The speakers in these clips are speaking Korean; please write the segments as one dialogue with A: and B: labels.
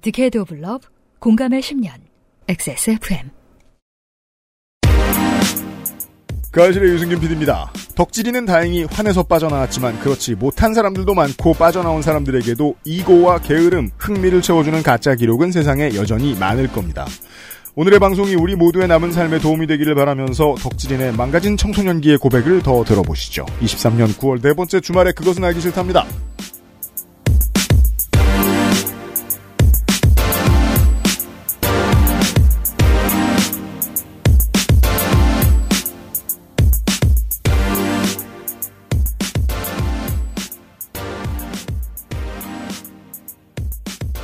A: 디케이드 오브 러브 공감의 10년 XSFM
B: 그아실의 유승균 PD입니다. 덕질이는 다행히 환에서 빠져나왔지만 그렇지 못한 사람들도 많고 빠져나온 사람들에게도 이고와 게으름, 흥미를 채워주는 가짜 기록은 세상에 여전히 많을 겁니다. 오늘의 방송이 우리 모두의 남은 삶에 도움이 되기를 바라면서 덕질인의 망가진 청소년기의 고백을 더 들어보시죠. 23년 9월 네 번째 주말에 그것은 알기 싫답니다.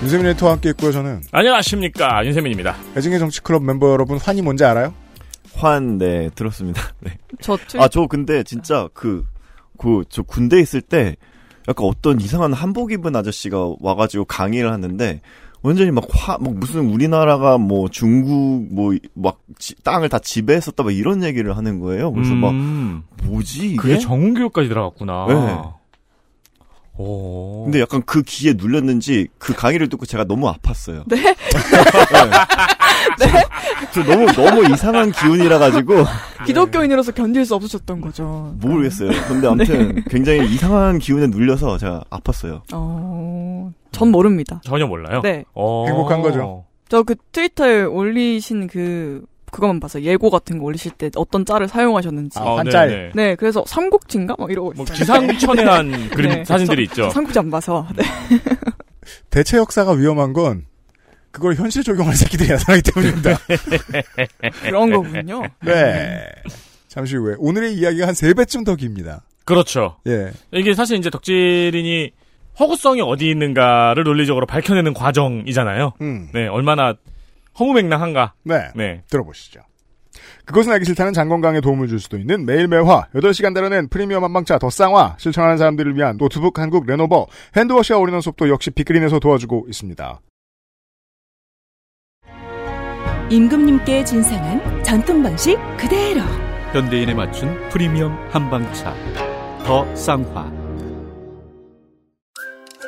B: 윤세민 에디터와 함께 있고요, 저는.
C: 안녕하십니까 윤세민입니다.
B: 애증의 정치클럽 멤버 여러분, 환이 뭔지 알아요?
D: 환, 네, 들었습니다. 네.
E: 저 트...
D: 아, 저 근데 진짜 그, 그, 저 군대 있을 때 약간 어떤 이상한 한복 입은 아저씨가 와가지고 강의를 하는데 완전히 막 화, 막 무슨 우리나라가 뭐 중국 뭐 막 땅을 다 지배했었다 막 이런 얘기를 하는 거예요. 그래서 막
C: 음,
D: 뭐지 이게?
C: 그게 정훈교육까지 들어갔구나.
D: 네.
C: 오.
D: 근데 약간 그 기에 눌렸는지 그 강의를 듣고 제가 너무 아팠어요. 네? 저, 저 너무 너무 이상한 기운이라 가지고
E: 기독교인으로서 견딜 수 없으셨던 거죠.
D: 모르겠어요. 근데 아무튼 굉장히 이상한 기운에 눌려서 제가 아팠어요.
E: 어, 전 모릅니다.
C: 전혀 몰라요.
E: 네.
C: 어.
B: 행복한 거죠.
E: 저 그 트위터에 올리신 그, 그거만 봐서 예고 같은 거 올리실 때 어떤 짤을 사용하셨는지.
B: 아, 환짤.
C: 네네.
E: 네, 그래서 삼국지인가? 막 이러고
C: 뭐
E: 있어요.
C: 기상천외한 그림
E: 네,
C: 사진들이 있죠.
E: 삼국지 안 봐서. 네.
B: 대체 역사가 위험한 건 그걸 현실 적용할 새끼들이 나타나기 때문입니다.
E: 그런 거군요.
B: 네. 잠시 후에 오늘의 이야기가 한 세 배쯤 더 깁니다.
C: 그렇죠.
B: 예.
C: 이게 사실 이제 덕질인이 허구성이 어디 있는가를 논리적으로 밝혀내는 과정이잖아요.
B: 음.
C: 네, 얼마나 허무맹랑한가.
B: 네.
C: 네.
B: 들어보시죠. 그것은 알기 싫다는 장건강에 도움을 줄 수도 있는 매일 매화, 8시간 달아낸 프리미엄 한방차 더 쌍화, 실천하는 사람들을 위한 노트북 한국 레노버, 핸드워시와 올인원 수업도 역시 빅그린에서 도와주고 있습니다.
F: 임금님께 진상한 전통 방식 그대로
G: 현대인에 맞춘 프리미엄 한방차 더 쌍화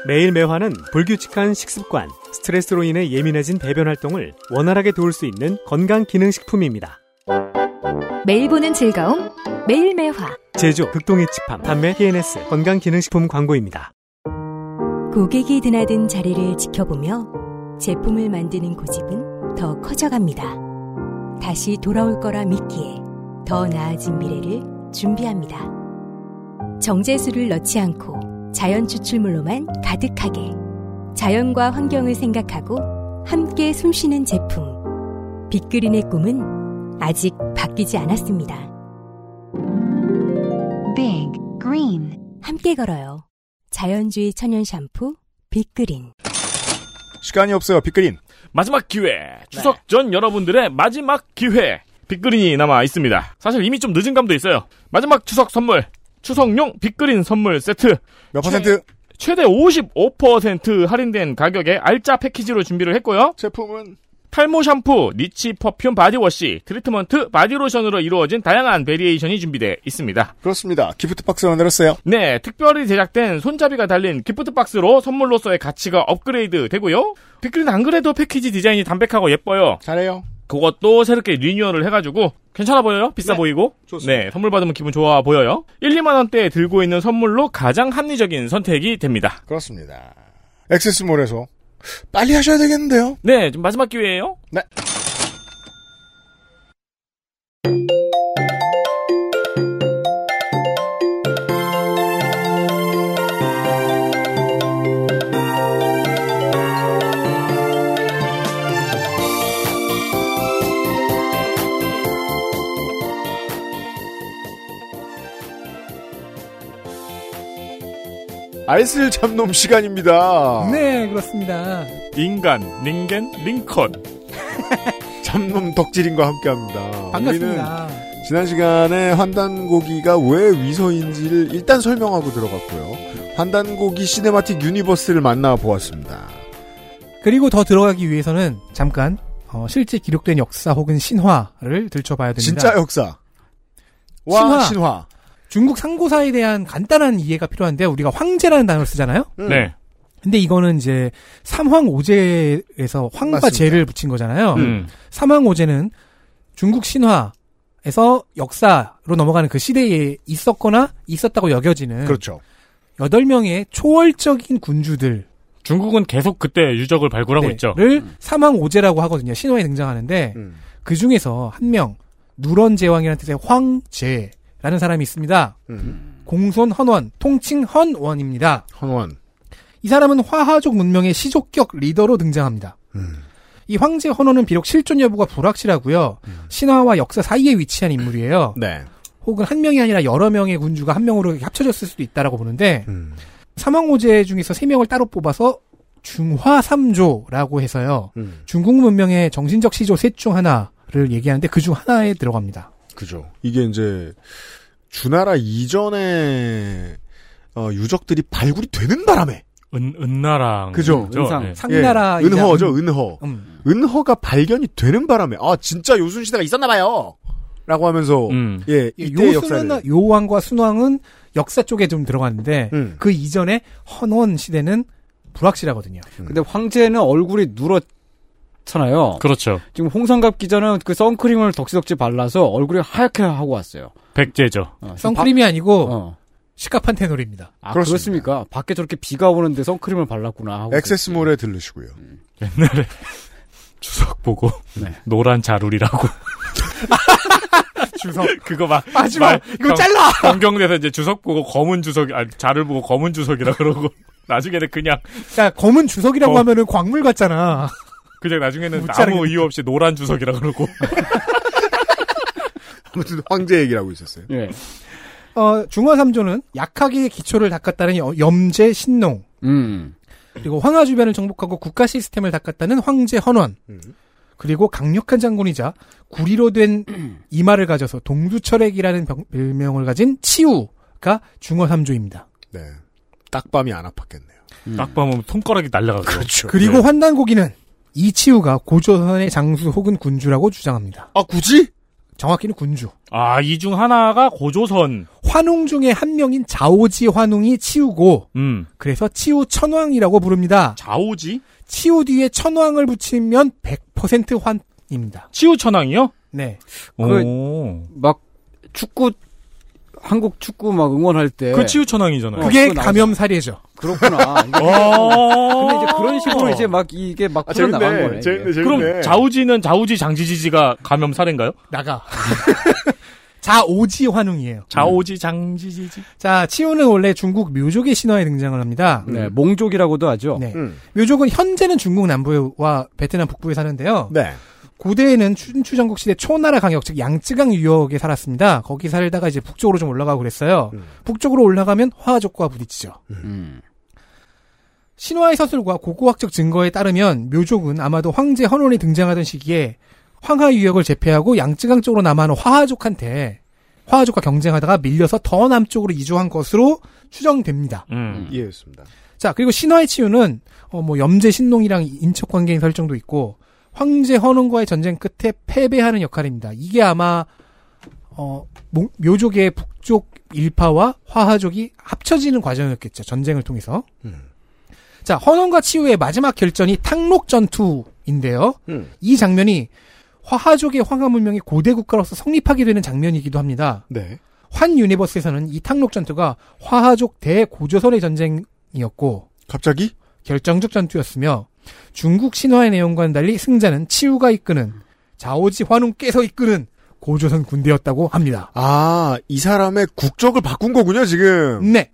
H: 매일 매화는 불규칙한 식습관, 스트레스로 인해 예민해진 배변 활동을 원활하게 도울 수 있는 건강 기능 식품입니다.
A: 매일 보는 즐거움 매일 매화
H: 제조 극동의 집함 판매 TNS 건강 기능 식품 광고입니다.
F: 고객이 드나든 자리를 지켜보며 제품을 만드는 고집은 더 커져갑니다. 다시 돌아올 거라 믿기에 더 나아진 미래를 준비합니다. 정제수를 넣지 않고 자연 추출물로만 가득하게 자연과 환경을 생각하고 함께 숨쉬는 제품 빅그린의 꿈은 아직 바뀌지 않았습니다.
I: Big green.
F: 함께 걸어요. 자연주의 천연 샴푸 빅그린
B: 시간이 없어요, 빅그린.
C: 마지막 기회. 추석 전 여러분들의 마지막 기회. 빅그린이 남아 있습니다. 사실 이미 좀 늦은 감도 있어요. 마지막 추석 선물. 추석용 빅그린 선물 세트.
B: 몇 퍼센트?
C: 최대 55% 할인된 가격에 알짜 패키지로 준비를 했고요.
B: 제품은?
C: 탈모 샴푸, 니치 퍼퓸 바디워시, 트리트먼트 바디로션으로 이루어진 다양한 베리에이션이 준비되어 있습니다.
B: 그렇습니다. 기프트 박스 만들었어요.
C: 네, 특별히 제작된 손잡이가 달린 기프트 박스로 선물로서의 가치가 업그레이드 되고요. 빅그린 안 그래도 패키지 디자인이 담백하고 예뻐요.
B: 잘해요.
C: 그것도 새롭게 리뉴얼을 해가지고 괜찮아 보여요? 비싸 보이고?
B: 좋습니다.
C: 네, 선물 받으면 기분 좋아 보여요. 1, 2만 원대에 들고 있는 선물로 가장 합리적인 선택이 됩니다.
B: 그렇습니다. 액세스몰에서 빨리 하셔야 되겠는데요.
C: 네, 지금 마지막 기회예요.
B: 네. 알쓸 잡놈 시간입니다.
J: 네, 그렇습니다.
C: 인간, 링겐, 링컨.
B: 잡놈 덕질인과 함께합니다. 우리는
J: 반갑습니다.
B: 지난 시간에 환단고기가 왜 위서인지를 일단 설명하고 들어갔고요. 환단고기 시네마틱 유니버스를 만나 보았습니다.
J: 그리고 더 들어가기 위해서는 잠깐 어, 실제 기록된 역사 혹은 신화를 들춰봐야 됩니다.
B: 진짜 역사. 와 신화.
J: 신화. 중국 상고사에 대한 간단한 이해가 필요한데 우리가 황제라는 단어를 쓰잖아요.
B: 음.
C: 네.
J: 근데 이거는 이제 삼황오제에서 황과
B: 맞습니다.
J: 제를 붙인 거잖아요.
C: 음.
J: 삼황오제는 중국 신화에서 역사로 넘어가는 그 시대에 있었거나 있었다고 여겨지는
B: 그렇죠.
J: 여덟 명의 초월적인 군주들 네,
I: 중국은 계속 그때 유적을 발굴하고 있죠.
J: 를 삼황오제라고 하거든요. 신화에 등장하는데
B: 음.
J: 그 중에서 한 명 누런 제왕이라는 뜻의 황제라는 사람이 있습니다.
B: 음.
J: 공손 헌원, 통칭 헌원입니다.
B: 헌원.
J: 이 사람은 화하족 문명의 시족격 리더로 등장합니다.
B: 음.
J: 이 황제 헌원은 비록 실존 여부가 불확실하고요. 신화와 역사 사이에 위치한 인물이에요.
B: 음. 네.
J: 혹은 한 명이 아니라 여러 명의 군주가 한 명으로 이렇게 합쳐졌을 수도 있다라고 보는데
B: 음.
J: 삼왕오제 중에서 세 명을 따로 뽑아서 중화삼조라고 해서요.
B: 음.
J: 중국 문명의 정신적 시조 셋 중 하나를 얘기하는데 그 중 하나에 들어갑니다.
B: 그죠. 이게 이제 주나라 이전에 어, 유적들이 발굴이 되는 바람에
I: 은, 은나랑.
B: 아, 그죠.
I: 그죠?
G: 은상.
I: 네.
J: 상나라
B: 예, 은허죠 은허
J: 음.
B: 은허가 발견이 되는 바람에 아 진짜 요순시대가 있었나봐요 라고 하면서
I: 음.
B: 예 이때 역사를
J: 요수는 요왕과 순왕은 역사 쪽에 좀 들어갔는데
B: 음.
J: 그 이전에 헌원 시대는 불확실하거든요.
B: 음.
G: 근데 황제는 얼굴이 누렇잖아요.
I: 그렇죠.
G: 지금 홍성갑 기자는 그 선크림을 덕지덕지 발라서 얼굴이 하얗게 하고 왔어요.
I: 백제죠.
G: 어, 지금
J: 선크림이
G: 바-
J: 아니고
G: 어.
J: 시카판 테놀입니다.
G: 아,
B: 그렇습니다.
G: 그렇습니까? 밖에 저렇게 비가 오는데 선크림을 발랐구나 하고. 음.
B: 액세스몰에 들르시고요
I: 옛날에 추석 보고
G: 네.
I: 노란 자룰이라고. 주석 그거 막
J: 마지막
I: 말-
J: 이거 잘라.
I: 경경대에서 이제 주석 보고 검은 주석 아 자를 보고 검은 주석이라 그러고 나중에는 그냥
J: 야 그러니까 검은 주석이라고
I: 어.
J: 하면은 광물 같잖아.
I: 그냥 나중에는
J: 웃자르게
I: 아무 이유 없이 노란 주석이라 그러고
B: 아무튼 황제 얘기를 하고 뭐 있었어요
G: 예.
J: 어, 중화삼조는 약하게 기초를 닦았다는 여- 염제 신농
G: 음.
J: 그리고 황하 주변을 정복하고 국가 시스템을 닦았다는 황제 헌원
B: 음.
J: 그리고 강력한 장군이자 구리로 된 이마를 가져서 동두철액이라는 병- 별명을 가진 치우가 중화삼조입니다.
B: 네 딱밤이 안 아팠겠네요
I: 음. 딱 보면 손가락이 날라가고 네.
B: 그렇죠
J: 그리고
G: 네.
J: 환단고기는 이 치우가 고조선의 장수 혹은 군주라고 주장합니다.
B: 아 굳이
J: 정확히는 군주.
I: 아이 중 하나가 고조선
J: 환웅 중에 한 명인 자오지 환웅이 치우고
I: 음
J: 그래서 치우 천왕이라고 부릅니다.
I: 자오지
J: 치우 뒤에 천왕을 붙이면 100% 환입니다.
I: 치우천왕이요?
J: 네.
G: 그-
I: 오.
G: 막 축구 한국 축구 막 응원할 때
I: 그 치우천왕이잖아요.
G: 어,
J: 그게
G: 그거 나오죠.
J: 감염 아. 사례죠.
G: 그렇구나. 이게
I: 어.
G: 근데 이제 그런 식으로 이제 막 이게
B: 아,
I: 아,
G: 막 흘러나간 거네. 이게.
I: 그럼 자우지는 자우지 장지지지가 감염 사례인가요?
J: 나가. 자오지 환웅이에요.
I: 자오지 장지지지.
J: 자, 치우는 원래 중국 묘족의 신화에 등장을 합니다.
G: 네, 몽족이라고도 하죠.
J: 네.
B: 음.
J: 묘족은 현재는 중국 남부와 베트남 북부에 사는데요.
B: 네
J: 고대에는 춘추전국 시대 초나라 강역 즉 양쯔강 유역에 살았습니다. 거기 살다가 이제 북쪽으로 좀 올라가고 그랬어요.
B: 음.
J: 북쪽으로 올라가면 화족과 부딪히죠.
G: 음.
J: 신화의 서술과 고고학적 증거에 따르면 묘족은 아마도 황제 헌원이 등장하던 시기에 황하 유역을 제패하고 양쯔강 쪽으로 남하는 화하족한테 화하족과 경쟁하다가 밀려서 더 남쪽으로 이주한 것으로 추정됩니다.
I: 음.
B: 이해했습니다
J: 자 그리고 신화의 치유는 어, 뭐 염제 신농이랑 인척 관계인 설정도 있고 황제 헌원과의 전쟁 끝에 패배하는 역할입니다. 이게 아마 어, 몽- 묘족의 북쪽 일파와 화하족이 합쳐지는 과정이었겠죠. 전쟁을 통해서.
B: 음.
J: 자, 헌원과 치우의 마지막 결전이 탕록 전투인데요.
B: 음.
J: 이 장면이 화하족의 황하 문명이 고대 국가로서 성립하게 되는 장면이기도 합니다.
B: 네
J: 환 유니버스에서는 이 탕록 전투가 화하족 대 고조선의 전쟁이었고
B: 갑자기
J: 결정적 전투였으며 중국 신화의 내용과는 달리 승자는 치우가 이끄는 자오지 환웅께서 이끄는 고조선 군대였다고 합니다.
B: 아 이 사람의 국적을 바꾼 거군요 지금
J: 네.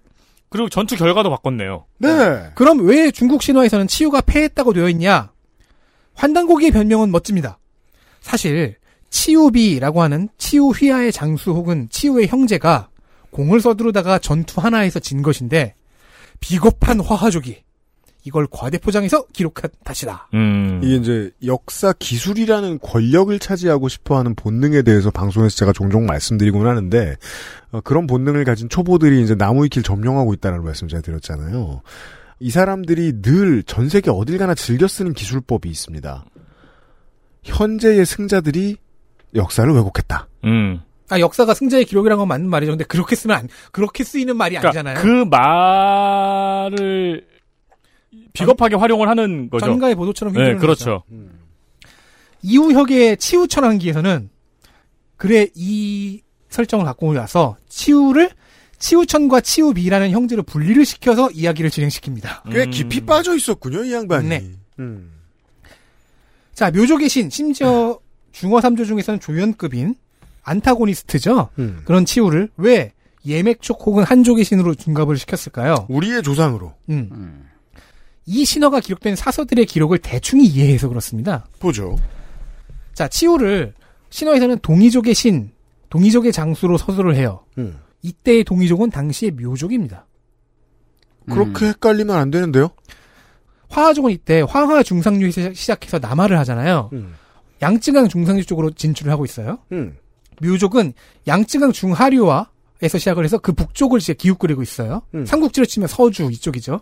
I: 그리고 전투 결과도 바꿨네요.
B: 네
J: 그럼 왜 중국 신화에서는 치유가 패했다고 되어 있냐? 환단고기의 변명은 멋집니다. 사실 치유비라고 하는 치유휘하의 장수 혹은 치유의 형제가 공을 서두르다가 전투 하나에서 진 것인데 비겁한 화하족이 이걸 과대포장해서 기록한 탓이다.
I: 음.
B: 이게 이제 역사 기술이라는 권력을 차지하고 싶어하는 본능에 대해서 방송에서 제가 종종 말씀드리곤 하는데 어, 그런 본능을 가진 초보들이 이제 나무위키를 점령하고 있다는 말씀 제가 드렸잖아요. 이 사람들이 늘 전 세계 어딜 가나 즐겨 쓰는 기술법이 있습니다. 현재의 승자들이 역사를 왜곡했다.
I: 음.
J: 아 역사가 승자의 기록이라는 건 맞는 말이죠. 근데 그렇게
C: 그러니까
J: 쓰면 안, 그렇게 쓰이는 말이
I: 그러니까
J: 아니잖아요.
I: 그 말을
C: 비겁하게 활용을 하는 거죠.
J: 전가의 보도처럼
C: 네,
J: 휘두르는 거죠. 음.
C: 그렇죠.
J: 이우혁의 치우 천왕기에서는 그래 이 설정을 갖고 와서 치우를 치우천과 치우비라는 형제로 분리를 시켜서 이야기를 진행시킵니다.
B: 꽤 깊이 빠져 있었군요, 이 양반이.
J: 네.
B: 음.
J: 자, 묘족의 신, 심지어 중어 삼조 중에서는 조연급인 안타고니스트죠.
B: 음.
J: 그런 치우를 왜 예맥족 혹은 한족의 신으로 중갑을 시켰을까요?
B: 우리의 조상으로
J: 음. 이 신화가 기록된 사서들의 기록을 대충 이해해서 그렇습니다.
B: 보죠.
J: 자, 치우를 신화에서는 동이족의 신, 동이족의 장수로 서술을 해요.
B: 음.
J: 이때의 동이족은 당시의 묘족입니다.
B: 그렇게 헷갈리면 안 되는데요.
J: 화하족은 이때 화하 중상류 시작해서 남하를 하잖아요.
B: 음.
J: 양쯔강 중상류 쪽으로 진출을 하고 있어요.
B: 음.
J: 묘족은 양쯔강 중하류화에서 시작을 해서 그 북쪽을 이제 기웃거리고 있어요.
B: 음.
J: 삼국지로 치면 서주 이쪽이죠.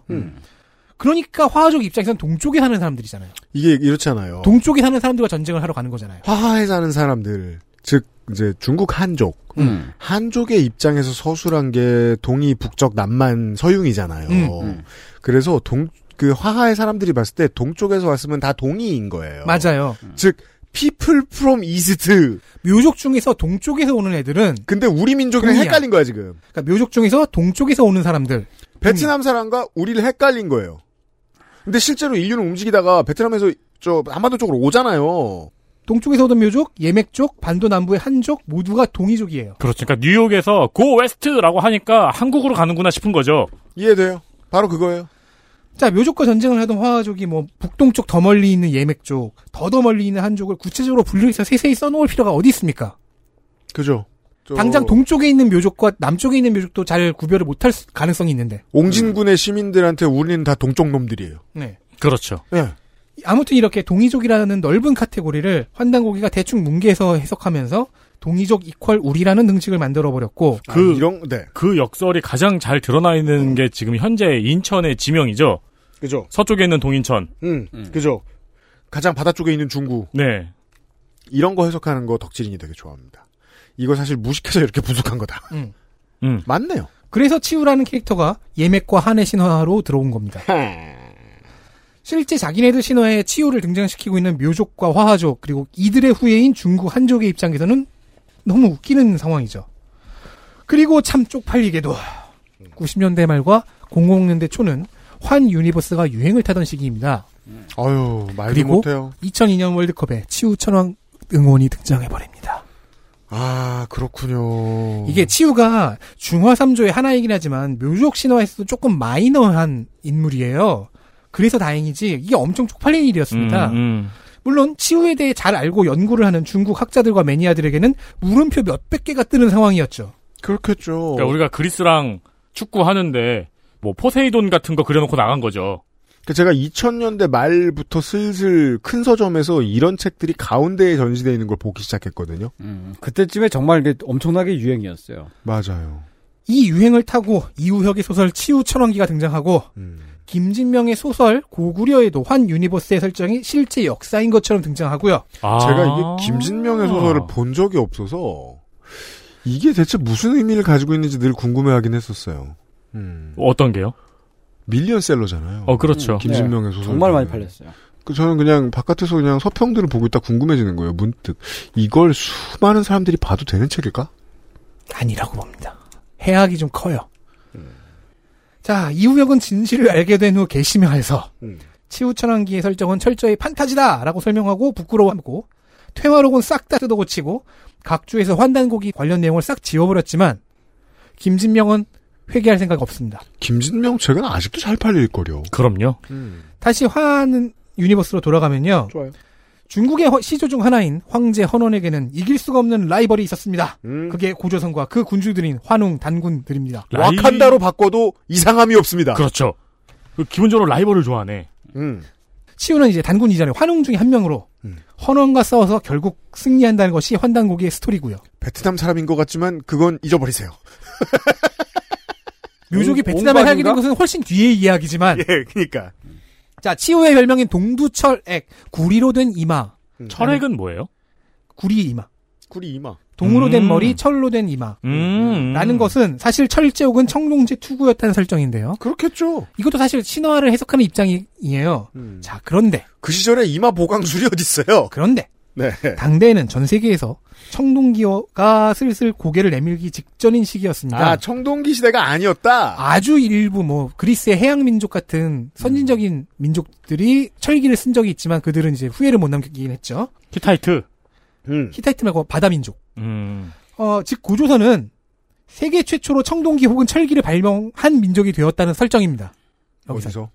J: 그러니까 화하족 입장에선 동쪽에 사는 사람들이잖아요.
B: 이게 이렇잖아요.
J: 동쪽에 사는 사람들과 전쟁을 하러 가는 거잖아요.
B: 화하에 사는 사람들, 즉 이제 중국 한족,
K: 음.
B: 한족의 입장에서 서술한 게 동이, 북적, 남만, 서융이잖아요.
J: 음,
B: 그래서 동, 그 화하의 사람들이 봤을 때 동쪽에서 왔으면 다 동이인 거예요.
J: 맞아요.
B: 즉, people from east.
J: 묘족 중에서 동쪽에서 오는 애들은
B: 그. 근데 우리 민족이랑
J: 동이야.
B: 헷갈린 거야, 지금.
J: 그러니까 묘족 중에서 동쪽에서 오는 사람들
B: 베트남 사람과 우리를 헷갈린 거예요. 근데 실제로 인류는 움직이다가 베트남에서 저 한반도 쪽으로 오잖아요.
J: 어. 동쪽에서 오던 묘족, 예맥족, 반도 남부의 한족 모두가 동이족이에요.
I: 그렇죠. 그러니까 뉴욕에서 고 웨스트라고 하니까 한국으로 가는구나 싶은 거죠.
B: 이해돼요. 바로 그거예요.
J: 자, 묘족과 전쟁을 하던 화하족이 뭐 북동쪽 더 멀리 있는 예맥족, 더 더 멀리 있는 한족을 구체적으로 분류해서 세세히 써놓을 필요가 어디 있습니까?
B: 그죠? 저-
J: 당장 동쪽에 있는 묘족과 남쪽에 있는 묘족도 잘 구별을 못할 수- 가능성이 있는데.
B: 옹진군의 시민들한테 우리는 다 동쪽 놈들이에요.
J: 네.
I: 그렇죠.
B: 예.
J: 아무튼 이렇게 동이족이라는 넓은 카테고리를 환단고기가 대충 뭉개서 해석하면서 동이족 이퀄 우리라는 등식을 만들어 버렸고
I: 그-
B: 아, 이런 네.
I: 그 역설이 가장 잘 드러나 있는 게 지금 현재 인천의 지명이죠.
B: 그죠?
I: 서쪽에 있는 동인천.
B: 음. 그죠? 가장 바다 쪽에 있는 중구.
I: 네.
B: 이런 거 해석하는 거 덕질인이 되게 좋아합니다. 이거 사실 무식해서 이렇게 부족한 거다.
J: 음.
I: 음.
B: 맞네요.
J: 그래서 치우라는 캐릭터가 예맥과 한의 신화로 들어온 겁니다. 실제 자기네들 신화에 치우를 등장시키고 있는 묘족과 화하족 그리고 이들의 후예인 중국 한족의 입장에서는 너무 웃기는 상황이죠. 그리고 참 쪽팔리게도 90년대 말과 00년대 초는 환 유니버스가 유행을 타던 시기입니다.
B: 아유, 말도
J: 그리고-
B: 못해요.
J: 2002년 월드컵에 치우 천왕 응원이 등장해버립니다.
B: 아, 그렇군요.
J: 이게 치우가 중화 삼조의 하나이긴 하지만 묘족 신화에서도 조금 마이너한 인물이에요. 그래서 다행이지 이게 엄청 쪽팔린 일이었습니다.
I: 음, 음.
J: 물론 치우에 대해 잘 알고 연구를 하는 중국 학자들과 매니아들에게는 물음표 몇백 개가 뜨는 상황이었죠.
B: 그렇겠죠.
I: 그러니까 우리가 그리스랑 축구 하는데 뭐 포세이돈 같은 거 그려놓고 나간 거죠.
B: 그 제가 2000년대 말부터 슬슬 큰 서점에서 이런 책들이 가운데에 전시되어 있는 걸 보기 시작했거든요.
G: 그때쯤에 정말 이게 엄청나게 유행이었어요.
B: 맞아요.
J: 이 유행을 타고 이우혁의 소설 치우 천왕기가 등장하고
B: 음.
J: 김진명의 소설 고구려에도 환 유니버스의 설정이 실제 역사인 것처럼 등장하고요.
I: 아.
B: 제가 이게 김진명의 소설을 본 적이 없어서 이게 대체 무슨 의미를 가지고 있는지 늘 궁금해하긴 했었어요. 음.
I: 어떤 게요?
B: 밀리언셀러잖아요.
I: 어 그렇죠.
B: 김진명의
G: 네,
B: 소설
G: 정말 많이
B: 중에.
G: 팔렸어요.
B: 그 저는 그냥 바깥에서 그냥 서평들을 보고 있다 궁금해지는 거예요. 문득 이걸 수많은 사람들이 봐도 되는 책일까?
J: 아니라고 봅니다. 해악이 좀 커요. 자, 이우혁은 진실을 알게 된 후 개심해서
B: 음.
J: 치우천왕기의 설정은 철저히 판타지다라고 설명하고 부끄러워하고 퇴화록은 싹 다 뜯어고치고 각주에서 환단곡이 관련 내용을 싹 지워버렸지만 김진명은 회개할 생각 없습니다.
B: 김진명 책은 아직도 잘 음. 팔릴 거려.
I: 그럼요.
J: 다시 화하는 유니버스로 돌아가면요.
B: 좋아요.
J: 중국의 허- 시조 중 하나인 황제 헌원에게는 이길 수가 없는 라이벌이 있었습니다.
B: 음.
J: 그게 고조선과 그 군주들인 환웅 단군들입니다.
I: 라이-
B: 와칸다로 바꿔도 이상함이 없습니다.
I: 그렇죠. 그 기본적으로 라이벌을 좋아하네.
B: 음.
J: 치우는 이제 단군 이전에 환웅 중에 한 명으로
B: 음.
J: 헌원과 싸워서 결국 승리한다는 것이 환단고기의 스토리고요.
B: 베트남 사람인 것 같지만 그건 잊어버리세요.
J: 묘족이
G: 온-
J: 베트남에 살게 된
G: 온박인가?
J: 것은 훨씬 뒤의 이야기지만
B: 예, 그니까.
J: 자 치우의 별명인 동두철액 구리로 된 이마
B: 음.
I: 철액은 뭐예요?
J: 구리 이마
B: 구리 이마.
J: 동으로 된
I: 음.
J: 머리, 철로 된 이마.
I: 음.
J: 라는 것은 사실 철제 혹은 청동제 투구였다는 설정인데요.
B: 그렇겠죠.
J: 이것도 사실 신화를 해석하는 입장이에요. 자, 그런데,
B: 그 시절에 이마 보강술이 어딨어요?
J: 그런데,
B: 네.
J: 당대에는 전 세계에서 청동기가 슬슬 고개를 내밀기 직전인 시기였습니다.
B: 아, 청동기 시대가 아니었다?
J: 주 일부 뭐 그리스의 해양 민족 같은 선진적인 민족들이 철기를 쓴 적이 있지만 그들은 이제 후회를 못 남기긴 했죠.
I: 히타이트.
B: 음.
J: 히타이트 말고 바다 민족.
I: 음.
J: 어, 즉 고조선은 세계 최초로 청동기 혹은 철기를 발명한 민족이 되었다는 설정입니다. 여기서
B: 어디서?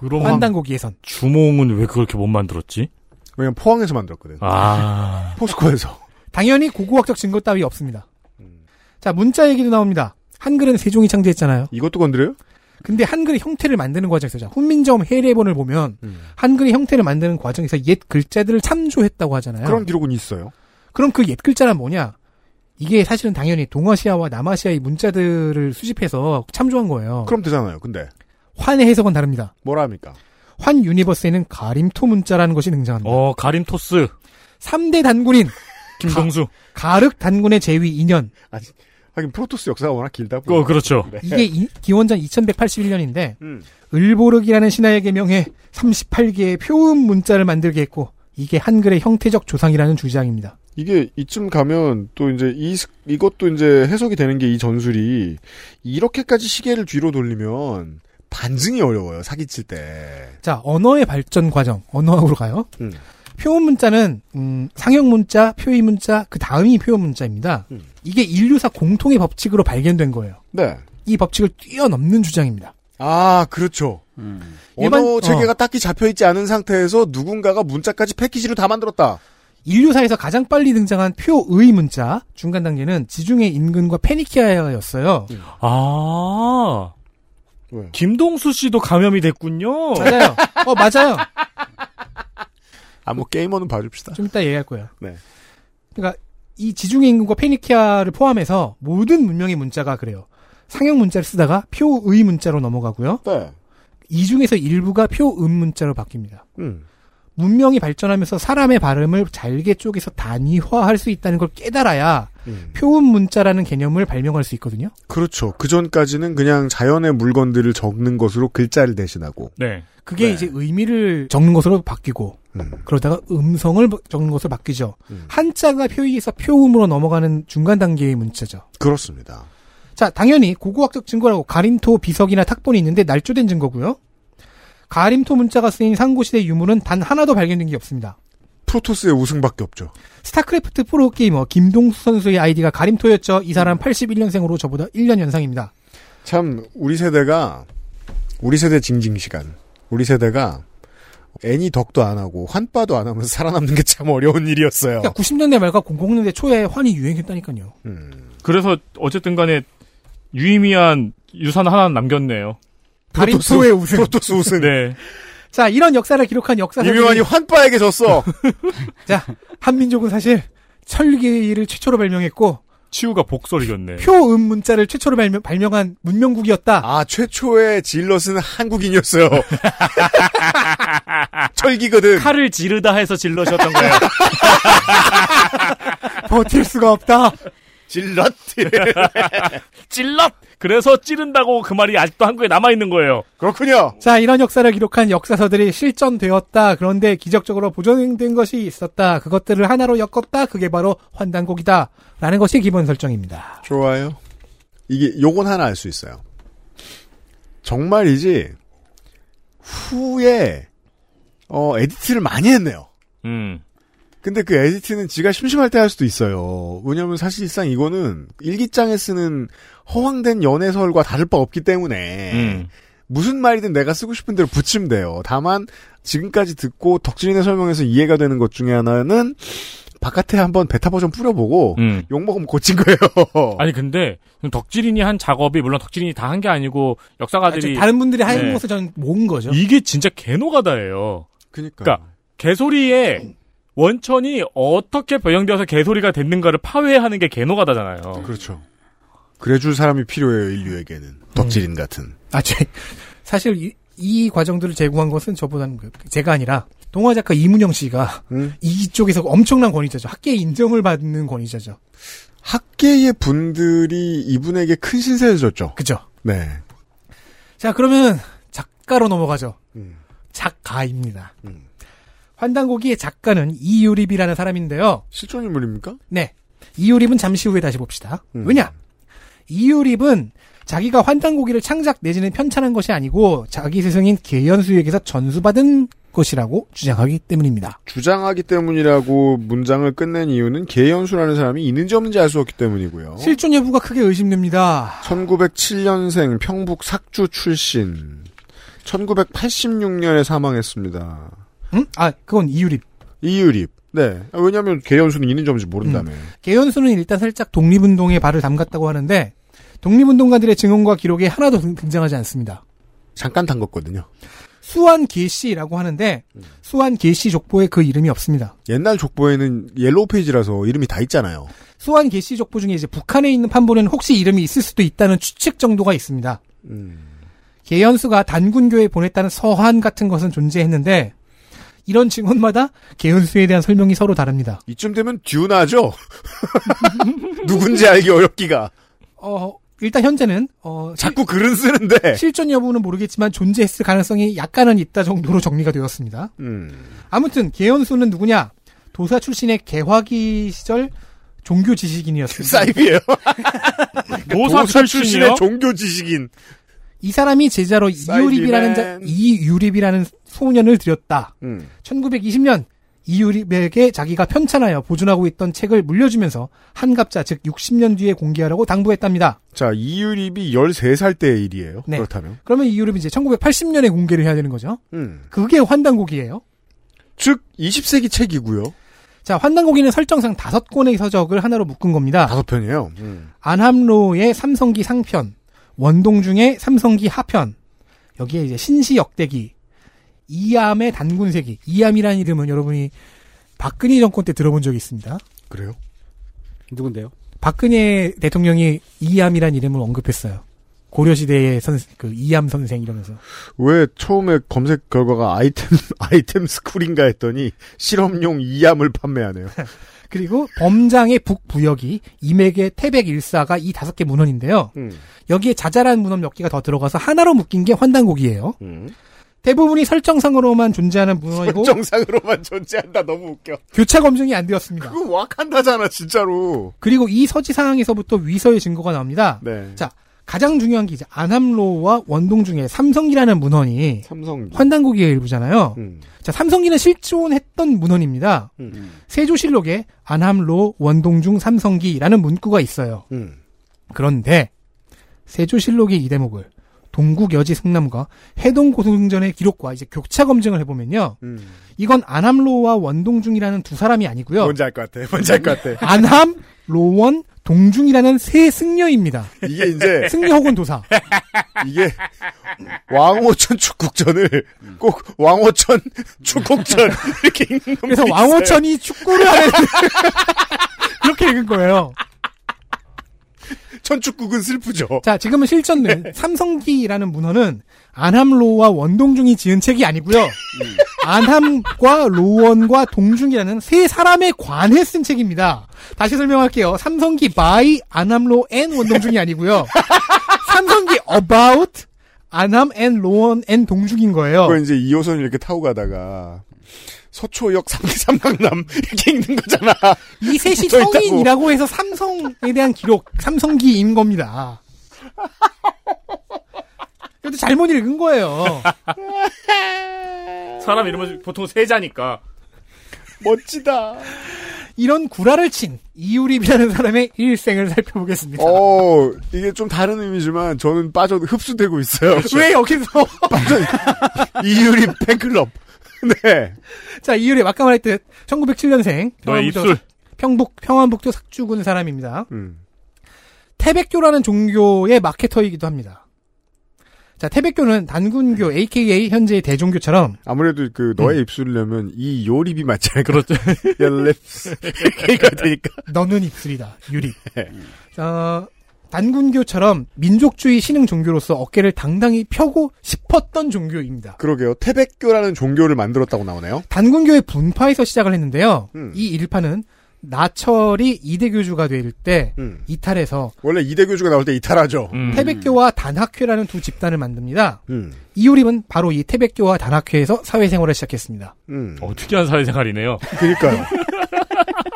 I: 그럼
J: 환단고기에선
I: 주몽은 왜 그렇게 못 만들었지?
B: 왜냐면 포항에서 만들었거든.
I: 아.
B: 포스코에서.
J: 당연히 고고학적 증거 따위 없습니다. 자 문자 얘기도 나옵니다. 한글은 세종이 창제했잖아요.
B: 이것도 건드려요?
J: 근데 한글의 형태를 만드는 과정에서 자, 훈민정음 해례본을 보면
B: 음.
J: 한글의 형태를 만드는 과정에서 옛 글자들을 참조했다고 하잖아요.
B: 그런 기록은 있어요.
J: 그럼 그 옛 글자란 뭐냐? 이게 사실은 당연히 동아시아와 남아시아의 문자들을 수집해서 참조한 거예요.
B: 그럼 되잖아요. 근데
J: 환의 해석은 다릅니다.
B: 뭐라 합니까?
J: 환 유니버스에는 가림토 문자라는 것이 등장합니다.
I: 어, 가림토스.
J: 삼 3대 단군인
I: 김동수.
J: 가륵 단군의 제위 2년.
B: 하긴 프로토스 역사가 워낙 길다 네. 보니
I: 어, 그렇죠.
J: 이게 이- 기원전 2181년인데
B: 음.
J: 을보르기라는 신하의 계명에 38개의 표음 문자를 만들게 했고 이게 한글의 형태적 조상이라는 주장입니다.
B: 이게 이쯤 가면 또 이제 이 스- 이것도 이제 해석이 되는 게 이 전술이 이렇게까지 시계를 뒤로 돌리면 반증이 어려워요 사기칠 때.
J: 자, 언어의 발전 과정, 언어학으로 가요.
B: 음.
J: 표현 문자는 음, 상형 문자, 표의 문자, 그 다음이 표현 문자입니다.
B: 음.
J: 이게 인류사 공통의 법칙으로 발견된 거예요.
B: 네.
J: 이 법칙을 뛰어넘는 주장입니다.
B: 아 그렇죠.
J: 음. 일반-
B: 언어 체계가 딱히 잡혀 있지 않은 상태에서 누군가가 문자까지 패키지로 다 만들었다.
J: 인류사에서 가장 빨리 등장한 표의 문자, 중간 단계는 지중해 인근과 페니키아였어요.
I: 아.
B: 왜?
I: 김동수 씨도 감염이 됐군요.
J: 맞아요. 어, 맞아요.
B: 아뭐 게이머는 봐줍시다.
J: 좀 이따 얘기할 거예요.
B: 네.
J: 그러니까 이 지중해 인근과 페니키아를 포함해서 모든 문명의 문자가 그래요. 상형 문자를 쓰다가 표의 문자로 넘어가고요.
B: 네.
J: 이 중에서 일부가 표음 문자로 바뀝니다.
B: 음.
J: 문명이 발전하면서 사람의 발음을 잘게 쪼개서 단위화할 수 있다는 걸 깨달아야
B: 음.
J: 표음 문자라는 개념을 발명할 수 있거든요.
B: 그렇죠. 그 전까지는 그냥 자연의 물건들을 적는 것으로 글자를 대신하고.
I: 네.
J: 그게
B: 네.
J: 이제 의미를 적는 것으로 바뀌고
B: 음.
J: 그러다가 음성을 적는 것으로 바뀌죠.
B: 음.
J: 한자가 표의에서 표음으로 넘어가는 중간 단계의 문자죠.
B: 그렇습니다.
J: 자, 당연히 고고학적 증거라고 가림토 비석이나 탁본이 있는데 날조된 증거고요. 가림토 문자가 쓰인 상고시대 유물은 단 하나도 발견된 게 없습니다.
B: 프로토스의 우승밖에 없죠.
J: 스타크래프트 프로게이머 김동수 선수의 아이디가 가림토였죠. 이 사람 81년생으로 저보다 1년 연상입니다.
B: 참 우리 세대가 우리 세대 징징 시간. 우리 세대가 애니 덕도 안 하고 환빠도 안 하면서 살아남는 게 참 어려운 일이었어요.
J: 그러니까 90년대 말과 00년대 초에 환이 유행했다니까요.
B: 음.
I: 그래서 어쨌든 간에 유의미한 유산 하나 남겼네요.
J: 가림토의 우승.
B: 프로토스 우승.
I: 네.
J: 자, 이런 역사를 기록한 역사사.
B: 이명환이 환빠에게 졌어.
J: 자, 한민족은 사실 철기를 최초로 발명했고
I: 치우가 복설 이겼네.
J: 표음 문자를 최초로 발명, 발명한 문명국이었다.
B: 아 최초의 질럿은 한국인이었어요. 철기거든.
I: 칼을 지르다 해서 질러셨던 거예요.
J: 버틸 수가 없다.
B: 질럿.
I: 찔럿! 그래서 찌른다고 그 말이 아직도 한국에 남아있는 거예요.
B: 그렇군요.
J: 자, 이런 역사를 기록한 역사서들이 실전되었다. 그런데 기적적으로 보존된 것이 있었다. 그것들을 하나로 엮었다. 그게 바로 환단곡이다. 라는 것이 기본 설정입니다.
B: 좋아요. 이게 요건 하나 알 수 있어요. 정말이지 후에 어 에디트를 많이 했네요.
I: 음.
B: 근데 그 에디트는 지가 심심할 때 할 수도 있어요. 왜냐면 사실상 이거는 일기장에 쓰는 허황된 연애설과 다를 바 없기 때문에
I: 음.
B: 무슨 말이든 내가 쓰고 싶은 대로 붙이면 돼요. 다만 지금까지 듣고 덕진이네 설명에서 이해가 되는 것 중에 하나는 바깥에 한번 베타 버전 뿌려보고
I: 음.
B: 욕 먹으면 고친 거예요.
I: 아니, 근데, 덕질인이 한 작업이, 물론 덕질인이 다 한 게 아니고, 역사가들이.
J: 다른 분들이 하는
I: 네.
J: 것을 저는 모은 거죠.
I: 이게 진짜 개노가다예요.
B: 그니까.
I: 그러니까 개소리의 원천이 어떻게 변형되어서 개소리가 됐는가를 파회하는 게 개노가다잖아요.
B: 그렇죠. 그래줄 사람이 필요해요
J: 음.
B: 인류에게는 덕질인 같은.
J: 아, 제, 사실 이, 이 과정들을 제공한 것은 저보다는 그- 제가 아니라 동화 작가 이문영 씨가
B: 음.
J: 이쪽에서 엄청난 권위자죠. 학계에 인정을 받는 권위자죠.
B: 학계의 분들이 이분에게 큰 신세를 졌죠.
J: 그죠?
B: 네.
J: 자, 그러면 작가로 넘어가죠.
B: 음.
J: 작가입니다.
B: 음.
J: 환단고기의 작가는 이유립이라는 사람인데요.
B: 실존 인물입니까?
J: 네. 이유립은 잠시 후에 다시 봅시다.
B: 음.
J: 왜냐? 이유립은 자기가 환단고기를 창작 내지는 편찬한 것이 아니고 자기 스승인 계연수에게서 전수받은 것이라고 주장하기 때문입니다.
B: 주장하기 때문이라고 문장을 끝낸 이유는 계연수라는 사람이 있는지 없는지 알 수 없기 때문이고요.
J: 실존 여부가 크게 의심됩니다.
B: 1907년생 평북 삭주 출신. 1986년에 사망했습니다.
J: 응? 아, 그건 이유립.
B: 이유립. 네. 아, 왜냐면 계연수는 있는지 없는지 모른다며.
J: 음. 계연수는 일단 살짝 독립운동에 발을 담갔다고 하는데 독립운동가들의 증언과 기록에 하나도 등- 등장하지 않습니다.
B: 잠깐 담궜거든요. 음.
J: 수완 길씨라고 하는데 수완 길씨 족보에 그 이름이 없습니다.
B: 옛날 족보에는 옐로우 페이지라서 이름이 다 있잖아요.
J: 수완 길씨 족보 중에 이제 북한에 있는 판본에는 혹시 이름이 있을 수도 있다는 추측 정도가 있습니다.
B: 음.
J: 계현수가 단군교에 보냈다는 서한 같은 것은 존재했는데 이런 증언마다 계현수에 대한 설명이 서로 다릅니다.
B: 이쯤 되면 듀나죠? 누군지 알기 어렵기가.
J: 어, 일단 현재는 어, 실-
B: 자꾸 글은 쓰는데.
J: 실존 여부는 모르겠지만 존재했을 가능성이 약간은 있다 정도로 정리가 되었습니다.
B: 음.
J: 아무튼 계현수는 누구냐? 도사 출신의 개화기 시절 종교 지식인이었습니다.
B: 그 사이비에요.
I: 모사
B: 도사
I: 그러니까 출신이요?
B: 출신의 종교 지식인.
J: 이 사람이 제자로
B: 사이비맨.
J: 이유립이라는 자, 이유립이라는 소년을 들였다.
B: 음.
J: 1920년 이유립에게 자기가 편찬하여 보존하고 있던 책을 물려주면서 한갑자 즉 60년 뒤에 공개하라고 당부했답니다.
B: 자, 이유립이 13살 때의 일이에요.
J: 네.
B: 그렇다면.
J: 그러면 이유립이 이제 1980년에 공개를 해야 되는 거죠.
B: 음.
J: 그게 환단곡이에요.
B: 즉, 20세기 책이고요.
J: 자, 환단곡이는 설정상 다섯 권의 서적을 하나로 묶은 겁니다.
B: 다섯 편이에요.
J: 안함로의 삼성기 상편, 원동중의 삼성기 하편, 여기에 이제 신시역대기, 이암의 단군세기, 이암이라는 이름은 여러분이 박근혜 정권 때 들어본 적이 있습니다.
B: 그래요?
G: 누군데요?
J: 박근혜 대통령이 이암이라는 이름을 언급했어요. 고려시대의 선, 그 이암 선생 이러면서.
B: 왜 처음에 검색 결과가 아이템, 아이템 스쿨인가 했더니 실험용 이암을 판매하네요.
J: 그리고 범장의 북부역이 임액의 태백 일사가 이 다섯 개 문헌인데요.
B: 음.
J: 여기에 자잘한 문헌 몇 개가 더 들어가서 하나로 묶인 게 환단곡이에요.
B: 음.
J: 대부분이 설정상으로만 존재하는 문헌이고
B: 정상으로만 존재한다. 너무 웃겨.
J: 교차 검증이 안 되었습니다.
B: 그거 왁한다잖아, 진짜로.
J: 그리고 이 서지 상황에서부터 위서의 증거가 나옵니다.
B: 네.
J: 자, 가장 중요한 게 이제 안함로와 원동 중에 삼성기라는 문헌이
B: 삼성기.
J: 환단고기의 일부잖아요.
B: 음.
J: 자, 삼성기는 실존했던 문헌입니다.
B: 음.
J: 세조실록에 안함로 원동중 삼성기라는 문구가 있어요.
B: 음.
J: 그런데 세조실록의 이 대목을 동국여지 승남과 해동고승전의 기록과 이제 교차 검증을 해보면요.
B: 음.
J: 이건 안함로와 원동중이라는 두 사람이 아니고요.
B: 뭔지 알 것 같아. 뭔지 알 것 같아.
J: 안함, 로원, 동중이라는 세 승려입니다.
B: 이게 이제,
J: 승려 혹은 도사.
B: 이게, 왕오천 축국전을 꼭 왕오천 축국전 이렇게 읽는 놈들이
J: 그래서
B: 있어요.
J: 왕호천이 축구를 하는 그렇게 읽은 거예요.
B: 천축국은 슬프죠. 네.
J: 자, 지금은 실전은 삼성기라는 문헌은 안함로와 원동중이 지은 책이 아니고요.
B: 음.
J: 안함과 로원과 동중이라는 세 사람에 관해 쓴 책입니다. 다시 설명할게요. 삼성기 by 안함로 and 원동중이 아니고요. 삼성기 about 안함 and 로원 and 동중인 거예요.
B: 그거 이제 2호선 이렇게 타고 가다가 서초역 3삼강남 이렇게 있는 거잖아.
J: 이 셋이
B: 붙어 있다고.
J: 성인이라고 해서 삼성에 대한 기록, 삼성기인 겁니다. 이것도 잘못 읽은 거예요.
I: 사람 이름은 보통 세자니까.
B: 멋지다.
J: 이런 구라를 친 이유립이라는 사람의 일생을 살펴보겠습니다.
B: 어 이게 좀 다른 의미지만 저는 빠져 흡수되고 있어요.
J: 왜 여기서?
B: 이유리 팬클럽. 네.
J: 자, 이유립 아까 말했듯 1907년생
I: 너의 입술.
J: 평북 평안북도 삭주군 사람입니다.
B: 음.
J: 태백교라는 종교의 마케터이기도 합니다. 자, 태백교는 단군교 AKA 현재의 대종교처럼
B: 아무래도 그 너의 입술을 내면 이 요립이 맞지 않을까?
I: 그렇죠.
B: Your lips. 이렇게 되니까.
J: 너는 입술이다. 유리. 어, 단군교처럼 민족주의 신흥 종교로서 어깨를 당당히 펴고 싶었던 종교입니다.
B: 그러게요. 태백교라는 종교를 만들었다고 나오네요.
J: 단군교의 분파에서 시작을 했는데요.
B: 음.
J: 이 일파는 나철이 이대교주가 될 때
B: 음.
J: 이탈해서
B: 원래 이대 교주가 나올 때 이탈하죠.
I: 음.
J: 태백교와 단학회라는 두 집단을 만듭니다.
B: 음.
J: 이우림은 바로 이 태백교와 단학회에서 사회생활을 시작했습니다.
B: 음.
I: 어, 특이한 사회생활이네요.
B: 그니까요.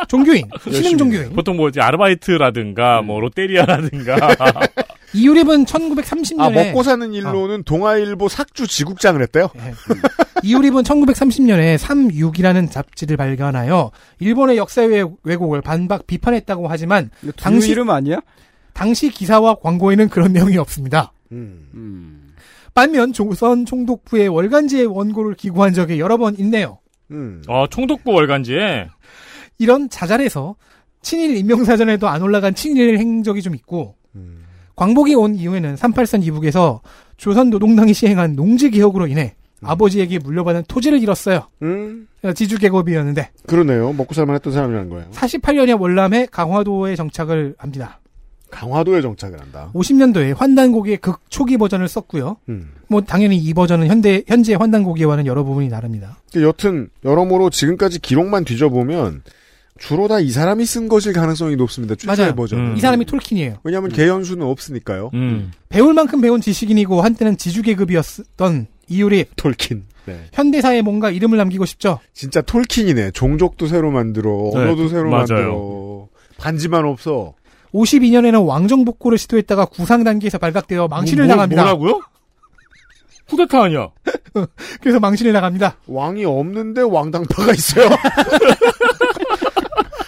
J: 종교인, 신흥
B: 열심히. 음.
J: 종교인.
I: 보통 뭐 이제 아르바이트라든가 뭐 롯데리아라든가
J: 이우림은
B: 아,
J: 1930년에
B: 먹고 사는 일로는
J: 어.
B: 동아일보 삭주 지국장을 했대요?
J: 예, 이우림은 1930년에 36이라는 잡지를 발견하여 일본의 역사 왜- 왜곡을 반박 비판했다고 하지만 당시-
G: 당시 이름 아니야?
J: 당시 기사와 광고에는 그런 내용이 없습니다.
B: 음.
J: 반면 조선 총독부의 월간지에 원고를 기고한 적이 여러 번 있네요.
B: 음.
I: 아, 총독부
B: 예.
I: 월간지에
J: 이런 자잘해서 친일 임명사전에도 안 올라간 친일 행적이 좀 있고
B: 음.
J: 광복이 온 이후에는 383 이북에서 조선 노동당이 시행한 농지 개혁으로 인해 아버지에게 물려받은 토지를 잃었어요.
B: 음.
J: 지주 계급이었는데
B: 그러네요. 먹고 살만 했던 사람이라는 거예요.
J: 48년에 월남의 강화도에 정착을 합니다.
B: 강화도에 정착을 한다.
J: 50년도에 환단고기의 극초기 버전을 썼고요.
B: 음.
J: 뭐 당연히 이 버전은 현대 현재 환단고기와는 여러 부분이 다릅니다.
B: 근데 여튼 여러모로 지금까지 기록만 뒤져보면 주로 다 이 사람이 쓴 것일 가능성이 높습니다.
J: 맞아요.
B: 최초의 버전.
I: 음.
J: 이 사람이 톨킨이에요.
B: 왜냐하면 개연수는 없으니까요.
I: 음.
J: 배울 만큼 배운 지식인이고 한때는 지주 계급이었던 이유리
B: 톨킨. 네.
J: 현대사에 뭔가 이름을 남기고 싶죠.
B: 진짜 톨킨이네. 종족도 새로 만들어,
I: 네,
B: 언어도 새로
I: 맞아요.
B: 만들어. 반지만 없어.
J: 52년에는 왕정 복구를 시도했다가 구상 단계에서 발각되어 망신을
I: 뭐, 뭐,
J: 당합니다.
I: 뭐라고요? 쿠데타 아니야?
J: 그래서 망신을 당합니다.
B: 왕이 없는데 왕당파가 있어요.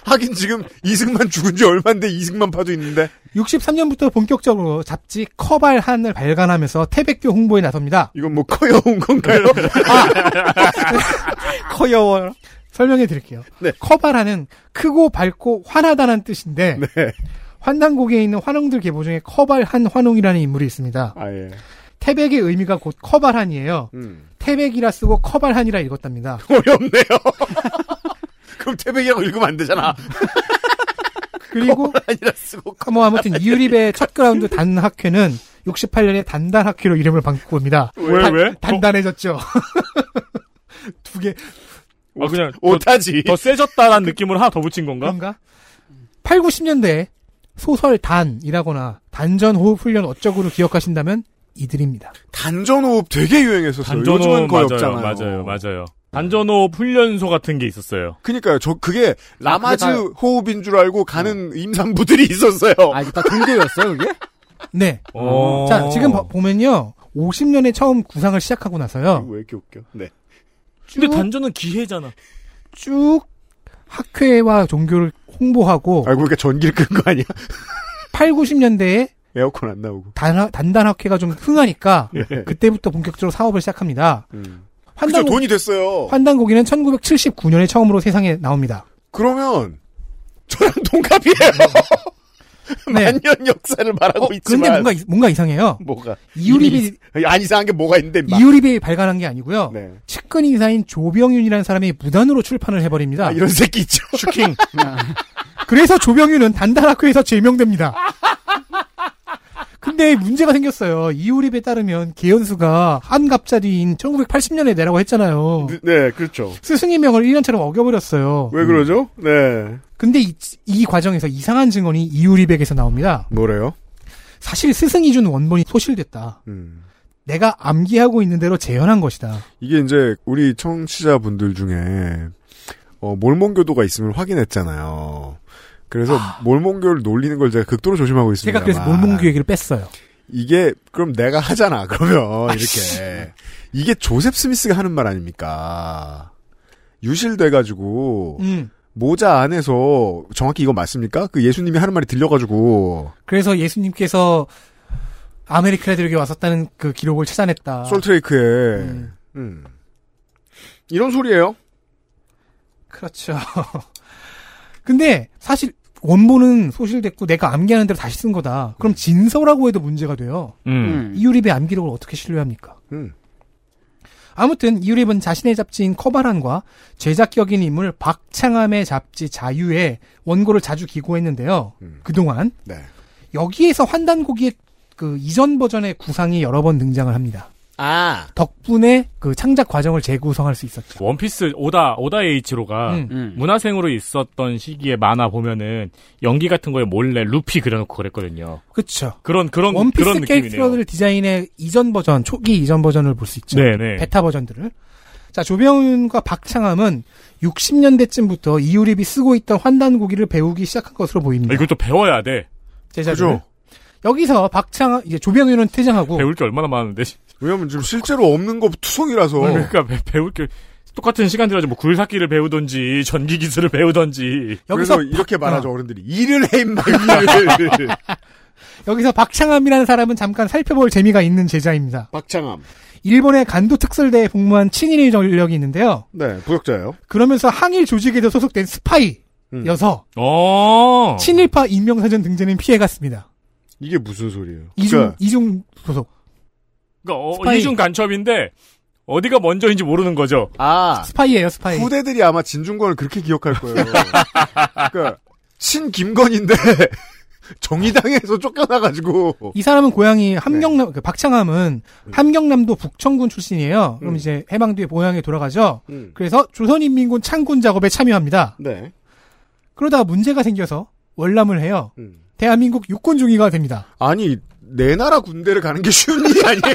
B: 하긴 지금 이승만 죽은 지 얼만데 이승만 파도 있는데.
J: 63년부터 본격적으로 잡지 커발한을 발간하면서 태백교 홍보에 나섭니다.
B: 이건 뭐 커여온 건가요?
J: 아, 커여워 설명해 드릴게요.
B: 네.
J: 커발한은 크고 밝고 환하다는 뜻인데
B: 네.
J: 환단곡에 있는 환웅들 계보 중에 커발한 환웅이라는 인물이 있습니다.
B: 아, 예.
J: 태백의 의미가 곧 커발한이에요.
B: 음.
J: 태백이라 쓰고 커발한이라 읽었답니다.
B: 어렵네요. 그럼 태백이라고 읽으면 안 되잖아.
J: 그리고
B: 아니라 쓰고.
J: 뭐 아무튼 이유립의 첫 그라운드 단학회는 68년에 단단학회로 이름을 바꿉니다.
B: 왜, 어?
J: 단-
I: 왜?
J: 단단해졌죠. 두 개,
I: 아, 그냥 더,
B: 오타지.
I: 더 세졌다라는 느낌으로 하나 더 붙인 건가?
J: 그런가? 8, 90년대 소설 단이라거나 단전호흡 훈련 어쩌고로 기억하신다면 이들입니다.
B: 단전호흡 되게 유행했었어요. 요즘은 그
I: 단전호흡
B: 거의
I: 맞아요, 맞아요,
B: 없잖아요.
I: 맞아요. 단전호흡 훈련소 같은 게 있었어요.
B: 그니까요. 저
J: 아,
B: 그게 라마즈
G: 다-
B: 호흡인 줄 알고 가는 임산부들이 있었어요.
G: 아, 이게 다 종교였어요, 그게?
J: 네.
I: 어.
J: 자, 지금 봐- 보면요. 50년에 처음 구상을 시작하고 나서요.
B: 왜 이렇게 웃겨? 네.
I: 근데
J: 쭉-
I: 단전은 기회잖아.
J: 쭉 학회와 종교를 홍보하고
B: 알고 보니까 전기를 끈 거 아니야?
J: 8, 90년대에
B: 에어컨 안 나오고.
J: 단단 학회가 좀 흥하니까
B: 예.
J: 그때부터 본격적으로 사업을 시작합니다.
B: 음. 그죠,
J: 환단고,
B: 돈이 됐어요.
J: 환단고기는 1979년에 처음으로 세상에 나옵니다.
B: 그러면 저랑 동갑이에요.
J: 네.
B: 만년 역사를 말하고 있지만
J: 어, 근데 뭔가 이- 뭔가 이상해요.
B: 뭐가
J: 이유립이
B: 안 이상한 게 뭐가 있는데 막.
J: 이유립이 발간한 게 아니고요.
B: 네.
J: 측근 인사인 조병윤이라는 사람이 무단으로 출판을 해버립니다.
B: 아, 이런 새끼 있죠. 슈킹.
J: 그래서 조병윤은 단단학회에서 제명됩니다. 근데 문제가 생겼어요. 이유립에 따르면 개연수가 한갑자리인 1980년에 내라고 했잖아요.
B: 네, 그렇죠.
J: 스승의 명을 1년처럼 어겨버렸어요.
B: 왜 그러죠? 네.
J: 근데 이, 이 과정에서 이상한 증언이 이유립에게서 나옵니다.
B: 뭐래요?
J: 사실 스승이 준 원본이 소실됐다.
B: 음.
J: 내가 암기하고 있는 대로 재현한 것이다.
B: 이게 이제 우리 청취자분들 중에 어, 몰몬교도가 있으면 확인했잖아요. 그래서 몰몬교를 놀리는 걸 제가 극도로 조심하고 있습니다.
J: 제가 그래서 몰몬교 얘기를 뺐어요.
B: 이게 그럼 내가 하잖아 그러면 이렇게 이게 조셉 스미스가 하는 말 아닙니까 유실돼가지고
J: 음.
B: 모자 안에서 정확히 이거 맞습니까 그 예수님이 하는 말이 들려가지고
J: 그래서 예수님께서 아메리카에들에게 왔었다는 그 기록을 찾아냈다.
B: 솔트레이크에
J: 음.
B: 음. 이런 소리예요
J: 그렇죠. 근데 사실 원본은 소실됐고 내가 암기하는 대로 다시 쓴 거다.
B: 음.
J: 그럼 진서라고 해도 문제가 돼요.
I: 음.
J: 이유립의 암기록을 어떻게 신뢰합니까?
B: 음.
J: 아무튼 이유립은 자신의 잡지인 커바란과 제작격인 인물 박창암의 잡지 자유에 원고를 자주 기고했는데요.
B: 음.
J: 그동안
B: 네.
J: 여기에서 환단고기의 그 이전 버전의 구상이 여러 번 등장을 합니다.
K: 아.
J: 덕분에 그 창작 과정을 재구성할 수 있었죠.
C: 원피스 오다 오다 H로가
J: 음.
K: 음.
C: 문화생으로 있었던 시기에 만화 보면은 연기 같은 거에 몰래 루피 그려놓고 그랬거든요.
J: 그렇죠.
C: 그런 그런
J: 원피스
C: 그런 느낌이네요.
J: 캐릭터들 디자인의 이전 버전, 초기 이전 버전을 볼 수 있죠.
C: 네네.
J: 베타 버전들을. 자, 조병윤과 박창함은 60년대쯤부터 이유립이 쓰고 있던 환단고기를 배우기 시작한 것으로 보입니다.
C: 이걸 또 배워야 돼.
J: 제자들. 여기서 박창 이제 조병윤은 퇴장하고
C: 배울 게 얼마나 많은데.
B: 왜냐면 지금 실제로 없는 거 투성이라서.
C: 그러니까 배, 배울 게 똑같은 시간 들여서 뭐 굴삭기를 배우던지 전기 기술을 배우던지.
B: 그래서 이렇게 말하죠 어른들이 일을 해 임마
C: 그러니까
B: 일을.
J: 여기서 박창함이라는 사람은 잠깐 살펴볼 재미가 있는 제자입니다.
K: 박창함.
J: 일본의 간도 특설대에 복무한 친일 전력이 있는데요.
B: 네, 부역자예요. 음.
J: 그러면서 항일 조직에도 소속된 스파이여서
C: 어.
J: 친일파 인명사전 등재는 피해갔습니다.
B: 이게 무슨 소리예요?
J: 이중
B: 그러니까
J: 이중 소속.
C: 그러니까 어,
J: 스파이.
C: 이중 간첩인데 어디가 먼저인지 모르는 거죠.
K: 아.
J: 스파이예요, 스파이.
B: 후대들이 아마 진중권을 그렇게 기억할 거예요. 그러니까 친 김건인데 정의당에서 쫓겨나가지고 네.
J: 이 사람은 고향이 함경남, 그 박창함은 함경남도 북청군 출신이에요. 그럼
B: 음.
J: 이제 해방 뒤에 고향에 돌아가죠.
B: 음.
J: 그래서 조선인민군 창군 작업에 참여합니다.
B: 네.
J: 그러다가 문제가 생겨서 월남을 해요.
B: 음.
J: 대한민국 육군 중위가 됩니다.
B: 아니 내 나라 군대를 가는 게 쉬운 일이 아니에요.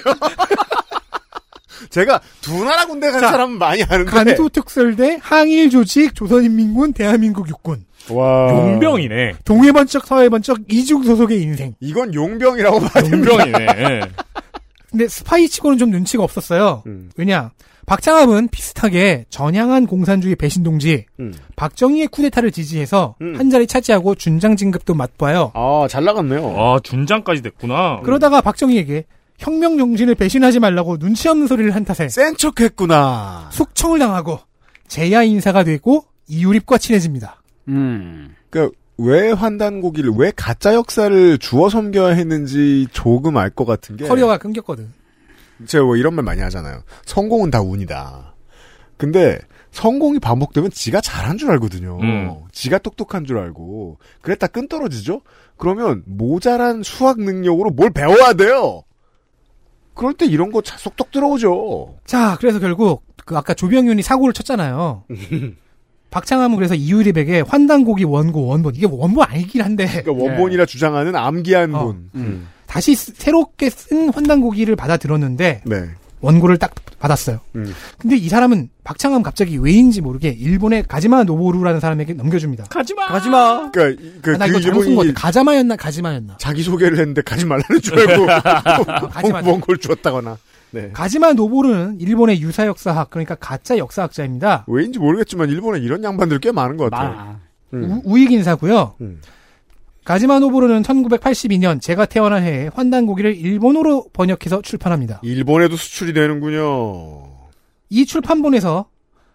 B: 제가 두 나라 군대 간 사람은 많이 아는데.
J: 간도 특설대, 항일 조직, 조선인민군, 대한민국 육군.
B: 와.
C: 용병이네.
J: 동해번쩍 서해번쩍 이중 소속의 인생.
B: 이건 용병이라고 봐야 됩니다.
C: 용병이네. 예.
J: 근데 스파이치고는 좀 눈치가 없었어요.
B: 음.
J: 왜냐? 박창함은 비슷하게 전향한 공산주의 배신동지
K: 음.
J: 박정희의 쿠데타를 지지해서
K: 음.
J: 한 자리 차지하고 준장 진급도 맛봐요.
K: 아, 잘 나갔네요.
C: 아 준장까지
B: 아, 음.
C: 됐구나. 음.
J: 그러다가 박정희에게 혁명 정신을 배신하지 말라고 눈치 없는 소리를 한 탓에
B: 센 척했구나.
J: 숙청을 당하고 제야 인사가 되고 이유립과 친해집니다.
K: 음.
B: 그러니까 왜 환단고기를 왜 가짜 역사를 주워 섬겨야 했는지 조금 알 것 같은 게
J: 커리어가 끊겼거든.
B: 제가 뭐 이런 말 많이 하잖아요. 성공은 다 운이다. 근데 성공이 반복되면 지가 잘한 줄 알거든요.
C: 음.
B: 지가 똑똑한 줄 알고 그랬다 끈 떨어지죠. 그러면 모자란 수학 능력으로 뭘 배워야 돼요. 그럴 때 이런 거 자- 속독 들어오죠.
J: 자, 그래서 결국 그 아까 조병윤이 사고를 쳤잖아요. 박창함은 그래서 이유립에게 환단고기 원고 원본 이게 원본 아니긴 한데 네.
B: 그러니까 원본이라 주장하는 암기한
J: 어.
B: 분.
K: 음.
J: 다시 쓰- 새롭게 쓴 환단고기를 받아 들었는데
B: 네.
J: 원고를 딱 받았어요.
B: 음.
J: 근데 이 사람은 박창함 갑자기 왜인지 모르게 일본의 가지마 노보루라는 사람에게 넘겨줍니다.
C: 가지마.
K: 가지마.
B: 그러니까 이- 그,
J: 아, 나
B: 그
J: 이거 잘못 쓴 것
B: 일본이
J: 같아. 가자마였나 가지마였나.
B: 자기 소개를 했는데 가지 말라는 줄 알고
J: 가지 마세요.
B: 원고를 주었다거나. 네.
J: 가지마 노보루는 일본의 유사 역사학 그러니까 가짜 역사학자입니다.
B: 왜인지 모르겠지만 일본에 이런 양반들 꽤 많은 것 같아요.
K: 많아.
B: 음.
J: 우, 익 인사고요.
B: 음.
J: 가지마 노보루는 1982년 제가 태어난 해에 환단고기를 일본어로 번역해서 출판합니다.
B: 일본에도 수출이 되는군요.
J: 이 출판본에서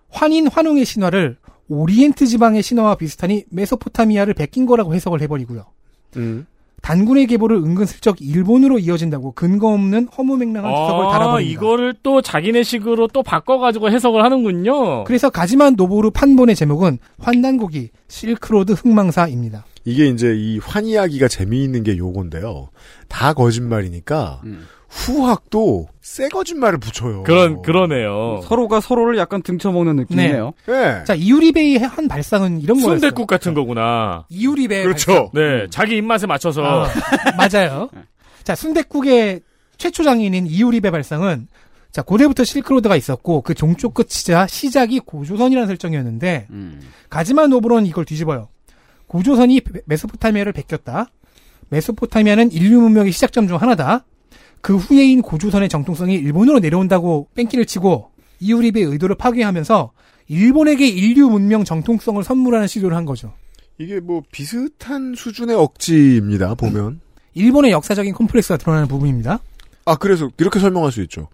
J: 환인 환웅의 신화를 오리엔트 지방의 신화와 비슷하니 메소포타미아를 베낀 거라고 해석을 해버리고요.
B: 음.
J: 단군의 계보를 은근슬쩍 일본으로 이어진다고 근거 없는 허무맹랑한 주석을
C: 아,
J: 달아버립니다.
C: 이거를 또 자기네 식으로 또 바꿔가지고 해석을 하는군요.
J: 그래서 가지만 노보루 판본의 제목은 환단고기 실크로드 흑망사입니다.
B: 이게 이제 이 환이야기가 재미있는 게 요건데요. 다 거짓말이니까
K: 음.
B: 후학도 새 거짓말을 붙여요.
C: 그런 그러네요.
K: 서로가 서로를 약간 등쳐먹는 느낌이네요.
B: 예.
J: 자 이유리베이의 한 발상은 이런 거였어요.
C: 순대국 같은 거구나.
J: 이유리베이
B: 그렇죠.
C: 네, 자기 입맛에 맞춰서
J: 발상. 아, 맞아요.
C: 네.
J: 자 순대국의 최초 장인인 이유리베 발상은 자 고대부터 실크로드가 있었고 그 종쪽 끝이자 시작이 고조선이라는 설정이었는데
K: 음.
J: 가지만 노브로는 이걸 뒤집어요. 고조선이 메- 메소포타미아를 베꼈다. 메소포타미아는 인류 문명의 시작점 중 하나다. 그 후예인 고조선의 정통성이 일본으로 내려온다고 뺑기를 치고 이유립의 의도를 파괴하면서 일본에게 인류 문명 정통성을 선물하는 시도를 한 거죠.
B: 이게 뭐 비슷한 수준의 억지입니다. 보면.
J: 일본의 역사적인 콤플렉스가 드러나는 부분입니다.
B: 아 그래서 이렇게 설명할 수 있죠.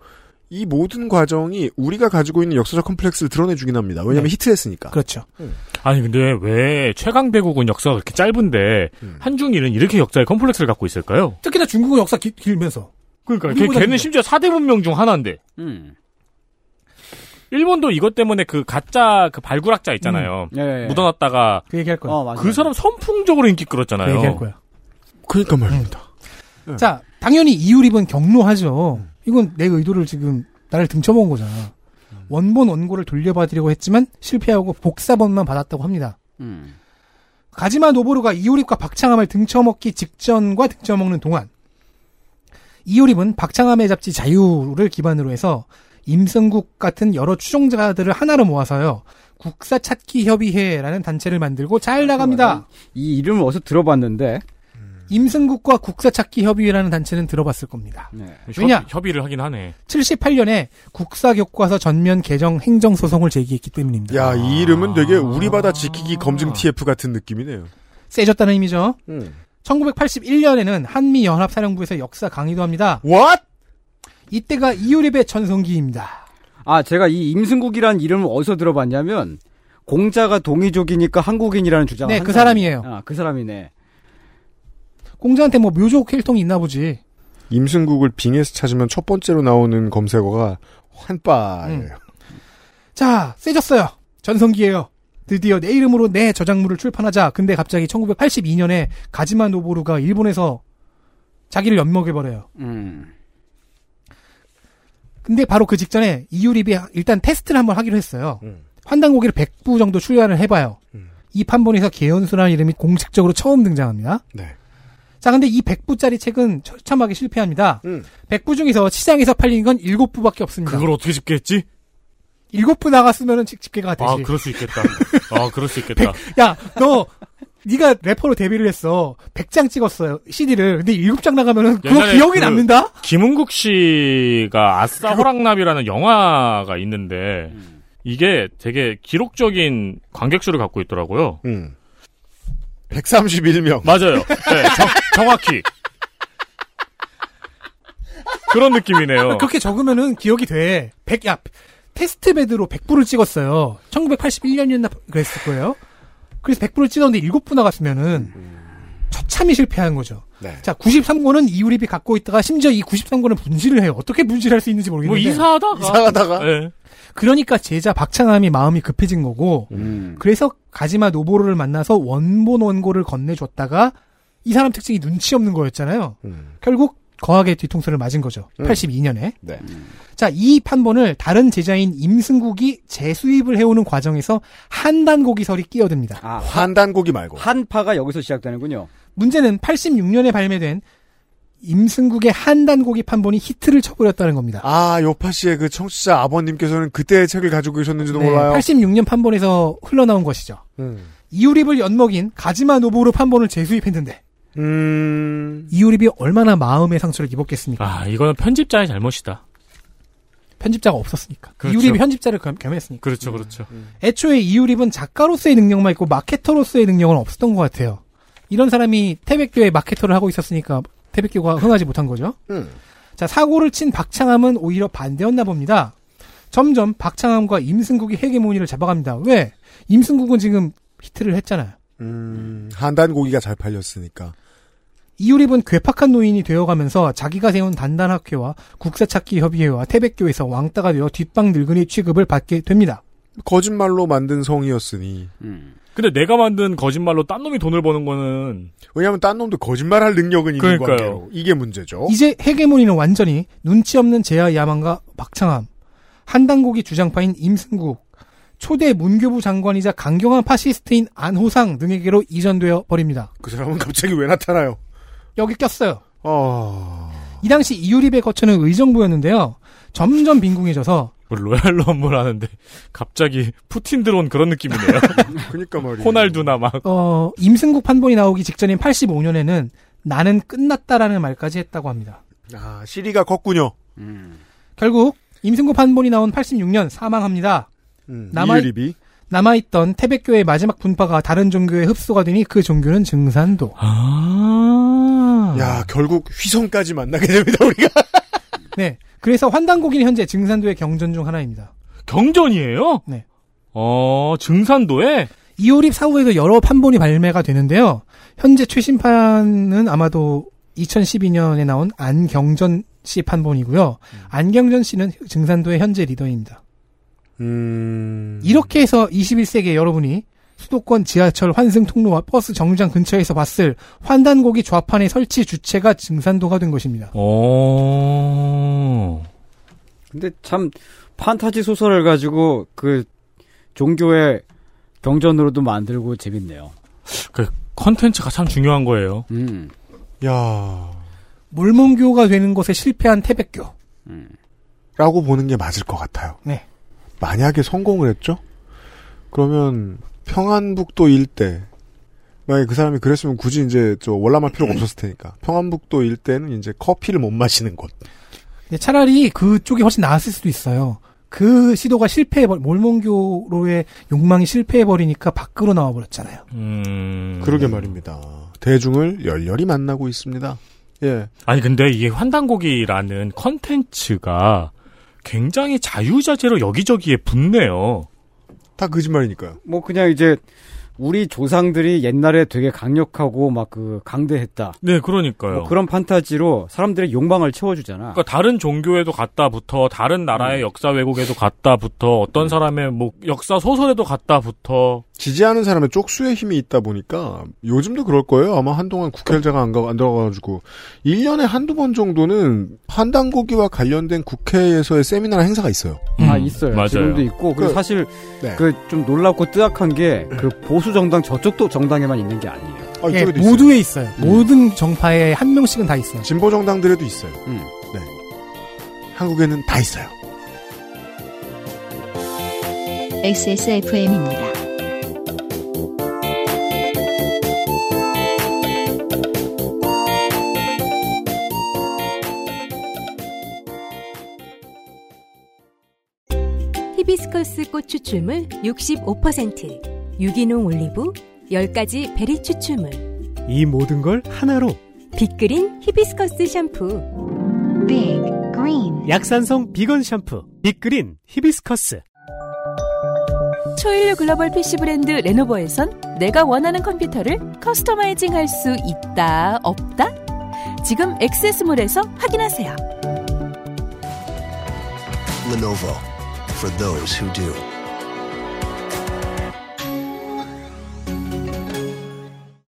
B: 이 모든 과정이 우리가 가지고 있는 역사적 컴플렉스를 드러내주긴 합니다. 왜냐하면
J: 네.
B: 히트했으니까.
J: 그렇죠.
C: 아니 근데 왜 최강대국은 역사가 그렇게 짧은데
B: 음.
C: 한중일은 이렇게 역사의 컴플렉스를 갖고 있을까요?
J: 특히나 중국은 역사 기- 길면서
C: 그러니까
J: 우리보다
C: 걔,
J: 힘들어.
C: 는 심지어 4대 문명 중 하나인데
K: 음.
C: 일본도 이것 때문에 그 가짜 그 발굴학자 있잖아요.
K: 예, 예.
C: 묻어놨다가
J: 그 얘기할 거야.
K: 어, 맞아요.
C: 그 사람 선풍적으로 인기
J: 그 얘기할
C: 끌었잖아요.
J: 거야.
B: 그러니까 말입니다.
J: 자, 당연히 이유립은 경로하죠. 이건 내 의도를 지금 나를 등쳐먹은 거잖아. 원본 원고를 돌려받으려고 했지만 실패하고 복사본만 받았다고 합니다.
K: 음.
J: 가지마 노보루가 이효립과 박창함을 등쳐먹기 직전과 등쳐먹는 동안 이효립은 박창함의 잡지 자유를 기반으로 해서 임성국 같은 여러 추종자들을 하나로 모아서요 국사 찾기 협의회라는 단체를 만들고 잘 나갑니다.
K: 아,
J: 음.
K: 이 이름을 어디서 들어봤는데
J: 임성국과 국사 찾기 협의회라는 단체는 들어봤을 겁니다.
K: 네.
J: 왜냐?
I: 협, 의를 하긴 하네.
J: 78년에 국사 교과서 전면 개정 행정 소송을 제기했기 때문입니다.
B: 야, 이 이름은 되게 우리 바다 지키기 검증 TF 같은 느낌이네요.
J: 세졌다는 의미죠.
B: 음.
J: 1981년에는 한미연합사령부에서 역사 강의도 합니다.
B: What?
J: 이때가 이유립의 전성기입니다.
K: 아 제가 이 임승국이라는 이름을 어디서 들어봤냐면 공자가 동이족이니까 한국인이라는 주장.
J: 네, 그 사람이에요.
K: 아, 그 사람이네.
J: 공자한테 뭐 묘족 혈통이 있나 보지.
B: 임승국을 빙에서 찾으면 첫 번째로 나오는 검색어가 환빠예요.
J: 음. 자, 세졌어요. 전성기예요. 드디어 내 이름으로 내 저작물을 출판하자. 근데 갑자기 1982년에 가지마 노보루가 일본에서 자기를 엿먹여버려요.
K: 음.
J: 근데 바로 그 직전에 이유립이 일단 테스트를 한번 하기로 했어요.
B: 음.
J: 환단고기를 100부 정도 출연을 해봐요. 이 판본에서 개연수라는 이름이 공식적으로 처음 등장합니다.
B: 네.
J: 자, 근데 이 100부짜리 책은 처참하게 실패합니다.
B: 음.
J: 100부 중에서 시장에서 팔린 건 7부밖에 없습니다.
I: 그걸 어떻게 집계했지?
J: 7부 나갔으면 집계가 되지.
I: 아, 그럴 수 있겠다. 아, 그럴 수 있겠다.
J: 야, 너 네가 래퍼로 데뷔를 했어. 100장 찍었어요. CD를. 근데 7장 나가면은 그거
I: 옛날에
J: 기억이
I: 그
J: 남는다?
I: 김은국 씨가 아싸 호랑나비라는 영화가 있는데
K: 음.
I: 이게 되게 기록적인 관객수를 갖고 있더라고요.
J: 음.
B: 131명.
I: 맞아요. 네, 정, 확히 그런 느낌이네요.
J: 그렇게 적으면은 기억이 돼. 100, 야, 테스트베드로 100부를 찍었어요. 1981년이었나 그랬을 거예요. 그래서 100부를 찍었는데 7부 나갔으면은
I: 음.
J: 처참히 실패한 거죠.
B: 네.
J: 자, 93권은 이우립이 갖고 있다가 심지어 이 93권은 분실을 해요. 어떻게 분실할 수 있는지
I: 뭐
J: 모르겠는데.
I: 이사하다가 예.
B: 이사하다가?
J: 그러니까 제자 박창함이 마음이 급해진 거고 그래서 가지마 노보로를 만나서 원본 원고를 건네줬다가 이 사람 특징이 눈치 없는 거였잖아요. 결국 거하게 뒤통수를 맞은 거죠.
B: 음.
J: 82년에.
B: 네.
J: 자, 이 판본을 다른 제자인 임승국이 재수입을 해오는 과정에서 한단고기설이 끼어듭니다.
K: 아,
B: 환단고기 말고.
K: 한파가 여기서 시작되는군요.
J: 문제는 86년에 발매된 임승국의 한단고기 판본이 히트를 쳐버렸다는 겁니다.
B: 아, 요파 씨의 그 청취자 아버님께서는 그때의 책을 가지고 계셨는지도
I: 네,
B: 몰라요.
J: 86년 네, 판본에서 흘러나온 것이죠.
B: 음.
J: 이유립을 연먹인 가지마 노보로 판본을 재수입했는데
B: 음.
J: 이유립이 얼마나 마음의 상처를 입었겠습니까?
I: 아, 이거는 편집자의 잘못이다.
J: 편집자가 없었으니까.
I: 그렇죠.
J: 이유립이 편집자를 겸- 겸했으니까.
I: 그렇죠, 그렇죠.
J: 애초에 이유립은 작가로서의 능력만 있고 마케터로서의 능력은 없었던 것 같아요. 이런 사람이 태백교의 마케터를 하고 있었으니까 태백교가 흥하지 못한 거죠. 자, 사고를 친 박창함은 오히려 반대였나 봅니다. 점점 박창함과 임승국이 헤게모니를 잡아갑니다. 왜? 임승국은 지금 히트를 했잖아요.
B: 음, 한단고기가 잘 팔렸으니까.
J: 이유립은 괴팍한 노인이 되어가면서 자기가 세운 단단학회와 국사찾기 협의회와 태백교에서 왕따가 되어 뒷방 늙은이 취급을 받게 됩니다.
B: 거짓말로 만든 성이었으니.
I: 근데 내가 만든 거짓말로 딴 놈이 돈을 버는 거는
B: 왜냐하면 딴 놈도 거짓말할 능력은 있는
I: 그러니까요.
B: 관계로. 이게 문제죠.
J: 이제 헤게모니는 완전히 눈치 없는 제야 야망과 박창함, 한당고기 주장파인 임승국, 초대 문교부 장관이자 강경한 파시스트인 안호상 등에게로 이전되어 버립니다.
B: 그 사람은 갑자기 왜 나타나요?
J: 여기 꼈어요.
B: 어.
J: 이 당시 이유립의 거처는 의정부였는데요. 점점 빈궁해져서
I: 뭐 로얄로 한번 하는데 갑자기 푸틴 들어온 그런 느낌이네요.
B: 그니까 그러니까 말이에요.
I: 호날두나 막.
J: 어, 임승국 판본이 나오기 직전인 85년에는 나는 끝났다라는 말까지 했다고 합니다.
B: 아, 시리가 컸군요.
J: 결국 임승구 판본이 나온 86년 사망합니다.
B: 음,
J: 남아-
B: 이유립이.
J: 남아있던 태백교의 마지막 분파가 다른 종교에 흡수가 되니 그 종교는 증산도.
I: 아.
B: 야, 결국 휘성까지 만나게 됩니다, 우리가.
J: 네. 그래서 환단고기는 현재 증산도의 경전 중 하나입니다.
I: 경전이에요?
J: 네.
I: 어, 증산도에?
J: 이효립 사후에도 여러 판본이 발매가 되는데요. 현재 최신판은 아마도 2012년에 나온 안경전 씨 판본이고요.
B: 음.
J: 안경전 씨는 증산도의 현재 리더입니다.
B: 음.
J: 이렇게 해서 21세기에 여러분이 수도권 지하철 환승 통로와 버스 정류장 근처에서 봤을 환단고기 좌판의 설치 주체가 증산도가 된 것입니다.
I: 어.
K: 오. 근데 참 판타지 소설을 가지고 그 종교의 경전으로도 만들고 재밌네요.
I: 그 컨텐츠가 참 중요한 거예요.
K: 음.
B: 야
J: 몰몬교가 되는 것에 실패한 태백교.
B: 라고 보는 게 맞을 것 같아요.
J: 네.
B: 만약에 성공을 했죠? 그러면 평안북도 일대 만약에 그 사람이 그랬으면 굳이 이제 저 월남할 필요가 없었을 테니까 평안북도 일대는 이제 커피를 못 마시는 곳.
J: 근데 차라리 그쪽이 훨씬 나았을 수도 있어요. 그 시도가 실패해버, 몰몬교로의 욕망이 실패해버리니까 밖으로 나와버렸잖아요.
I: 음.
B: 그러게 말입니다. 대중을 열렬히 그 만나고 있습니다. 예.
I: 아니 근데 이게 환단고기라는 컨텐츠가 굉장히 자유자재로 여기저기에 붙네요.
B: 다 거짓말이니까요.
K: 뭐 그냥 이제 우리 조상들이 옛날에 되게 강력하고 막 그 강대했다.
I: 네, 그러니까요.
K: 뭐 그런 판타지로 사람들의 욕망을 채워주잖아.
I: 그러니까 다른 종교에도 갔다부터 다른 나라의
B: 음.
I: 역사 왜곡에도 갔다부터 어떤 사람의 뭐 역사 소설에도 갔다부터
B: 지지하는 사람의 쪽수의 힘이 있다 보니까 요즘도 그럴 거예요. 아마 한동안 국회의장가 안, 가, 안 들어가가지고 1년에 한두 번 정도는 한단고기와 관련된 국회에서의 세미나나 행사가 있어요.
J: 음.
K: 아 있어요. 지금도 있고. 그리고
B: 그-
K: 사실
B: 네.
K: 그 좀 놀랍고 뜨악한 게 그 보수 정당 저쪽도 정당에만 있는 게 아니에요.
B: 아,
J: 예, 모두에 있어요. 모든 정파에 한 명씩은 다 있어요.
B: 음. 진보 정당들에도 있어요.
K: 음.
B: 네. 한국에는 다 있어요.
L: XSFM입니다.
F: 히비스커스 꽃 추출물 65%, 유기농 올리브 10가지 베리 추출물,
H: 이 모든 걸 하나로
F: 빅그린 히비스커스 샴푸. 빅 그린
H: 약산성 비건 샴푸 빅그린 히비스커스
M: 초일류 글로벌 PC 브랜드 레노버에선 내가 원하는 컴퓨터를 커스터마이징 할 수 있다, 없다? 지금 액세스몰에서 확인하세요.
N: Lenovo for those who do.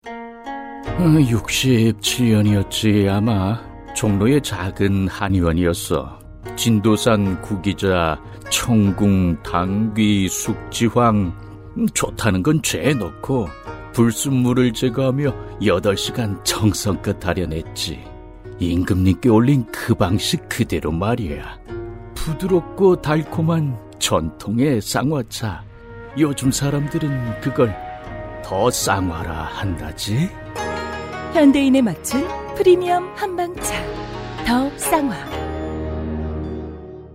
O: 어, 67년이었지 아마 종로의 작은 한의원이었어 진도산 구기자 청궁 당귀 숙지황 음, 좋다는 건 죄에 넣고 불순물을 제거하며 8시간 정성껏 다려냈지 임금님께 올린 그 방식 그대로 말이야 부드럽고 달콤한 전통의 쌍화차 요즘 사람들은 그걸 더 쌍화라 한다지
M: 현대인에 맞춘 프리미엄 한방차. 더 쌍화.
K: 어.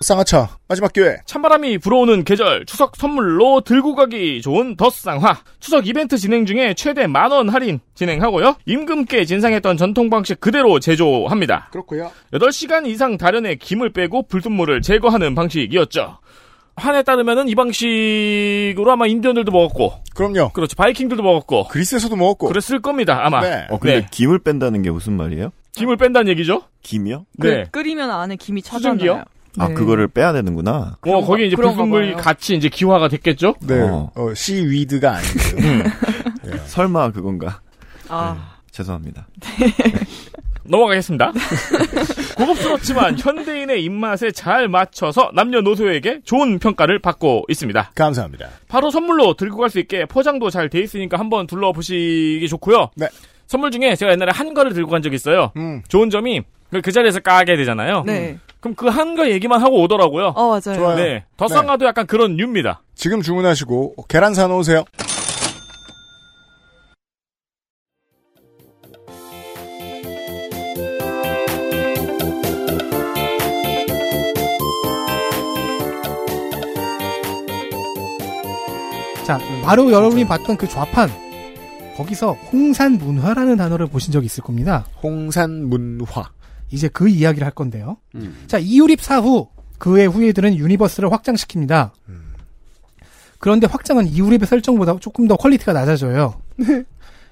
B: 쌍화차 마지막 기회.
C: 찬바람이 불어오는 계절 추석 선물로 들고 가기 좋은 덧쌍화 추석 이벤트 진행 중에 최대 만 원 할인 진행하고요 임금께 진상했던 전통 방식 그대로 제조합니다
B: 그렇고요
C: 8시간 이상 다련에 김을 빼고 불순물을 제거하는 방식이었죠 한에 따르면은 이 방식으로 아마 인디언들도 먹었고
B: 그럼요
C: 그렇죠 바이킹들도 먹었고
B: 그리스에서도 먹었고
C: 그랬을 겁니다 아마
D: 어, 근데
C: 네.
D: 김을 뺀다는 게 무슨 말이에요?
C: 김을 뺀다는 얘기죠
D: 김이요?
C: 네.
E: 그 끓이면 안에 김이
C: 수증기요?
E: 차잖아요.
D: 아,
E: 네.
D: 그거를 빼야 되는구나.
C: 어, 거기 이제
E: 그런가
C: 불순물이
E: 봐요.
C: 같이 이제 기화가 됐겠죠?
B: 네. 시위드가 아니고요.
C: 예.
D: 설마 그건가?
E: 아.
D: 죄송합니다.
C: 음. 넘어가겠습니다. 고급스럽지만 현대인의 입맛에 잘 맞춰서 남녀노소에게 좋은 평가를 받고 있습니다.
B: 감사합니다.
C: 바로 선물로 들고 갈 수 있게 포장도 잘 돼 있으니까 한번 둘러보시기 좋고요. 선물 중에 제가 옛날에 한과를 들고 간 적이 있어요. 좋은 점이 그 자리에서 까게 되잖아요.
E: 네.
C: 그럼 그 한과 얘기만 하고 오더라고요.
E: 어, 맞아요.
B: 좋아요.
C: 네. 덧상가도 약간 그런 류입니다.
B: 지금 주문하시고 계란 사 놓으세요.
J: 자, 바로 여러분이 봤던 그 좌판. 거기서 홍산 문화라는 단어를 보신 적이 있을 겁니다.
B: 홍산 문화.
J: 이제 그 이야기를 할 건데요.
B: 음.
J: 자, 이유립 사후 그의 후예들은 유니버스를 확장시킵니다. 그런데 확장은 이유립의 설정보다 조금 더 퀄리티가 낮아져요.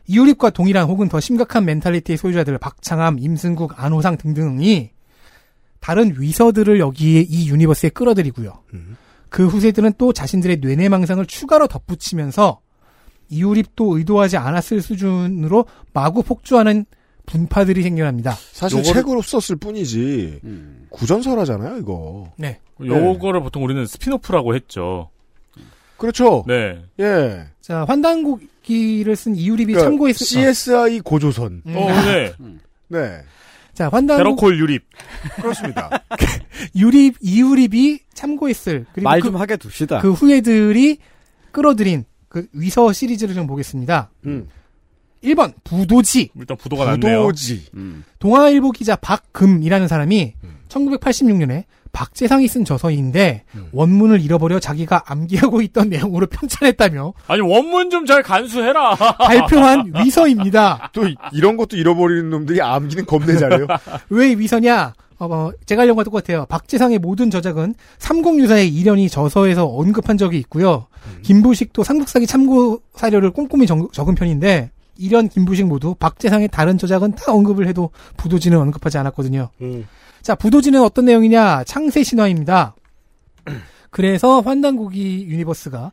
J: 이유립과 동일한 혹은 더 심각한 멘탈리티의 소유자들 박창암, 임승국, 안호상 등등이 다른 위서들을 여기에 이 유니버스에 끌어들이고요. 그 후세들은 또 자신들의 뇌내망상을 추가로 덧붙이면서 이유립도 의도하지 않았을 수준으로 마구 폭주하는 분파들이 생겨납니다.
B: 사실 책으로 썼을 뿐이지 구전설하잖아요 이거. 예.
J: 네.
I: 음. 요거를 보통 우리는 스피노프라고 했죠.
B: 그렇죠.
I: 네.
B: 예.
J: 자 환단고기를 쓴 이유립이
B: 그러니까
J: 참고했
B: CSI 고조선.
J: 음. 어, 네.
B: 네.
J: 자 환단
I: 베러콜 유립.
B: 그렇습니다.
J: 유립 이유립이 참고했을 그리고
K: 말
J: 그-
K: 좀 하게 둡시다.
J: 그 후예들이 끌어들인 그 위서 시리즈를 좀 보겠습니다. 1번 부도지.
I: 일단 부도가 났네요. 음.
B: 음. 부도지.
J: 동아일보 기자 박금이라는 사람이
B: 음.
J: 1986년에 박재상이 쓴 저서인데
B: 음.
J: 원문을 잃어버려 자기가 암기하고 있던 내용으로 편찬했다며
I: 아니 원문 좀 잘 간수해라.
C: 아,
J: 발표한 위서입니다.
B: 또 이런 것도 잃어버리는 놈들이 암기는 겁내 잘해요.
J: 왜 위서냐? 어, 어, 제가 이런 거 똑같아요. 박재상의 모든 저작은 삼공유사의 이련이 저서에서 언급한 적이 있고요.
B: 음.
J: 김부식도 삼국사기 참고 사료를 꼼꼼히 정- 적은 편인데 이련 김부식 모두 박재상의 다른 저작은 다 언급을 해도 부도지는 언급하지 않았거든요.
B: 음.
J: 자, 부도지는 어떤 내용이냐? 창세 신화입니다. 그래서 환단고기 유니버스가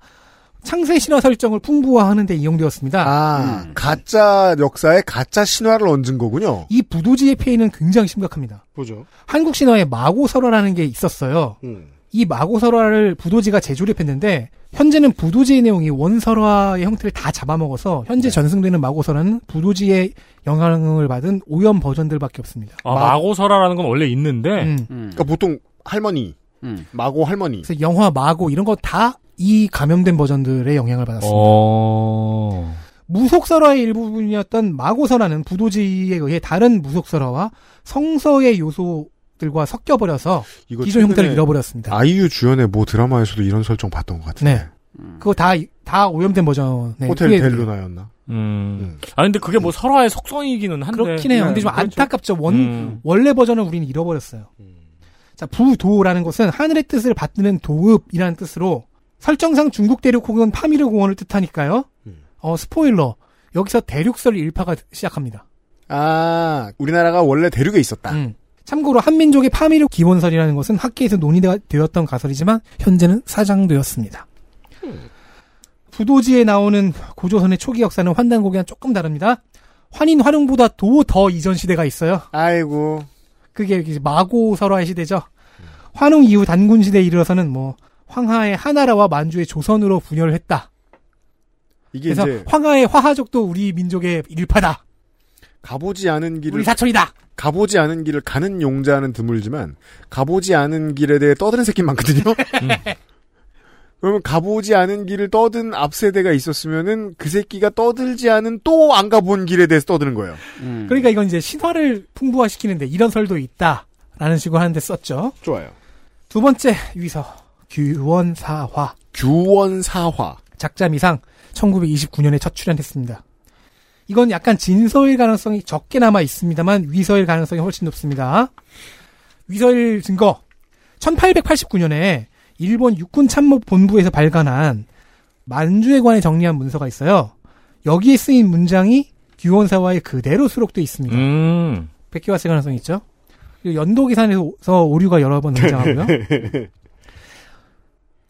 J: 창세 신화 설정을 풍부화하는데 이용되었습니다.
B: 아, 가짜 역사에 가짜 신화를 얹은 거군요.
J: 이 부도지의 피해는 굉장히 심각합니다.
B: 보죠.
J: 한국 신화에 마고설화라는 게 있었어요.
I: 음.
J: 이 마고설화를 부도지가 재조립했는데 현재는 부도지의 내용이 원설화의 형태를 다 잡아먹어서 현재 전승되는 마고설화는 부도지의 영향을 받은 오염 버전들밖에 없습니다.
I: 아, 마고설화라는
C: 어-
I: 건 원래 있는데.
B: 그러니까 보통 할머니,
I: 음.
B: 마고 할머니.
J: 그래서 영화 마고 이런 거 다 이 감염된 버전들의 영향을 받았습니다.
I: 어.
J: 무속설화의 일부분이었던 마고설화는 부도지에 의해 다른 무속설화와 성서의 요소들과 섞여버려서
B: 이거
J: 기존 형태를
B: 최근에
J: 잃어버렸습니다.
B: 아이유 주연의 뭐 드라마에서도 이런 설정 봤던 것 같은데.
J: 네. 그거 다, 다 오염된 버전의
I: 네.
B: 호텔
J: 후예들.
B: 델루나였나?
I: 음. 아 근데 그게 뭐 설화의 속성이기는 한데.
J: 그렇긴
C: 네.
J: 해요. 근데 좀
I: 그렇죠.
J: 안타깝죠. 원,
I: 음.
J: 원래 버전을 우리는 잃어버렸어요. 자, 부도라는 것은 하늘의 뜻을 받드는 도읍이라는 뜻으로 설정상 중국 대륙 혹은 파미르 공원을 뜻하니까요.
I: 음.
J: 어, 스포일러. 여기서 대륙설 일파가 시작합니다.
B: 아, 우리나라가 원래 대륙에 있었다.
I: 음.
J: 참고로 한민족의 파미르 기원설이라는 것은 학계에서 논의되었던 가설이지만 현재는 사장되었습니다. 부도지에 나오는 고조선의 초기 역사는 환단고기랑 조금 다릅니다. 환인 활용보다 더 더 이전 시대가 있어요.
B: 아이고.
J: 그게 이제 마고설화의 시대죠. 환웅 이후 단군 시대에 이르러서는 뭐 황하의 하나라와 만주의 조선으로 분열을 했다.
B: 이게
J: 그래서
B: 이제
J: 황하의 화하족도 우리 민족의 일파다.
B: 가보지 않은 길을
J: 우리 사촌이다.
B: 가보지 않은 길을 가는 용자는 드물지만 가보지 않은 길에 대해 떠드는 새끼 많거든요.
J: 음.
B: 그러면 가보지 않은 길을 떠든 앞 세대가 있었으면은 그 새끼가 떠들지 않은 또 안 가본 길에 대해서 떠드는 거예요.
J: 그러니까 이건 이제 신화를 풍부화시키는데 이런 설도 있다라는 식으로 하는데 썼죠.
B: 좋아요.
J: 두 번째 위서 규원사화.
B: 규원사화.
J: 작자미상 1929년에 첫 출연했습니다. 이건 약간 진서일 가능성이 적게 남아 있습니다만 위서일 가능성이 훨씬 높습니다. 위서일 증거 1889년에 일본 육군 참모 본부에서 발간한 만주에 관해 정리한 문서가 있어요. 여기에 쓰인 문장이 규원사화에 그대로 수록돼 있습니다.
I: 음.
J: 백기화세 가능성이 있죠. 그리고 연도 기산에서 오류가 여러 번 등장하고요.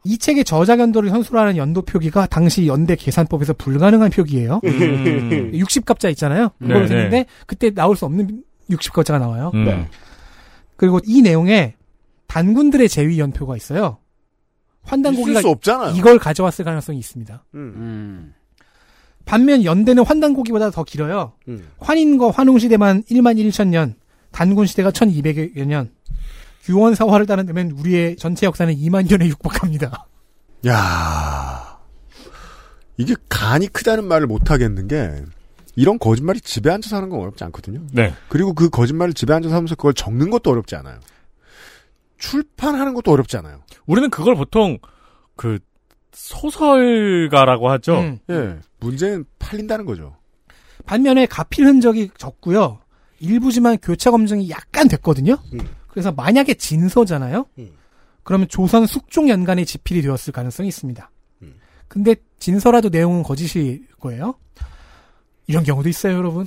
J: 이 책의 저작 연도를 선수하는 연도 표기가 당시 연대 계산법에서 불가능한 표기예요.
I: 음.
J: 60갑자 있잖아요.
I: 네,
J: 그걸 했는데
I: 네.
J: 그때 나올 수 없는 60갑자가 나와요.
I: 음. 네.
J: 그리고 이 내용에 단군들의 제위 연표가 있어요. 환단고기가
B: 있을 수 없잖아요.
J: 이걸 가져왔을 가능성이 있습니다. 반면 연대는 환단고기보다 더 길어요. 환인과 환웅시대만 1만 1천 년, 단군시대가 1200여 년, 규원사화를 따른다면 우리의 전체 역사는 2만 년에 육박합니다.
B: 야 이게 간이 크다는 말을 못 하겠는 게 이런 거짓말이 집에 앉아서 하는 건 어렵지 않거든요.
I: 네.
B: 그리고 그 거짓말을 집에 앉아서 하면서 그걸 적는 것도 어렵지 않아요. 출판하는 것도 어렵지 않아요.
I: 우리는 그걸 보통 그 소설가라고 하죠.
J: 음.
B: 예. 문제는 팔린다는 거죠.
J: 반면에 가필 흔적이 적고요. 일부지만 교차 검증이 약간 됐거든요.
B: 음.
J: 그래서 만약에 진서잖아요. 그러면 조선 숙종 연간에 지필이 되었을 가능성이 있습니다. 근데 진서라도 내용은 거짓일 거예요. 이런 경우도 있어요, 여러분.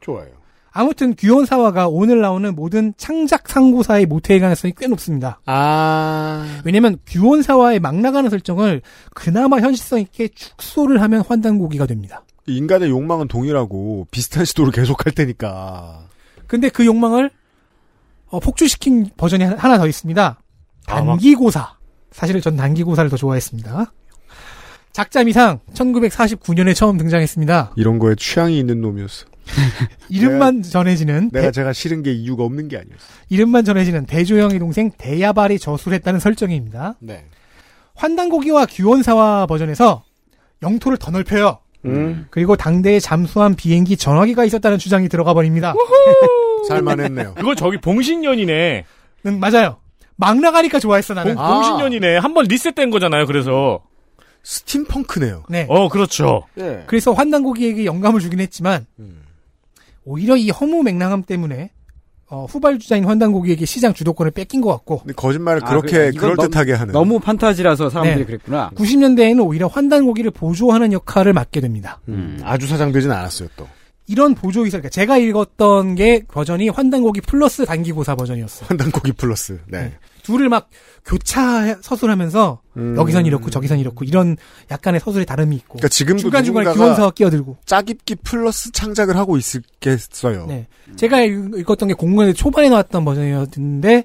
B: 좋아요.
J: 아무튼 귀여운 사화가 오늘 나오는 모든 창작 상고사의 모태일 가능성이 꽤 높습니다.
G: 아.
J: 왜냐면 귀여운 사화의 막 나가는 설정을 그나마 현실성 있게 축소를 하면 환단고기가 됩니다.
B: 인간의 욕망은 동일하고 비슷한 시도를 계속할 테니까.
J: 근데 그 욕망을 어, 폭주시킨 버전이 하- 하나 더 있습니다.
B: 아, 막-
J: 단기고사. 사실 전 단기고사를 더 좋아했습니다. 작자 미상 1949년에 처음 등장했습니다.
B: 이런 거에 취향이 있는 놈이었어.
J: 이름만 전해지는
B: 내가
J: 대-
B: 제가 싫은 게 이유가 없는 게 아니었어.
J: 이름만 전해지는 대조영의 동생 대야발이 저술했다는 설정입니다.
B: 네.
J: 환단고기와 귀원사화 버전에서 영토를 더 넓혀요.
B: 음.
J: 그리고 당대에 잠수함 비행기 전화기가 있었다는 주장이 들어가 버립니다.
B: 살만했네요.
I: 그거 저기 봉신년이네.
J: 응, 음, 맞아요. 막 나가니까 좋아했어 나는.
I: 봉- 봉신년이네. 한 번 리셋된 거잖아요. 그래서
B: 스팀펑크네요.
J: 네.
I: 어, 그렇죠.
B: 예.
J: 그래서 환단고기에게 영감을 주긴 했지만
B: 음.
J: 오히려 이 허무 맹랑함 때문에 어, 후발주자인 환단고기에게 시장 주도권을 뺏긴 것 같고
B: 거짓말을
K: 아,
B: 그렇게
K: 그러니까 이건
B: 그럴듯하게
K: 너무-
B: 하는.
K: 너무 판타지라서 사람들이
J: 네.
K: 그랬구나.
J: 90년대에는 오히려 환단고기를 보조하는 역할을 맡게 됩니다.
B: 음.
K: 음.
B: 아주 사장 되진 않았어요 또.
J: 이런 보조 기사, 그러니까 제가 읽었던 게 버전이 환단고기 플러스 단기고사 버전이었어.
B: 환단고기 플러스. 네.
J: 둘을 막 교차 서술하면서
B: 음.
J: 여기선 이렇고 저기선 이렇고 이런 약간의 서술의 다름이 있고
B: 그러니까 지금도
J: 중간 중간
B: 누군가가
J: 기원사와 끼어들고
B: 짜깁기 플러스 창작을 하고 있겠어요.
J: 네. 제가 읽- 읽었던 게 공문의 초반에 나왔던 버전이었는데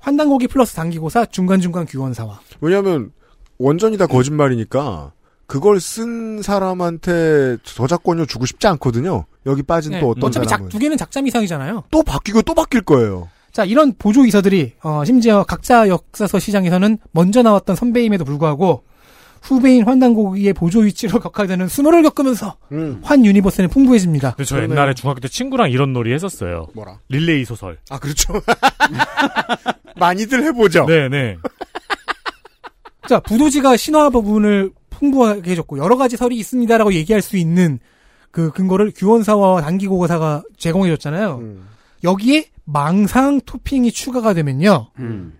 J: 환단고기 플러스 단기고사 중간중간 규원사와
B: 왜냐하면 원전이 다 거짓말이니까 그걸 쓴 사람한테 저작권료 주고 싶지 않거든요. 여기
I: 네.
B: 빠진 또 어떤
J: 네. 어차피
B: 사람은
J: 작, 두 개는 작자 미상이잖아요.
B: 또 바뀌고 또 바뀔 거예요.
J: 자 이런 보조 이사들이 어, 심지어 각자 역사서 시장에서는 먼저 나왔던 선배임에도 불구하고 후배인 환단고기의 보조 위치로 격하되는 수모를 겪으면서
B: 음.
J: 환 유니버스는 풍부해집니다.
I: 근데 저 그렇죠. 옛날에 중학교 때 친구랑 이런 놀이 했었어요.
B: 뭐라?
I: 릴레이 소설.
B: 아 그렇죠. 많이들 해보죠.
I: 네네.
J: 자, 부도지가 신화 부분을 풍부하게 해줬고, 여러 가지 설이 있습니다라고 얘기할 수 있는 그 근거를 규원사와 단기고사가 제공해줬잖아요.
B: 음.
J: 여기에 망상 토핑이 추가가 되면요.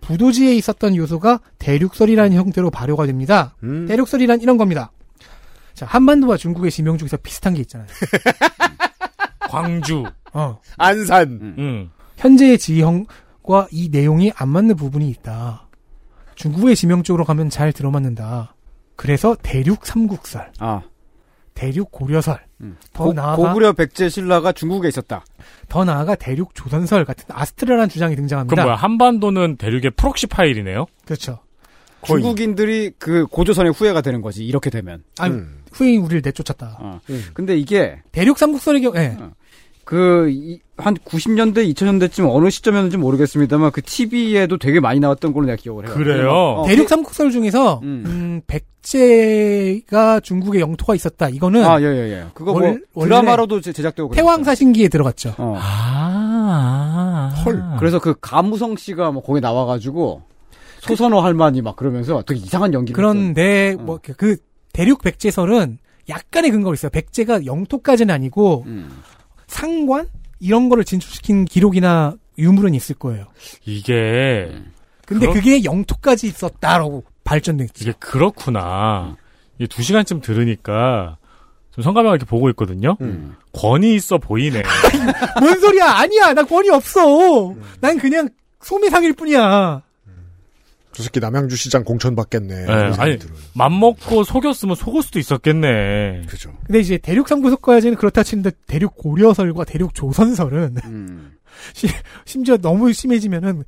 J: 부도지에 있었던 요소가 대륙설이라는 형태로 발효가 됩니다.
B: 음.
J: 대륙설이란 이런 겁니다. 자, 한반도와 중국의 지명 중에서 비슷한 게 있잖아요.
I: 광주.
J: 어.
B: 안산.
J: 현재의 지형과 이 내용이 안 맞는 부분이 있다. 중국의 지명 쪽으로 가면 잘 들어맞는다. 그래서 대륙 삼국설,
K: 아.
J: 대륙 고려설, 음.
K: 음.
J: 더
K: 고,
J: 나아가
K: 고구려 백제 신라가 중국에 있었다.
J: 더 나아가 대륙 조선설 같은 아스트라라는 주장이 등장합니다.
I: 그럼 뭐야? 한반도는 대륙의 프록시 파일이네요.
J: 그렇죠. 거의.
K: 중국인들이 그 고조선의 후예가 되는 거지. 이렇게 되면.
J: 아니,
B: 음.
J: 후인 우리를 내쫓았다.
K: 음. 어. 근데 이게
J: 대륙 삼국설의 경우 예.
K: 어. 그한 90년대 2000년대쯤 어느 시점이었는지 모르겠습니다만 그 TV에도 되게 많이 나왔던 걸로 내가 기억을 해요. 어,
J: 대륙 삼국설 중에서 음, 백제가 중국의 영토가 있었다. 이거는
K: 아, 예, 예, 예. 그거 뭐
J: 원- 원래
K: 드라마로도 제- 제작되고 그랬죠.
J: 태왕사신기에 들어갔죠.
I: 아.
K: 헐. 그래서 그 가무성 씨가 뭐 거기 나와가지고 소선호 할머니 막 그러면서 되게 이상한 연기를.
J: 그런데 뭐 그 대륙 백제설은 약간의 근거가 있어요. 백제가 영토까지는 아니고
B: 음.
J: 상관 이런 거를 진출시킨 기록이나 유물은 있을 거예요.
I: 이게.
J: 근데
I: 그렇-
J: 그게 영토까지 있었다라고 발전된
I: 이게 그렇구나. 이게 두 시간쯤 들으니까 좀 성가면 이렇게 보고 있거든요.
B: 음.
I: 권위 있어 보이네.
J: 뭔 소리야? 아니야. 나 권위 없어. 난 그냥 소매상일 뿐이야.
B: 저 새끼 남양주 시장 공천 받겠네.
I: 예, 아니 맘먹고 속였으면 속을 수도 있었겠네.
B: 그죠.
J: 근데 이제 대륙 삼국설까지는 그렇다 치는데 대륙 고려설과 대륙 조선설은
B: 음.
J: 시- 심지어 너무 심해지면은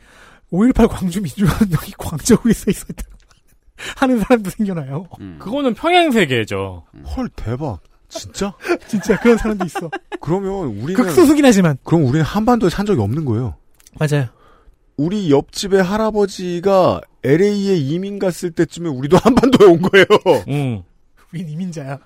J: 5.18 광주 민주화운동이 광저우에서 있었다 하는 사람도 생겨나요.
I: 그거는 평양 세계죠.
B: 헐 대박. 진짜?
J: 진짜 그런 사람도 있어.
B: 그러면 우리는
J: 극소수긴 하지만.
B: 그럼 우리는 한반도에 산 적이 없는 거예요.
J: 맞아요.
B: 우리 옆집의 할아버지가 LA에 이민 갔을 때쯤에 우리도 한반도에 온 거예요.
J: 음. 우린 이민자야.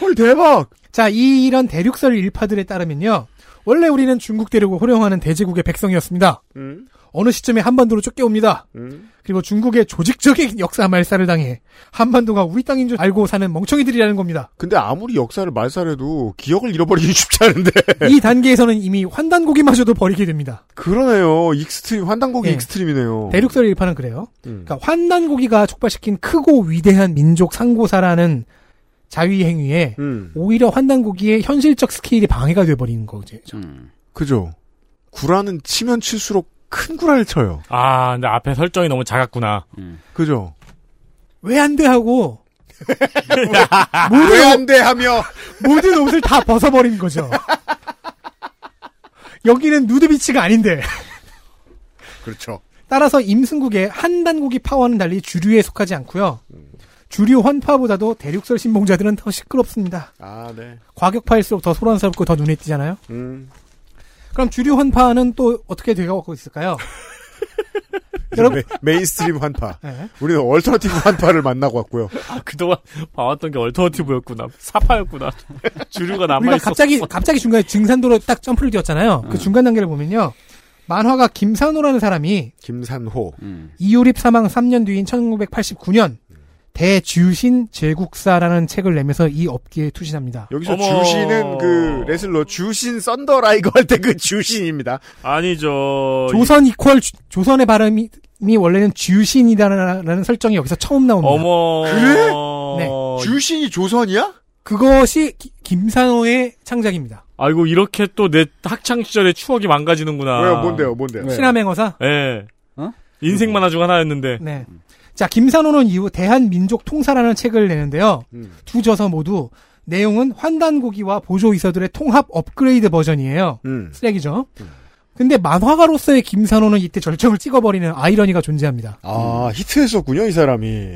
B: 헐 대박.
J: 자, 이 이런 대륙설 일파들에 따르면요. 원래 우리는 중국 대륙을 호령하는 대제국의 백성이었습니다.
B: 음.
J: 어느 시점에 한반도로 쫓겨옵니다.
B: 음.
J: 그리고 중국의 조직적인 역사 말살을 당해 한반도가 우리 땅인 줄 알고 사는 멍청이들이라는 겁니다.
B: 근데 아무리 역사를 말살해도 기억을 잃어버리기 쉽지 않은데.
J: 이 단계에서는 이미 환단고기마저도 버리게 됩니다.
B: 그러네요. 익스트림 환단고기
J: 예.
B: 익스트림이네요.
J: 대륙설 일파는 그래요.
B: 음.
J: 그러니까 환단고기가 촉발시킨 크고 위대한 민족 상고사라는 자위 행위에
B: 음.
J: 오히려 환단고기의 현실적 스케일이 방해가 돼버리는 거죠.
B: 그죠. 구라는 치면 칠수록 큰 구라를 쳐요.
I: 아, 근데 앞에 설정이 너무 작았구나.
B: 그죠.
J: 왜 안 돼 하고
B: 왜 안 돼 하며
J: 모든 옷을 다 벗어버린 거죠. 여기는 누드비치가 아닌데.
B: 그렇죠.
J: 따라서 임승국의 한 단국이 파워는 달리 주류에 속하지 않고요. 주류 환파보다도 대륙설 신봉자들은 더 시끄럽습니다.
B: 아, 네.
J: 과격파일수록 더 소란스럽고 더 눈에 띄잖아요.
B: 음.
J: 그럼 주류 환파는 또 어떻게 되어가고 있을까요?
B: 여러분 메인스트림 환파.
J: 네.
B: 우리는 얼터너티브 환파를 만나고 왔고요.
I: 아, 그동안 봐왔던 게 얼터너티브였구나. 사파였구나. 주류가
J: 우리가
I: 남아있어. 음.
J: 갑자기 갑자기 중간에 증산도로 딱 점프를 뛰었잖아요. 그 중간 단계를 보면요. 만화가 김산호라는 사람이
B: 김산호.
J: 이효립 사망 3년 뒤인 1989년 대주신 제국사라는 책을 내면서 이 업계에 투신합니다.
B: 여기서 주신은 그 레슬러 주신 썬더라이거 할 때 그 주신입니다.
I: 아니죠.
J: 조선 이퀄 주- 조선의 발음이 이 원래는 주신이라는 설정이 여기서 처음 나옵니다.
I: 어머.
B: 그래?
J: 네.
B: 주신이 조선이야?
J: 그것이 기- 김산호의 창작입니다.
I: 아이고, 이렇게 또 내 학창시절의 추억이 망가지는구나.
B: 왜요? 뭔데요? 뭔데요?
J: 신함행어사?
I: 예. 인생 만화 중 하나였는데.
J: 네. 자, 김산호는 이후 대한민족 통사라는 책을 내는데요.
B: 음.
J: 두 저서 모두 내용은 환단고기와 보조이서들의 통합 업그레이드 버전이에요.
B: 음.
J: 쓰레기죠. 근데 만화가로서의 김산호는 이때 절정을 찍어버리는 아이러니가 존재합니다.
B: 아 히트했었군요 이 사람이.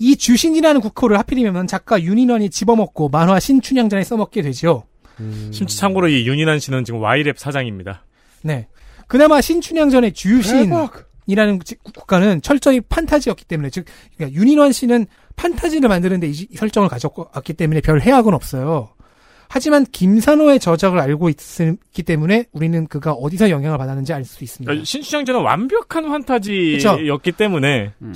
J: 이 주신이라는 국호를 하필이면 작가 윤인원이 집어먹고 만화 신춘향전에 써먹게 되죠.
B: 음.
I: 심지 참고로 이 윤인한 씨는 지금 와이랩 사장입니다.
J: 네. 그나마 신춘향전의 주신이라는 지- 국- 국가는 철저히 판타지였기 때문에 즉 그러니까 윤인원 씨는 판타지를 만드는데 이, 이 설정을 가져왔기 때문에 별 해악은 없어요. 하지만 김산호의 저작을 알고 있기 때문에 우리는 그가 어디서 영향을 받았는지 알 수 있습니다.
B: 네.
I: 그러니까 신춘향전은 완벽한 환타지였기 때문에.
J: 음.
C: 음.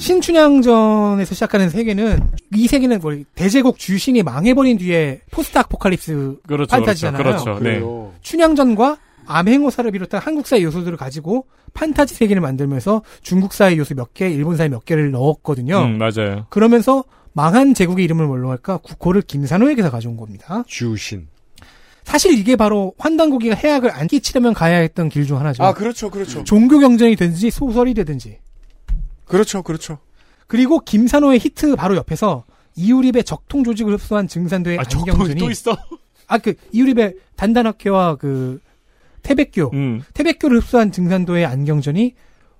J: 신춘향전에서 시작하는 세계는 이 세계는 뭘 대제국 주신이 망해버린 뒤에 포스트 아포칼립스
I: 그렇죠,
J: 판타지잖아요.
I: 그렇죠, 그렇죠. 네. 그래요.
J: 춘향전과 암행어사를 비롯한 한국사의 요소들을 가지고 판타지 세계를 만들면서 중국사의 요소 몇 개, 일본사의 몇 개를 넣었거든요.
I: 음, 맞아요.
J: 그러면서 망한 제국의 이름을 뭘로 할까? 국호를 김산호에게서 가져온 겁니다.
B: 주신.
J: 사실 이게 바로 환단고기가 해악을 안 끼치려면 가야 했던 길 중 하나죠.
B: 아 그렇죠 그렇죠.
J: 종교 경쟁이 되든지 소설이 되든지.
B: 그렇죠, 그렇죠.
J: 그리고 김산호의 히트 바로 옆에서 이유립의 적통 조직을 흡수한 증산도의
B: 아,
J: 안경준이
I: 또 있어.
J: 아그 이유립의 단단학회와 그 태백교,
B: 음.
J: 태백교를 흡수한 증산도의 안경준이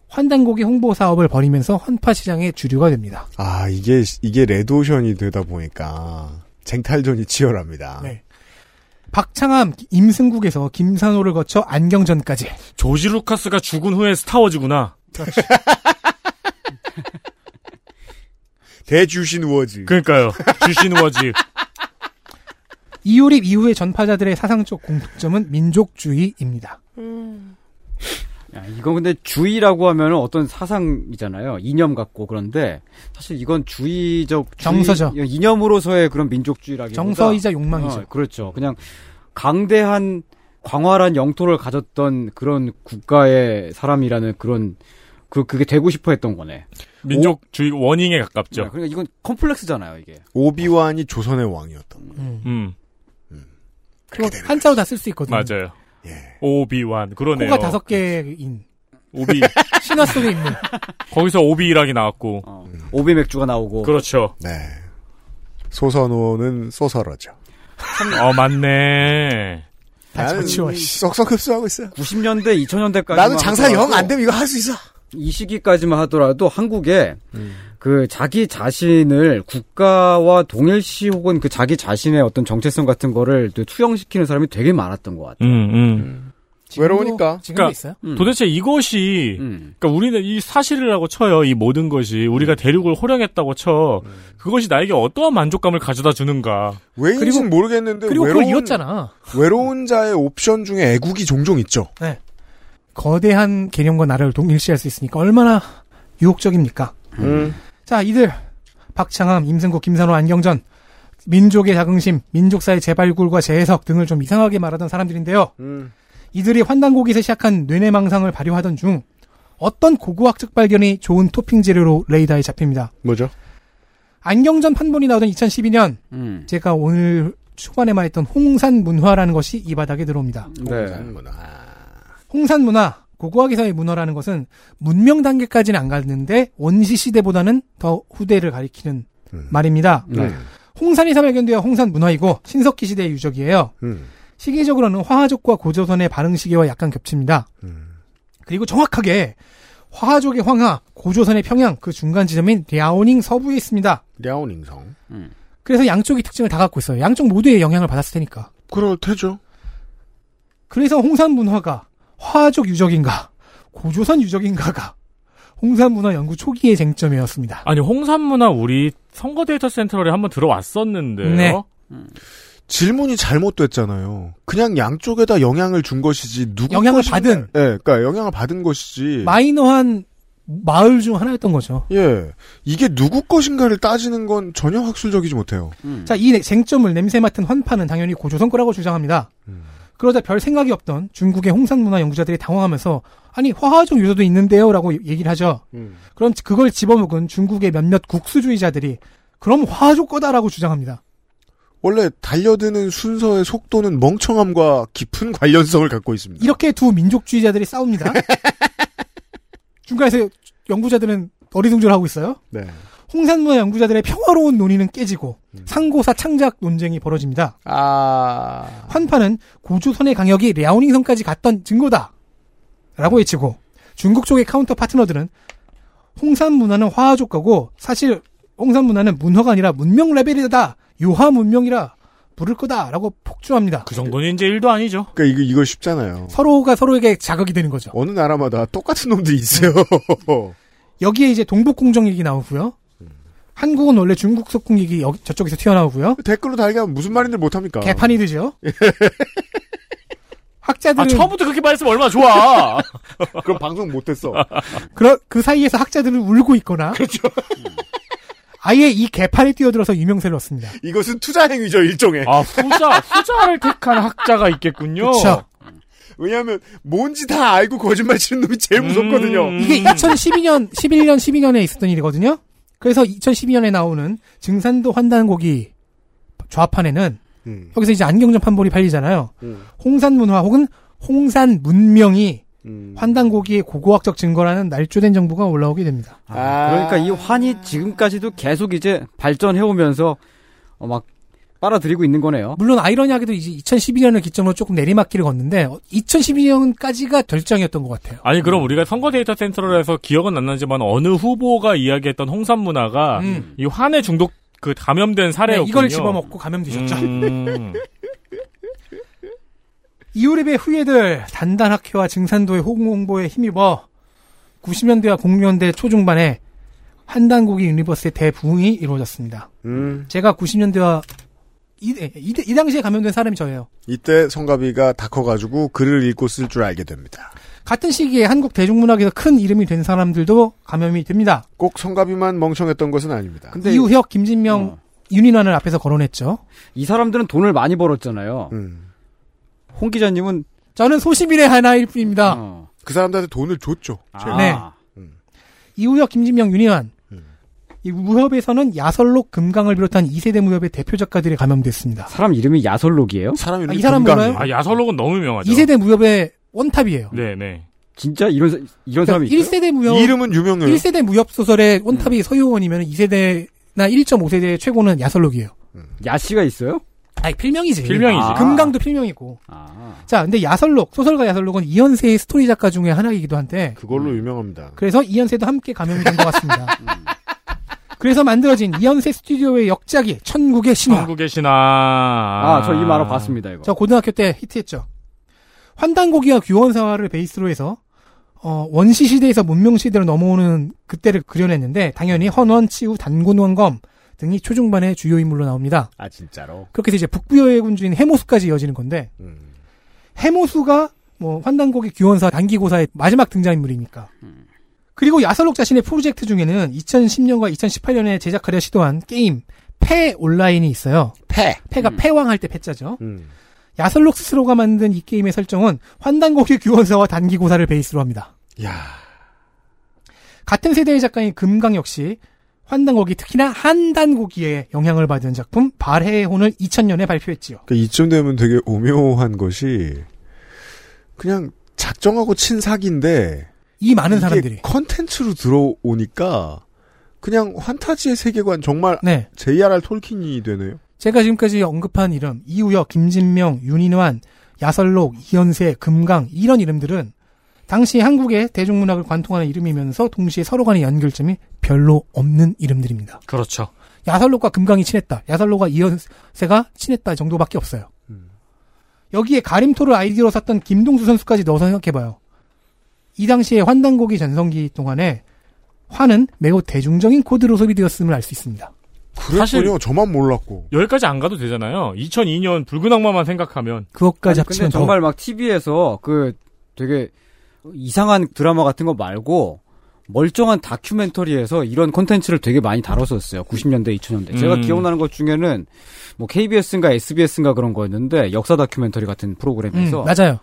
J: 환단고기 홍보 사업을 벌이면서 환파 시장의 주류가 됩니다.
B: 아 이게 이게 레드오션이 되다 보니까 쟁탈전이 치열합니다.
J: 네. 박창함, 임승국에서 김산호를 거쳐 안경전까지.
I: 조지 루카스가 죽은 후에 스타워즈구나.
B: 대주신 우어지.
I: 그러니까요. 주신 우어지.
J: 이유립 이후의 전파자들의 사상적 공통점은 민족주의입니다.
K: 야, 이건 근데 주의라고 하면 어떤 사상이잖아요. 이념 같고 그런데 사실 이건 주의적 주의- 예,
J: 정서죠.
K: 이념으로서의 그런 민족주의라기보다
J: 정서이자 욕망이죠.
K: 어, 그렇죠. 그냥 강대한 광활한 영토를 가졌던 그런 국가의 사람이라는 그런 그 그게 되고 싶어 했던 거네.
I: 민족주의 원인에 가깝죠.
K: 그러니까 이건 컴플렉스잖아요, 이게.
B: 오비완이 조선의 왕이었던.
I: 음.
J: 그거 한자로 다 쓸 수 있거든요.
I: 맞아요. 네. 오비완 그러네요. 음.
J: 코가 다섯 개인
I: 오비
J: 신화 속에 있는
I: 거기서 오비락이 나왔고
K: 어, 오비 맥주가 나오고
I: 그렇죠.
B: 네. 소선호는 소설어죠.
I: 어 맞네.
B: 나는 썩썩 흡수하고 있어.
K: 90년대, 2000년대까지.
B: 나는 장사 영 안 되면 이거 할 수 있어.
K: 이 시기까지만 하더라도 한국에 그 자기 자신을 국가와 동일시 혹은 그 자기 자신의 어떤 정체성 같은 거를 또 투영시키는 사람이 되게 많았던 것 같아요.
B: 외로우니까. 음.
I: 그러니까
K: 음.
I: 도대체 이것이 그러니까 우리는 이 사실을 하고 쳐요. 이 모든 것이 우리가 대륙을 호령했다고 쳐. 그것이 나에게 어떠한 만족감을 가져다 주는가.
B: 왜인지 모르겠는데
J: 그리고
B: 외로운
J: 그걸 이었잖아.
B: 외로운 자의 옵션 중에 애국이 종종 있죠.
J: 네. 거대한 개념과 나라를 동일시할 수 있으니까 얼마나 유혹적입니까?
I: 음.
J: 자, 이들 박창함, 임승국, 김산호, 안경전 민족의 자긍심, 민족사의 재발굴과 재해석 등을 좀 이상하게 말하던 사람들인데요. 이들이 환단고기에서 시작한 뇌내망상을 발휘하던 중 어떤 고고학적 발견이 좋은 토핑 재료로 레이더에 잡힙니다.
B: 뭐죠?
J: 안경전 판본이 나오던 2012년
K: 음.
J: 제가 오늘 초반에 말했던 홍산 문화라는 것이 이 바닥에 들어옵니다.
B: 문화.
J: 홍산 문화, 고고학에서의 문화라는 것은 문명 단계까지는 안 갔는데 원시 시대보다는 더 후대를 가리키는 말입니다.
B: 네.
J: 홍산에서 발견되어 홍산 문화이고 신석기 시대의 유적이에요. 시기적으로는 화하족과 고조선의 발흥 시기와 약간 겹칩니다.
B: 음.
J: 그리고 정확하게 화하족의 황하, 고조선의 평양 그 중간 지점인 랴오닝 서부에 있습니다.
B: 랴오닝성.
J: 그래서 양쪽이 특징을 다 갖고 있어요. 양쪽 모두의 영향을 받았을 테니까.
B: 그럴 테죠.
J: 그래서 홍산 문화가 화족 유적인가, 고조선 유적인가가 홍산 문화 연구 초기의 쟁점이었습니다.
I: 아니 홍산문화 우리 선거 데이터 센터에 한번 들어왔었는데요.
J: 네.
I: 음.
B: 질문이 잘못됐잖아요. 그냥 양쪽에다 영향을 준 것이지 누구
J: 영향을
B: 것인가-
J: 받은.
B: 예, 그러니까 영향을 받은 것이지.
J: 마이너한 마을 중 하나였던 거죠.
B: 예, 이게 누구 것인가를 따지는 건 전혀 학술적이지 못해요.
J: 자, 이 쟁점을 냄새 맡은 환파는 당연히 고조선 거라고 주장합니다.
B: 음.
J: 그러자 별 생각이 없던 중국의 홍산 문화 연구자들이 당황하면서 아니 화하족 유저도 있는데요라고 얘기를 하죠.
B: 음.
J: 그럼 그걸 집어먹은 중국의 몇몇 국수주의자들이 그럼 화족 거다라고 주장합니다.
B: 원래 달려드는 순서의 속도는 멍청함과 깊은 관련성을 갖고 있습니다.
J: 이렇게 두 민족주의자들이 싸웁니다. 중간에서 연구자들은 어리둥절하고 있어요.
B: 네.
J: 홍산문화 연구자들의 평화로운 논의는 깨지고
I: 음.
J: 상고사 창작 논쟁이 벌어집니다.
I: 아.
J: 환파는 고조선의 강역이 랴오닝성까지 갔던 증거다. 라고 외치고 중국 쪽의 카운터 파트너들은 홍산 문화는 화하족 거고 사실 홍산 문화는 문화가 아니라 문명 레벨이다. 요하 문명이라 부를 거다라고 폭주합니다.
I: 그 정도는 이제 일도 아니죠.
B: 그러니까 이거 이거 쉽잖아요.
J: 서로가 서로에게 자극이 되는 거죠. 네.
B: 어느 나라마다 똑같은 놈들이 있어요.
J: 여기에 이제 동북공정 얘기 나오고요. 한국은 원래 중국 속공 얘기 여기- 저쪽에서 튀어나오고요.
B: 댓글로 달기하면 무슨 말인들 못합니까?
J: 개판이 되죠. 학자들은
I: 아 처음부터 그렇게 말했으면 얼마나 좋아.
B: 그럼 방송 못했어.
J: 그러, 그 사이에서 학자들은 울고 있거나
I: 그렇죠.
J: 아예 이 개판에 뛰어들어서 유명세를 얻습니다.
B: 이것은 투자 행위죠 일종의.
I: 아 후자 후자를 택한 학자가 있겠군요.
J: 그쵸.
B: 왜냐하면 뭔지 다 알고 거짓말 치는 놈이 제일
I: 음.
B: 무섭거든요.
J: 이게 2012년, 11년, 12년에 있었던 일이거든요. 그래서 2012년에 나오는 증산도 환단고기 좌판에는
B: 음.
J: 여기서 이제 안경전 판본이 팔리잖아요. 홍산 문화 혹은 홍산 문명이
B: 음.
J: 환단고기의 고고학적 증거라는 날조된 정보가 올라오게 됩니다.
K: 그러니까 이 환이 지금까지도 계속 이제 발전해오면서 어, 막 빨아들이고 있는 거네요.
J: 물론 아이러니하게도 이제 2012년을 기점으로 조금 내리막길을 걷는데 2012년까지가 결정이었던 것 같아요.
I: 아니 그럼 우리가 선거 데이터 센터에서 기억은 안 나지만 어느 후보가 이야기했던 홍산 문화가 이 환에 중독 그 감염된 사례였군요.
J: 음. 네, 이걸 집어먹고 감염되셨죠.
I: 음.
J: 이우립의 후예들 단단학회와 증산도의 홍홍보에 힘입어 90년대와 00년대 초중반에 한단고기 유니버스의 대부흥이 이루어졌습니다.
B: 음.
J: 제가 90년대와 이, 네, 이- 이 당시에 감염된 사람이 저예요.
B: 이때 성가비가 다 커가지고 글을 읽고 쓸 줄 알게 됩니다.
J: 같은 시기에 한국 대중문학에서 큰 이름이 된 사람들도 감염이 됩니다.
B: 꼭 성가비만 멍청했던 것은 아닙니다.
J: 이우혁, 김진명,
I: 어.
J: 윤인환을 앞에서 거론했죠.
K: 이 사람들은 돈을 많이 벌었잖아요.
B: 음.
K: 홍 기자님은
J: 저는 소시민의 하나일 뿐입니다.
I: 어.
B: 그 사람들한테 돈을 줬죠. 제가.
J: 네.
B: 음.
J: 이우혁, 김진명, 윤희환. 이 무협에서는 야설록 금강을 비롯한 2세대 무협의 대표 작가들이 감염됐습니다.
K: 사람 이름이 야설록이에요?
B: 사람
J: 이름이 아, 이 사람 금강이에요. 몰라요?
I: 아 야설록은 너무 유명하죠.
J: 2세대 무협의 원탑이에요.
I: 네네.
K: 진짜 이런 사- 이런 사람이 있어요? 음.
J: 1세대 그러니까 무협. 1세대 무협 소설의 원탑이 서유원이면 2세대나 1.5세대의 최고는 야설록이에요.
K: 야씨가 있어요?
J: 음. 아니, 필명이지.
K: 필명이지. 아.
J: 금강도 필명이고. 자, 근데 야설록, 소설가 야설록은 이현세의 스토리 작가 중에 하나이기도 한데,
B: 그걸로 유명합니다.
J: 그래서 이현세도 함께 감염이 된 것 같습니다. 그래서 만들어진 이현세 스튜디오의 역작이 천국의 신화.
I: 한국의 신화. 아,
K: 저 이 만화 봤습니다, 이거.
J: 저 고등학교 때 히트했죠. 환단고기와 규원사화를 베이스로 해서 어, 원시 시대에서 문명 시대로 넘어오는 그때를 그려냈는데 당연히 헌원, 치우, 단군원검 등이 초중반의 주요 인물로 나옵니다.
B: 아 진짜로.
J: 그렇게 해서 이제 북부여의 군주인 해모수까지 이어지는 건데
K: 음.
J: 해모수가 뭐 환단고기 규원사 단기고사의 마지막 등장인물이니까. 그리고 야설록 자신의 프로젝트 중에는 2010년과 2018년에 제작하려 시도한 게임 패 온라인이 있어요. 패. 패가 패왕할 때 패자죠. 야설록 스스로가 만든 이 게임의 설정은 환단고기 규원사와 단기고사를 베이스로 합니다.
B: 야.
J: 같은 세대의 작가인 금강 역시 환단고기 특히나 한단고기에 영향을 받은 작품 발해의 혼을 2000년에 발표했지요.
B: 그러니까 이쯤 되면 되게 오묘한 것이 그냥 작정하고 친 사기인데
J: 이 많은
B: 이게
J: 사람들이.
B: 컨텐츠로 들어오니까 그냥 환타지의 세계관 정말
J: 네.
B: JRR 톨킨이 되네요.
J: 제가 지금까지 언급한 이름 이우혁, 김진명, 윤인환, 야설록, 이현세, 금강 이런 이름들은 당시 한국의 대중문학을 관통하는 이름이면서 동시에 서로 간의 연결점이 별로 없는 이름들입니다.
I: 그렇죠.
J: 야설록과 금강이 친했다. 야설록과 이현세가 친했다 정도밖에 없어요.
I: 음.
J: 여기에 가림토를 아이디어로 샀던 김동수 선수까지 넣어서 생각해봐요. 이 당시에 환단고기 전성기 동안에 화는 매우 대중적인 코드로 소비되었음을 알 수 있습니다.
B: 그랬군요. 저만 몰랐고.
I: 여기까지 안 가도 되잖아요. 2002년 붉은 악마만 생각하면
J: 그것까지
K: 아니, 근데 정말 막 TV에서 그 되게 이상한 드라마 같은 거 말고 멀쩡한 다큐멘터리에서 이런 콘텐츠를 되게 많이 다뤘었어요. 90년대, 2000년대. 제가
L: 음.
K: 기억나는 것 중에는 뭐 KBS인가 SBS인가 그런 거였는데 역사 다큐멘터리 같은 프로그램에서
J: 음, 맞아요.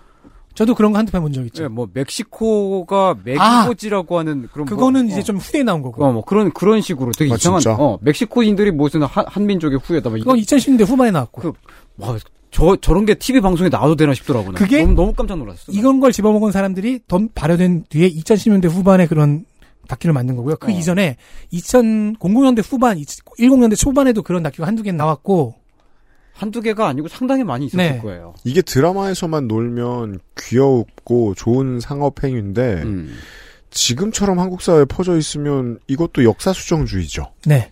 J: 저도 그런 거 한두 편 본 적 있죠. 아,
K: 예, 뭐 멕시코가 메기고지라고 하는 그런 뭐-
J: 그거는 이제
K: 어.
J: 좀 후대에 나온 거고.
K: 어, 뭐 그런 그런 식으로 되게
J: 아,
K: 이상한
J: 진짜?
K: 어, 멕시코인들이 무슨 한, 한민족의 후예다 막
J: 그건 2010년대 후반에 나왔고.
K: 와, 저 저런 게 TV 방송에 나와도 되나 싶더라고요.
J: 그게
K: 너무, 너무 깜짝 놀랐어요.
J: 이건 걸 집어먹은 사람들이 덤 발효된 뒤에 2010년대 후반에 그런 다큐를 만든 거고요.
K: 어.
J: 그 이전에 2009년대 후반, 10년대 초반에도 그런 다큐가 한두 개 나왔고.
K: 한두 개가 아니고 상당히 많이 있었을
J: 네.
K: 거예요.
B: 이게 드라마에서만 놀면 귀엽고 좋은 상업행위인데 지금처럼 한국 사회에 퍼져 있으면 이것도 역사 수정주의죠.
J: 네.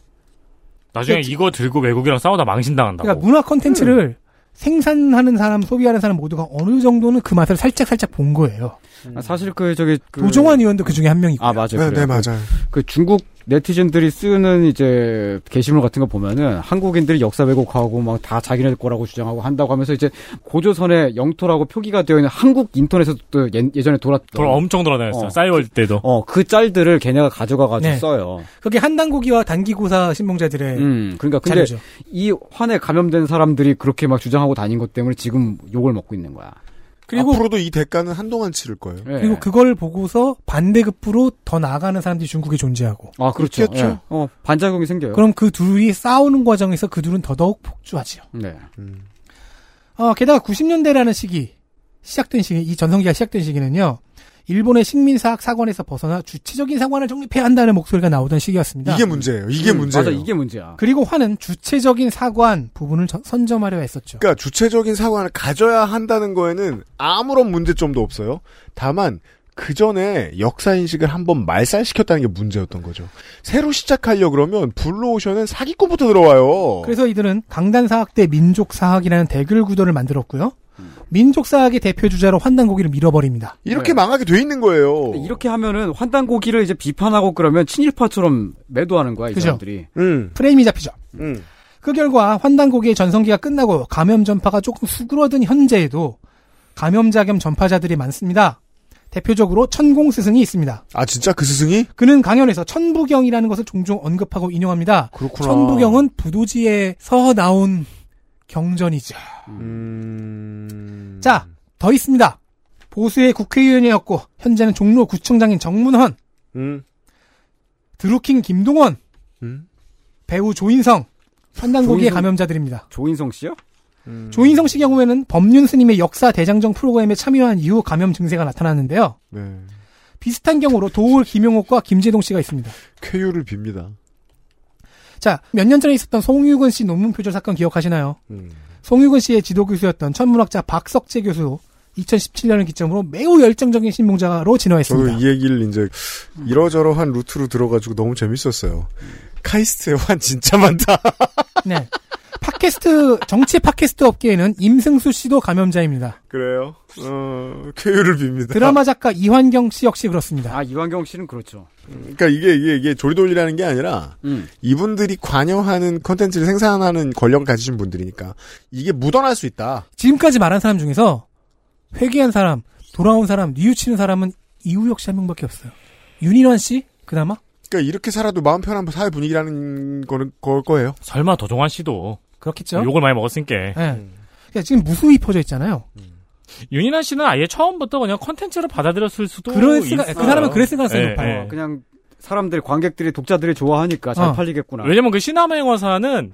I: 나중에 이거 들고 외국이랑 싸우다 망신당한다고.
J: 그러니까 문화 콘텐츠를
K: 음.
J: 생산하는 사람, 소비하는 사람 모두가 어느 정도는 그 맛을 살짝살짝 본 거예요.
K: 아, 사실 그 저기 그...
J: 음. 도종환 의원도 그 중에 한 명이고.
K: 아 맞아요.
J: 네,
K: 그래요.
J: 네, 맞아요.
K: 그 중국 네티즌들이 쓰는 이제 게시물 같은 거 보면은 한국인들이 역사 왜곡하고 막 다 자기네 거라고 주장하고 한다고 하면서 이제 고조선의 영토라고 표기가 되어 있는 한국 인터넷에서 또 예, 예전에 돌았
I: 돌아 엄청 돌아다녔어요.
K: 어.
I: 싸이월 때도.
K: 어, 그 짤들을 걔네가 가져가가지고
J: 네.
K: 써요.
J: 그게 한단고기와 단기고사
I: 네.
J: 신봉자들의
K: 음, 그러니까 근데
J: 자료죠.
K: 이 환에 감염된 사람들이 그렇게 막 주장하고 다닌 것 때문에 지금 욕을 먹고 있는 거야. 네.
J: 그리고
B: 앞으로도 이 대가는 한동안 치를 거예요.
J: 그리고 그걸 보고서 반대급부로 더 나아가는 사람들이 중국에 존재하고.
K: 아 그렇죠.
J: 그렇겠죠.
K: 예. 어, 반작용이 생겨요.
J: 그럼 그 둘이 싸우는 과정에서 그 둘은 더더욱 폭주하지요.
K: 네.
B: 음.
J: 어, 게다가 90년대라는 시기, 시작된 시기, 이 전성기가 시작된 시기는요, 일본의 식민사학 사관에서 벗어나 주체적인 사관을 정립해야 한다는 목소리가 나오던 시기였습니다.
B: 이게 문제예요. 이게
K: 음,
B: 문제예요.
K: 맞아, 이게 문제야.
J: 그리고 화는 주체적인 사관 부분을 저- 선점하려 했었죠.
B: 그러니까 주체적인 사관을 가져야 한다는 거에는 아무런 문제점도 없어요. 다만 그 전에 역사 인식을 한번 말살시켰다는 게 문제였던 거죠. 새로 시작하려 그러면 블루오션은 사기꾼부터 들어와요.
J: 그래서 이들은 강단사학 대 민족사학이라는 대결 구도를 만들었고요. 민족사학의 대표 주자로 환단고기를 밀어버립니다.
B: 이렇게 망하게 돼 있는 거예요.
K: 네. 이렇게 하면은 환단고기를 이제 비판하고 그러면 친일파처럼 매도하는 거야, 이
J: 그죠.
K: 사람들이.
B: 음.
J: 프레임이 잡히죠.
B: 음.
J: 그 결과 환단고기의 전성기가 끝나고 감염 전파가 조금 수그러든 현재에도 감염자 겸 전파자들이 많습니다. 대표적으로 천공 스승이 있습니다.
B: 아 진짜 그 스승이?
J: 그는 강연에서 천부경이라는 것을 종종 언급하고 인용합니다.
B: 그렇구나.
J: 천부경은 부도지에서 나온 경전이죠.
B: 음.
J: 자, 더 있습니다. 보수의 국회의원이었고 현재는 종로 구청장인 정문헌,
B: 음.
J: 드루킹 김동원,
B: 음.
J: 배우 조인성, 환단고기의
K: 조인성-
J: 감염자들입니다.
K: 조인성 씨요?
B: 음.
J: 조인성 씨 경우에는 법륜 스님의 역사 대장정 프로그램에 참여한 이후 감염 증세가 나타났는데요.
B: 네.
J: 비슷한 경우로 도울 김용옥과 김재동 씨가 있습니다.
B: 쾌유를 빕니다.
J: 자, 몇 년 전에 있었던 송유근 씨 논문 표절 사건 기억하시나요?
B: 음.
J: 송유근 씨의 지도 교수였던 천문학자 박석재 교수 2017년을 기점으로 매우 열정적인 신봉자로 진화했습니다.
B: 저도 이 얘기를 이제 이러저러한 루트로 들어가지고 너무 재밌었어요. 카이스트의 환 진짜 많다.
J: 네. 팟캐스트 정치 팟캐스트 업계에는 임승수 씨도 감염자입니다.
B: 그래요? 어, 쾌유를 빕니다.
J: 드라마 작가 이환경 씨 역시 그렇습니다.
K: 아, 이완경 씨는 그렇죠.
B: 그러니까 이게 이게 이게 조리돌리라는 게 아니라
K: 음.
B: 이분들이 관여하는 컨텐츠를 생산하는 권력을 가지신 분들이니까 이게 묻어날 수 있다.
J: 지금까지 말한 사람 중에서 회귀한 사람, 돌아온 사람, 뉘우치는 사람은 이우혁 씨 한 명밖에 없어요. 윤인환 씨 그나마
B: 그러니까 이렇게 살아도 마음 편한 사회 분위기라는 거는 걸 거예요.
I: 설마 도종환 씨도
J: 그렇겠죠.
I: 욕을 많이 먹었으니까.
J: 예. 그러니까 지금 무수히 퍼져 있잖아요.
I: 윤인환 씨는 아예 처음부터 그냥 컨텐츠로 받아들였을 수도 예,
J: 그럴 수가- 그 사람은 그럴
I: 을
J: 가능성이 높아요.
K: 네,
J: 어.
K: 그냥 사람들 관객들이 독자들이 좋아하니까 잘 팔리겠구나.
I: 왜냐면 그 시나맹화사는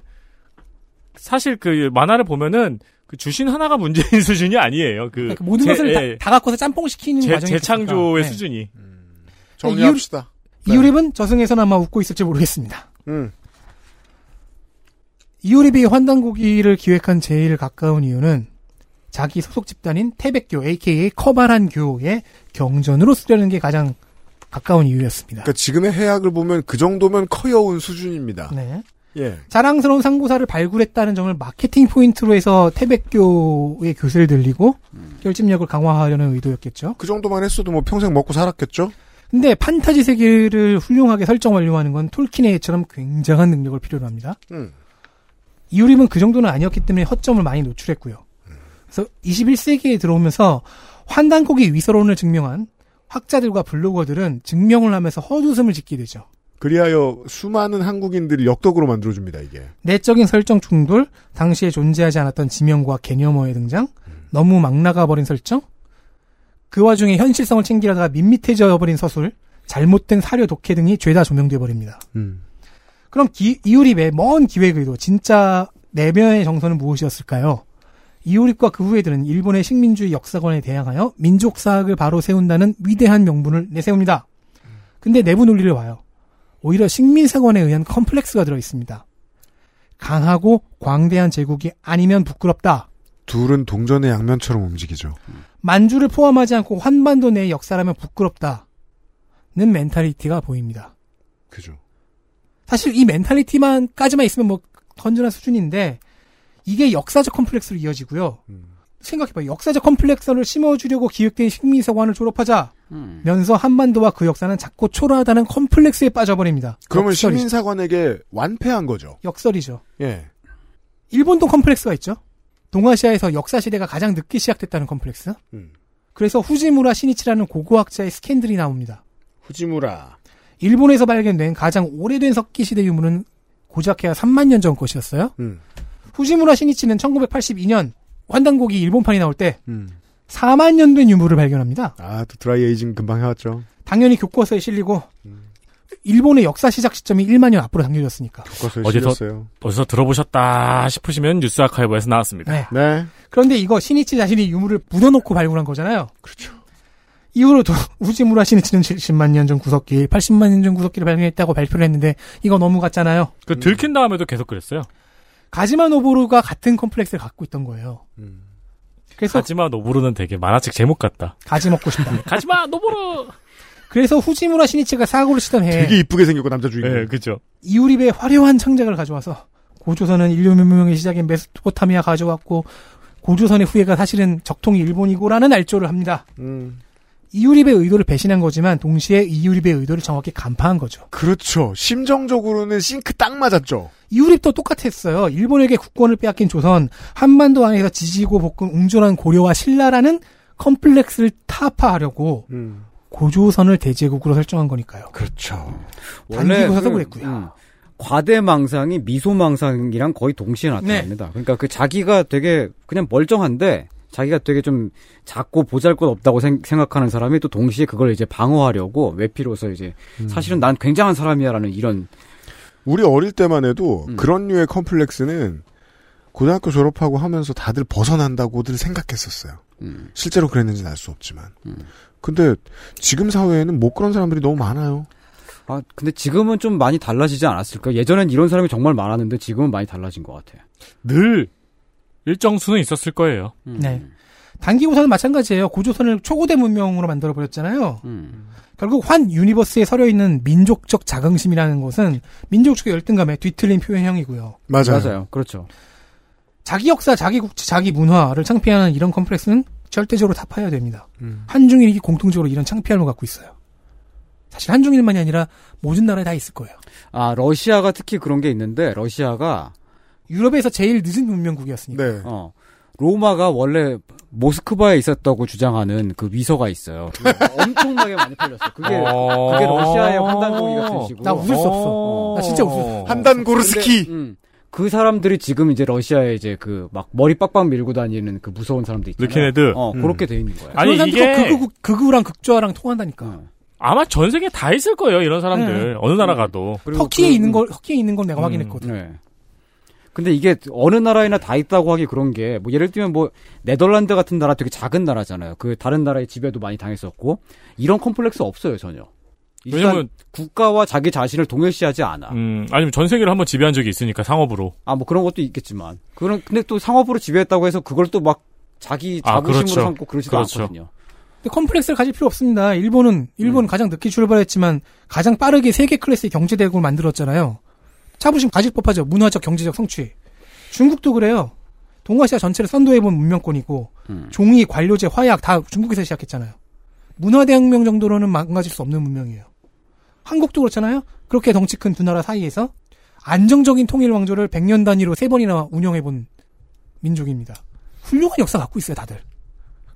I: 사실 그 만화를 보면은 그 주신 하나가 문제인 수준이 아니에요. 그
J: 그러니까 모든
I: 제-
J: 것을 다-
I: 예.
J: 다, 갖고서 네. 짬뽕 시키는
I: 재-
J: 과정이
I: 재창조의
J: 있겠습니까?
I: 수준이.
J: 네. 이유- 이유립은 저승에서는 아마 웃고 있을지 모르겠습니다.
B: 음.
J: 이유립이 환단고기를 기획한 제일 가까운 이유는 자기 소속 집단인 태백교 aka 커바란 교의 경전으로 쓰려는 게 가장 가까운 이유였습니다.
L: 그러니까 지금의 해악을 보면 그 정도면 커여운 수준입니다.
J: 네.
L: 예.
J: 자랑스러운 상고사를 발굴했다는 점을 마케팅 포인트로 해서 태백교의 교세를 늘리고 결집력을 강화하려는 의도였겠죠.
L: 음. 그 정도만 했어도 뭐 평생 먹고 살았겠죠?
J: 근데 판타지 세계를 훌륭하게 설정 완료하는 건 톨킨의 예처럼 굉장한 능력을 필요로 합니다.
L: 음.
J: 이유림은 그 정도는 아니었기 때문에 허점을 많이 노출했고요. 그래서 21세기에 들어오면서 환단곡의 위서론을 증명한 학자들과 블로거들은 증명을 하면서 헛웃음을 짓게 되죠.
L: 그리하여 수많은 한국인들이 역덕으로 만들어줍니다, 이게.
J: 내적인 설정 충돌, 당시에 존재하지 않았던 지명과 개념어의 등장, 너무 막 나가버린 설정, 그 와중에 현실성을 챙기려다가 밋밋해져버린 서술, 잘못된 사료 독해 등이 죄다 조명돼 버립니다.
L: 음.
J: 그럼 기- 이유립의 먼 기획 의도, 진짜 내면의 정서는 무엇이었을까요? 이유립과 그 후에들은 일본의 식민주의 역사관에 대항하여 민족사학을 바로 세운다는 위대한 명분을 내세웁니다. 근데 내부 논리를 봐요. 오히려 식민사관에 의한 컴플렉스가 들어 있습니다. 강하고 광대한 제국이 아니면 부끄럽다.
L: 둘은 동전의 양면처럼 움직이죠.
J: 만주를 포함하지 않고 환반도 내 역사라면 부끄럽다. 는 멘탈리티가 보입니다.
L: 그죠.
J: 사실 이 멘탈리티만까지만 있으면 뭐 건전한 수준인데 이게 역사적 컴플렉스로 이어지고요.
L: 음.
J: 생각해봐요. 역사적 컴플렉스를 심어주려고 기획된 식민사관을 졸업하자.
B: 음.
J: 면서 한반도와 그 역사는 작고 초라하다는 컴플렉스에 빠져버립니다.
L: 그러면
J: 역설이죠.
L: 시민사관에게 완패한 거죠.
J: 역설이죠.
L: 예.
J: 일본도 컴플렉스가 있죠. 동아시아에서 역사 시대가 가장 늦게 시작됐다는 컴플렉스.
L: 음.
J: 그래서 후지무라 신이치라는 고고학자의 스캔들이 나옵니다.
L: 후지무라.
J: 일본에서 발견된 가장 오래된 석기 시대 유물은 고작해야 3만 년 전 것이었어요.
L: 음.
J: 후지무라 신이치는 1982년 환단곡이 일본판이 나올 때
L: 음.
J: 4만 년 된 유물을 발견합니다.
L: 아, 또 드라이 에이징 금방 해왔죠.
J: 당연히 교과서에 실리고
L: 음.
J: 일본의 역사 시작 시점이 1만 년 앞으로 당겨졌으니까.
L: 교과서에
I: 어디서
L: 실렸어요.
I: 어디서 들어보셨다 싶으시면 뉴스 아카이브에서 나왔습니다.
J: 네.
L: 네.
J: 그런데 이거 신이치 자신이 유물을 묻어놓고 발굴한 거잖아요. 그렇죠. 이후로도 우지무라 신이치는 70만 년 전 구석기, 80만 년 전 구석기를 발견했다고 발표를 했는데 이거 너무 같잖아요.
I: 그 들킨 다음에도 계속 그랬어요.
J: 가지마 노보루가 같은 컴플렉스를 갖고 있던 거예요. 그래서
I: 가지마 노보루는 되게 만화책 제목 같다.
J: 가지 먹고 싶다.
I: 가지마 노보루.
J: 그래서 후지무라 신이치가 사고를 치던 해
L: 되게 이쁘게 생겼고, 남자 주인공. 예,
I: 그죠.
J: 이우립의 화려한 창작을 가져와서 고조선은 인류 문명의 시작인 메소포타미아 가져왔고 고조선의 후예가 사실은 적통이 일본이고라는 알조를 합니다.
L: 음.
J: 이우립의 의도를 배신한 거지만 동시에 이우립의 의도를 정확히 간파한 거죠.
L: 그렇죠. 심정적으로는 싱크 딱 맞았죠.
J: 이우립도 똑같았어요. 일본에게 국권을 빼앗긴 조선, 한반도 안에서 지지고 볶은 웅졸한 고려와 신라라는 컴플렉스를 타파하려고 고조선을 대제국으로 설정한 거니까요.
L: 음. 그렇죠.
J: 단기고사도
K: 그,
J: 그랬고요.
K: 음, 과대망상이 미소망상이랑 거의 동시에
I: 네.
K: 나타납니다. 그러니까 그 자기가 되게 그냥 멀쩡한데 자기가 되게 좀 작고 보잘것 없다고 생, 각하는 사람이 또 동시에 그걸 이제 방어하려고 외피로서 이제
I: 음.
K: 사실은 난 굉장한 사람이야라는 이런 음.
L: 우리 어릴 때만 해도 그런 류의 컴플렉스는 고등학교 졸업하고 하면서 다들 벗어난다고들 생각했었어요.
K: 음.
L: 실제로 그랬는지는 알 수 없지만.
B: 음.
L: 근데 지금 사회에는 못 그런 사람들이 너무 많아요.
K: 아 근데 지금은 좀 많이 달라지지 않았을까? 예전엔 이런 사람이 정말 많았는데 지금은 많이 달라진 것 같아요.
I: 늘 일정 수는 있었을 거예요.
K: 음.
J: 네. 단기고사는 마찬가지예요. 고조선을 초고대 문명으로 만들어버렸잖아요. 결국 환 유니버스에 서려 있는 민족적 자긍심이라는 것은 민족적 열등감의 뒤틀린 표현형이고요.
L: 맞아요.
K: 그렇죠.
J: 자기 역사, 자기 국치, 자기 문화를 창피하는 이런 컴플렉스는 절대적으로 타파해야 됩니다. 한중일이 공통적으로 이런 창피함을 갖고 있어요. 사실 한중일만이 아니라 모든 나라에 다 있을 거예요.
K: 아 러시아가 특히 그런 게 있는데 러시아가
J: 유럽에서 제일 늦은 문명국이었으니까.
L: 네.
K: 어, 로마가 원래 모스크바에 있었다고 주장하는 그 위서가 있어요.
J: 엄청나게 많이 팔렸어.
K: 그게 그게 러시아의 환단고리 같은 식으로.
J: 나 웃을 수 없어. 나 진짜 웃을 수 없어.
K: 한단고르스키. 그 사람들이 지금 이제 러시아에 이제 그 막 머리 빡빡 밀고 다니는 그 무서운 사람들 있잖아요.
I: 르키네드.
K: 어,
I: 음.
K: 그렇게 돼 있는 거예요.
J: 그런 사람들 이 극우, 극우랑 극좌랑 통한다니까.
C: 아마 전 세계 다 있을 거예요 이런 사람들
K: 네.
C: 어느 나라 가도
J: 터키에 있는 걸 터키에 있는 건 내가 확인했거든.
K: 네. 근데 이게 어느 나라에나 다 있다고 하기 그런 게 뭐 예를 들면 뭐 네덜란드 같은 나라 되게 작은 나라잖아요. 그 다른 나라의 지배도 많이 당했었고 이런 컴플렉스 없어요 전혀. 일단
C: 왜냐면-
K: 국가와 자기 자신을 동일시하지 않아.
C: 음, 아니면 전 세계를 한번 지배한 적이 있으니까 상업으로
K: 아 뭐 그런 것도 있겠지만 그런 근데 또 상업으로 지배했다고 해서 그걸 또 막 자기
C: 아,
K: 자부심으로
C: 그렇죠.
K: 삼고 그러지도
C: 그렇죠.
K: 않거든요.
J: 근데 컴플렉스를 가질 필요 없습니다. 일본은 일본 가장 늦게 출발했지만 가장 빠르게 세계 클래스의 경제 대국을 만들었잖아요. 자부심 가질 법하죠. 문화적 경제적 성취. 중국도 그래요. 동아시아 전체를 선도해본 문명권이고 종이 관료제 화약 다 중국에서 시작했잖아요. 문화대혁명 정도로는 망가질 수 없는 문명이에요. 한국도 그렇잖아요. 그렇게 덩치 큰 두 나라 사이에서 안정적인 통일 왕조를 100년 단위로 세 번이나 운영해본 민족입니다. 훌륭한 역사 갖고 있어요, 다들.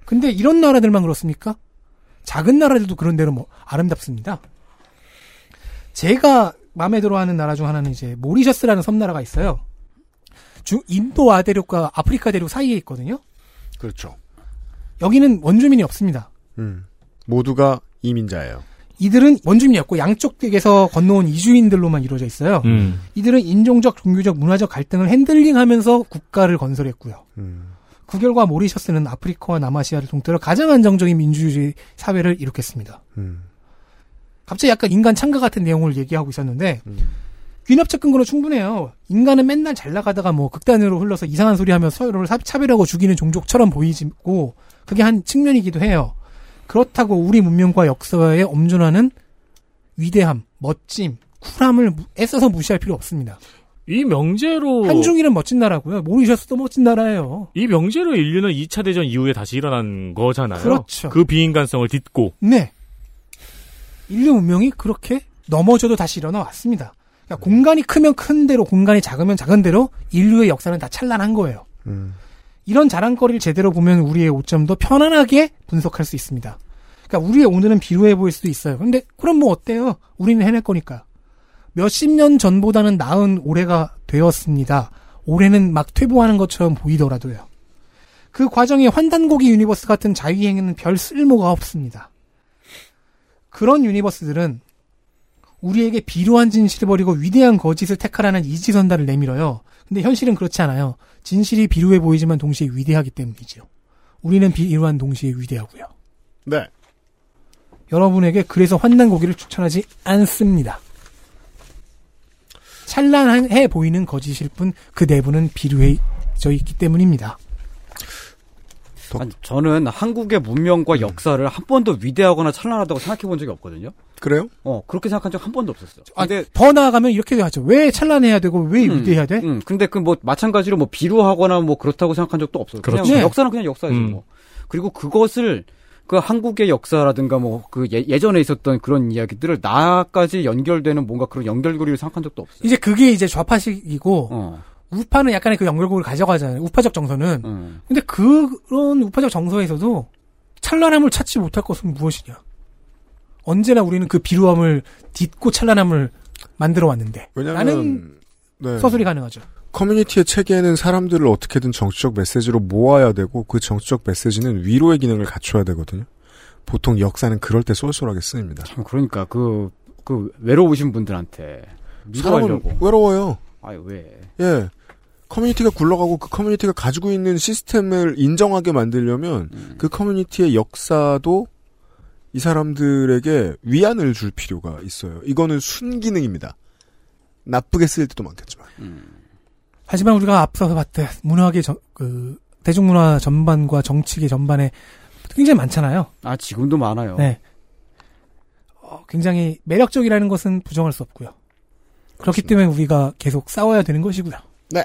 J: 근데 이런 나라들만 그렇습니까? 작은 나라들도 그런 대로 뭐 아름답습니다. 제가 마음에 들어하는 나라 중 하나는 이제 모리셔스라는 섬나라가 있어요. 중 인도아 대륙과 아프리카 대륙 사이에 있거든요.
B: 그렇죠.
J: 여기는 원주민이 없습니다.
B: 음. 모두가 이민자예요.
J: 이들은 원주민이 없고 양쪽 댁에서 건너온 이주인들로만 이루어져 있어요.
B: 음.
J: 이들은 인종적, 종교적, 문화적 갈등을 핸들링하면서 국가를 건설했고요. 그 결과 모리셔스는 아프리카와 남아시아를 동태로 가장 안정적인 민주주의 사회를 일으켰습니다.
B: 음.
J: 갑자기 약간 인간 창가 같은 내용을 얘기하고 있었는데
L: 음.
J: 귀납적 근거로 충분해요. 인간은 맨날 잘 나가다가 뭐 극단으로 흘러서 이상한 소리 하면서 서로를 사- 차별하고 죽이는 종족처럼 보이고 그게 한 측면이기도 해요. 그렇다고 우리 문명과 역사에 엄존하는 위대함, 멋짐, 쿨함을 무- 애써서 무시할 필요 없습니다.
C: 이 명제로
J: 한중일은 멋진 나라고요. 모리셔스도 멋진 나라예요.
C: 이 명제로 인류는 2차 대전 이후에 다시 일어난 거잖아요.
J: 그렇죠.
C: 그 비인간성을 딛고
J: 네. 인류 문명이 그렇게 넘어져도 다시 일어나 왔습니다. 그러니까 공간이 크면 큰 대로, 공간이 작으면 작은 대로 인류의 역사는 다 찬란한 거예요.
B: 음.
J: 이런 자랑거리를 제대로 보면 우리의 오점도 편안하게 분석할 수 있습니다. 그러니까 우리의 오늘은 비루해 보일 수도 있어요. 근데 그럼 뭐 어때요? 우리는 해낼 거니까. 몇십 년 전보다는 나은 올해가 되었습니다. 올해는 막 퇴보하는 것처럼 보이더라도요. 그 과정에 환단고기 유니버스 같은 자유행위는 별 쓸모가 없습니다. 그런 유니버스들은 우리에게 비루한 진실을 버리고 위대한 거짓을 택하라는 이지선다를 내밀어요. 근데 현실은 그렇지 않아요. 진실이 비루해 보이지만 동시에 위대하기 때문이죠. 우리는 비루한 동시에 위대하고요.
B: 네.
J: 여러분에게 그래서 환단고기를 추천하지 않습니다. 찬란해 보이는 거짓일 뿐 그 내부는 비루해져 있기 때문입니다.
K: 아니, 저는 한국의 문명과
C: 음.
K: 역사를 한 번도 위대하거나 찬란하다고 생각해 본 적이 없거든요.
B: 그래요?
K: 어 그렇게 생각한 적 한 번도 없었어요.
J: 아, 더 나아가면 이렇게 하죠. 왜 찬란해야 되고 왜 위대해야 돼?
K: 음, 근데 그 뭐 마찬가지로 뭐 비루하거나 뭐 그렇다고 생각한 적도 없어요. 그냥
J: 그렇죠. 네.
K: 역사는 그냥 역사죠.
J: 음.
K: 뭐. 그리고 그것을 그 한국의 역사라든가 뭐 그 예전에 있었던 그런 이야기들을 나까지 연결되는 뭔가 그런 연결고리를 생각한 적도 없어요.
J: 이제 그게 이제 좌파식이고
K: 어.
J: 우파는 약간의 그 연결고를 가져가잖아요. 우파적 정서는.
K: 음.
J: 근데 그런 우파적 정서에서도 찬란함을 찾지 못할 것은 무엇이냐? 언제나 우리는 그 비루함을 딛고 찬란함을 만들어 왔는데.
B: 왜냐면-
J: 라는
B: 네.
J: 서술이 가능하죠.
B: 커뮤니티의 체계에는 사람들을 어떻게든 정치적 메시지로 모아야 되고 그 정치적 메시지는 위로의 기능을 갖춰야 되거든요. 보통 역사는 그럴 때 쏠쏠하게 쓰입니다.
K: 참 그러니까 그, 그 외로우신 분들한테
B: 사람은
K: 위로하려고.
B: 외로워요.
K: 아유 왜?
B: 예. 커뮤니티가 굴러가고 그 커뮤니티가 가지고 있는 시스템을 인정하게 만들려면
K: 음.
B: 그 커뮤니티의 역사도 이 사람들에게 위안을 줄 필요가 있어요. 이거는 순기능입니다. 나쁘게 쓰일 때도 많겠지만.
K: 음.
J: 하지만 우리가 앞서서 봤듯 문화계 전- 그 대중문화 전반과 정치계 전반에 굉장히 많잖아요.
K: 아 지금도 많아요.
J: 네. 어, 굉장히 매력적이라는 것은 부정할 수 없고요. 그렇기 때문에 우리가 계속 싸워야 되는 것이고요.
B: 네.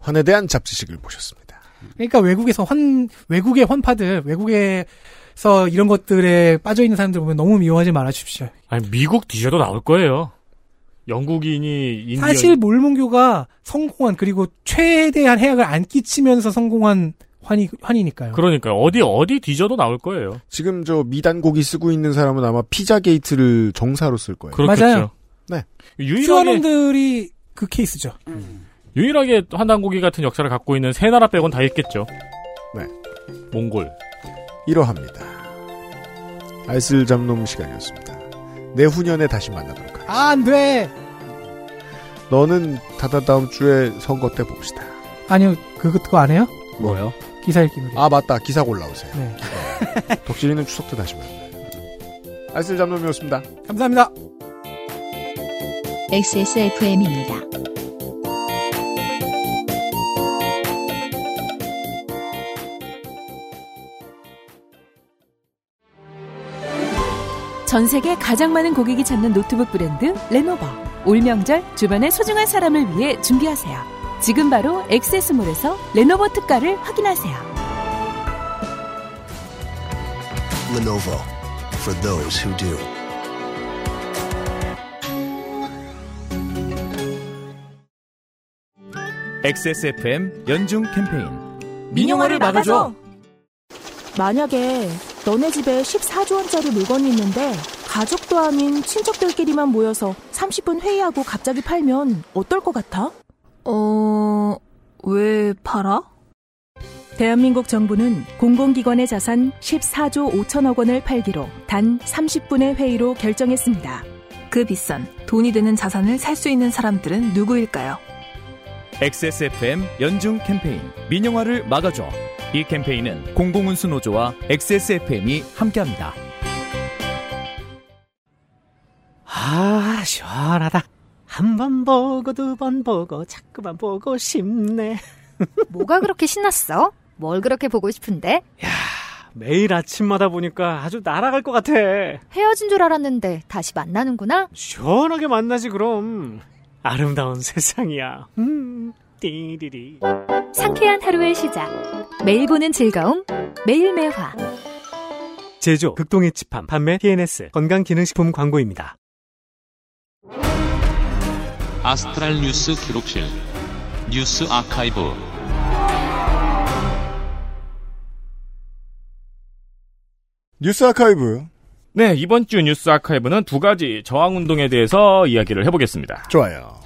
B: 환에 대한 잡지식을 보셨습니다.
J: 그러니까 외국에서 환 외국의 환파들 외국에서 이런 것들에 빠져 있는 사람들 보면 너무 미워하지 말아 주십시오.
C: 아니 미국 뒤져도 나올 거예요. 영국인이 인디언
J: 사실 뭐 몰문교가 성공한 그리고 최대한 해악을 안 끼치면서 성공한 환이 환이니까요.
C: 그러니까 어디 어디 뒤져도 나올 거예요.
B: 지금 저 미단고기 쓰고 있는 사람은 아마 피자 게이트를 정사로 쓸 거예요.
C: 그렇겠죠. 맞아요.
B: 네.
C: 유일하게
J: 슈아놈들이 그 케이스죠.
C: 유일하게 한단고기 같은 역사를 갖고 있는 세 나라 빼곤 다 있겠죠.
B: 네.
C: 몽골.
B: 이러합니다.
L: 알쓸 잡놈 시간이었습니다. 내후년에 다시 만나도록 하겠습니다.
J: 안 돼!
L: 너는 다다 다음 주에 선거 때 봅시다.
J: 아니요, 그거, 그거 안 해요?
L: 뭐요?
J: 기사 읽기 놀이.
L: 아 맞다 기사 골라오세요.
J: 네.
L: 독실이는 추석 때 다시 만나요. 알쓸 잡놈이었습니다.
J: 감사합니다.
P: XSFM입니다.
M: 전 세계 가장 많은 고객이 찾는 노트북 브랜드 레노버. 올 명절 주변의 소중한 사람을 위해 준비하세요. 지금 바로 엑세스몰에서 레노버 특가를 확인하세요.
N: Lenovo for those who do.
Q: XSFM 연중 캠페인
R: 민영화를 막아줘! 만약에 너네 집에 14조 원짜리 물건이 있는데 가족도 아닌 친척들끼리만 모여서 30분 회의하고 갑자기 팔면 어떨 것 같아?
S: 어, 왜 팔아?
R: 대한민국 정부는 공공기관의 자산 14조 5천억 원을 팔기로 단 30분의 회의로 결정했습니다.
S: 그 비싼 돈이 되는 자산을 살 수 있는 사람들은 누구일까요?
Q: XSFM 연중 캠페인 민영화를 막아줘 이 캠페인은 공공운수노조와 XSFM이 함께합니다.
T: 아, 시원하다. 한 번 보고 두 번 보고 자꾸만 보고 싶네.
U: 뭐가 그렇게 신났어? 뭘 그렇게 보고 싶은데?
T: 매일 아침마다 보니까 아주 날아갈 것 같아.
U: 헤어진 줄 알았는데 다시 만나는구나?
T: 시원하게 만나지 그럼. 아름다운 세상이야. 음, 띠리리.
U: 상쾌한 하루의 시작. 매일 보는 즐거움. 매일 매화.
H: 제조 극동의 집함 판매 TNS 건강기능식품 광고입니다.
V: 아스트랄 뉴스 기록실 뉴스 아카이브
B: 뉴스 아카이브.
C: 네, 이번 주 뉴스 아카이브는 두 가지 저항운동에 대해서 이야기를 해보겠습니다.
B: 좋아요.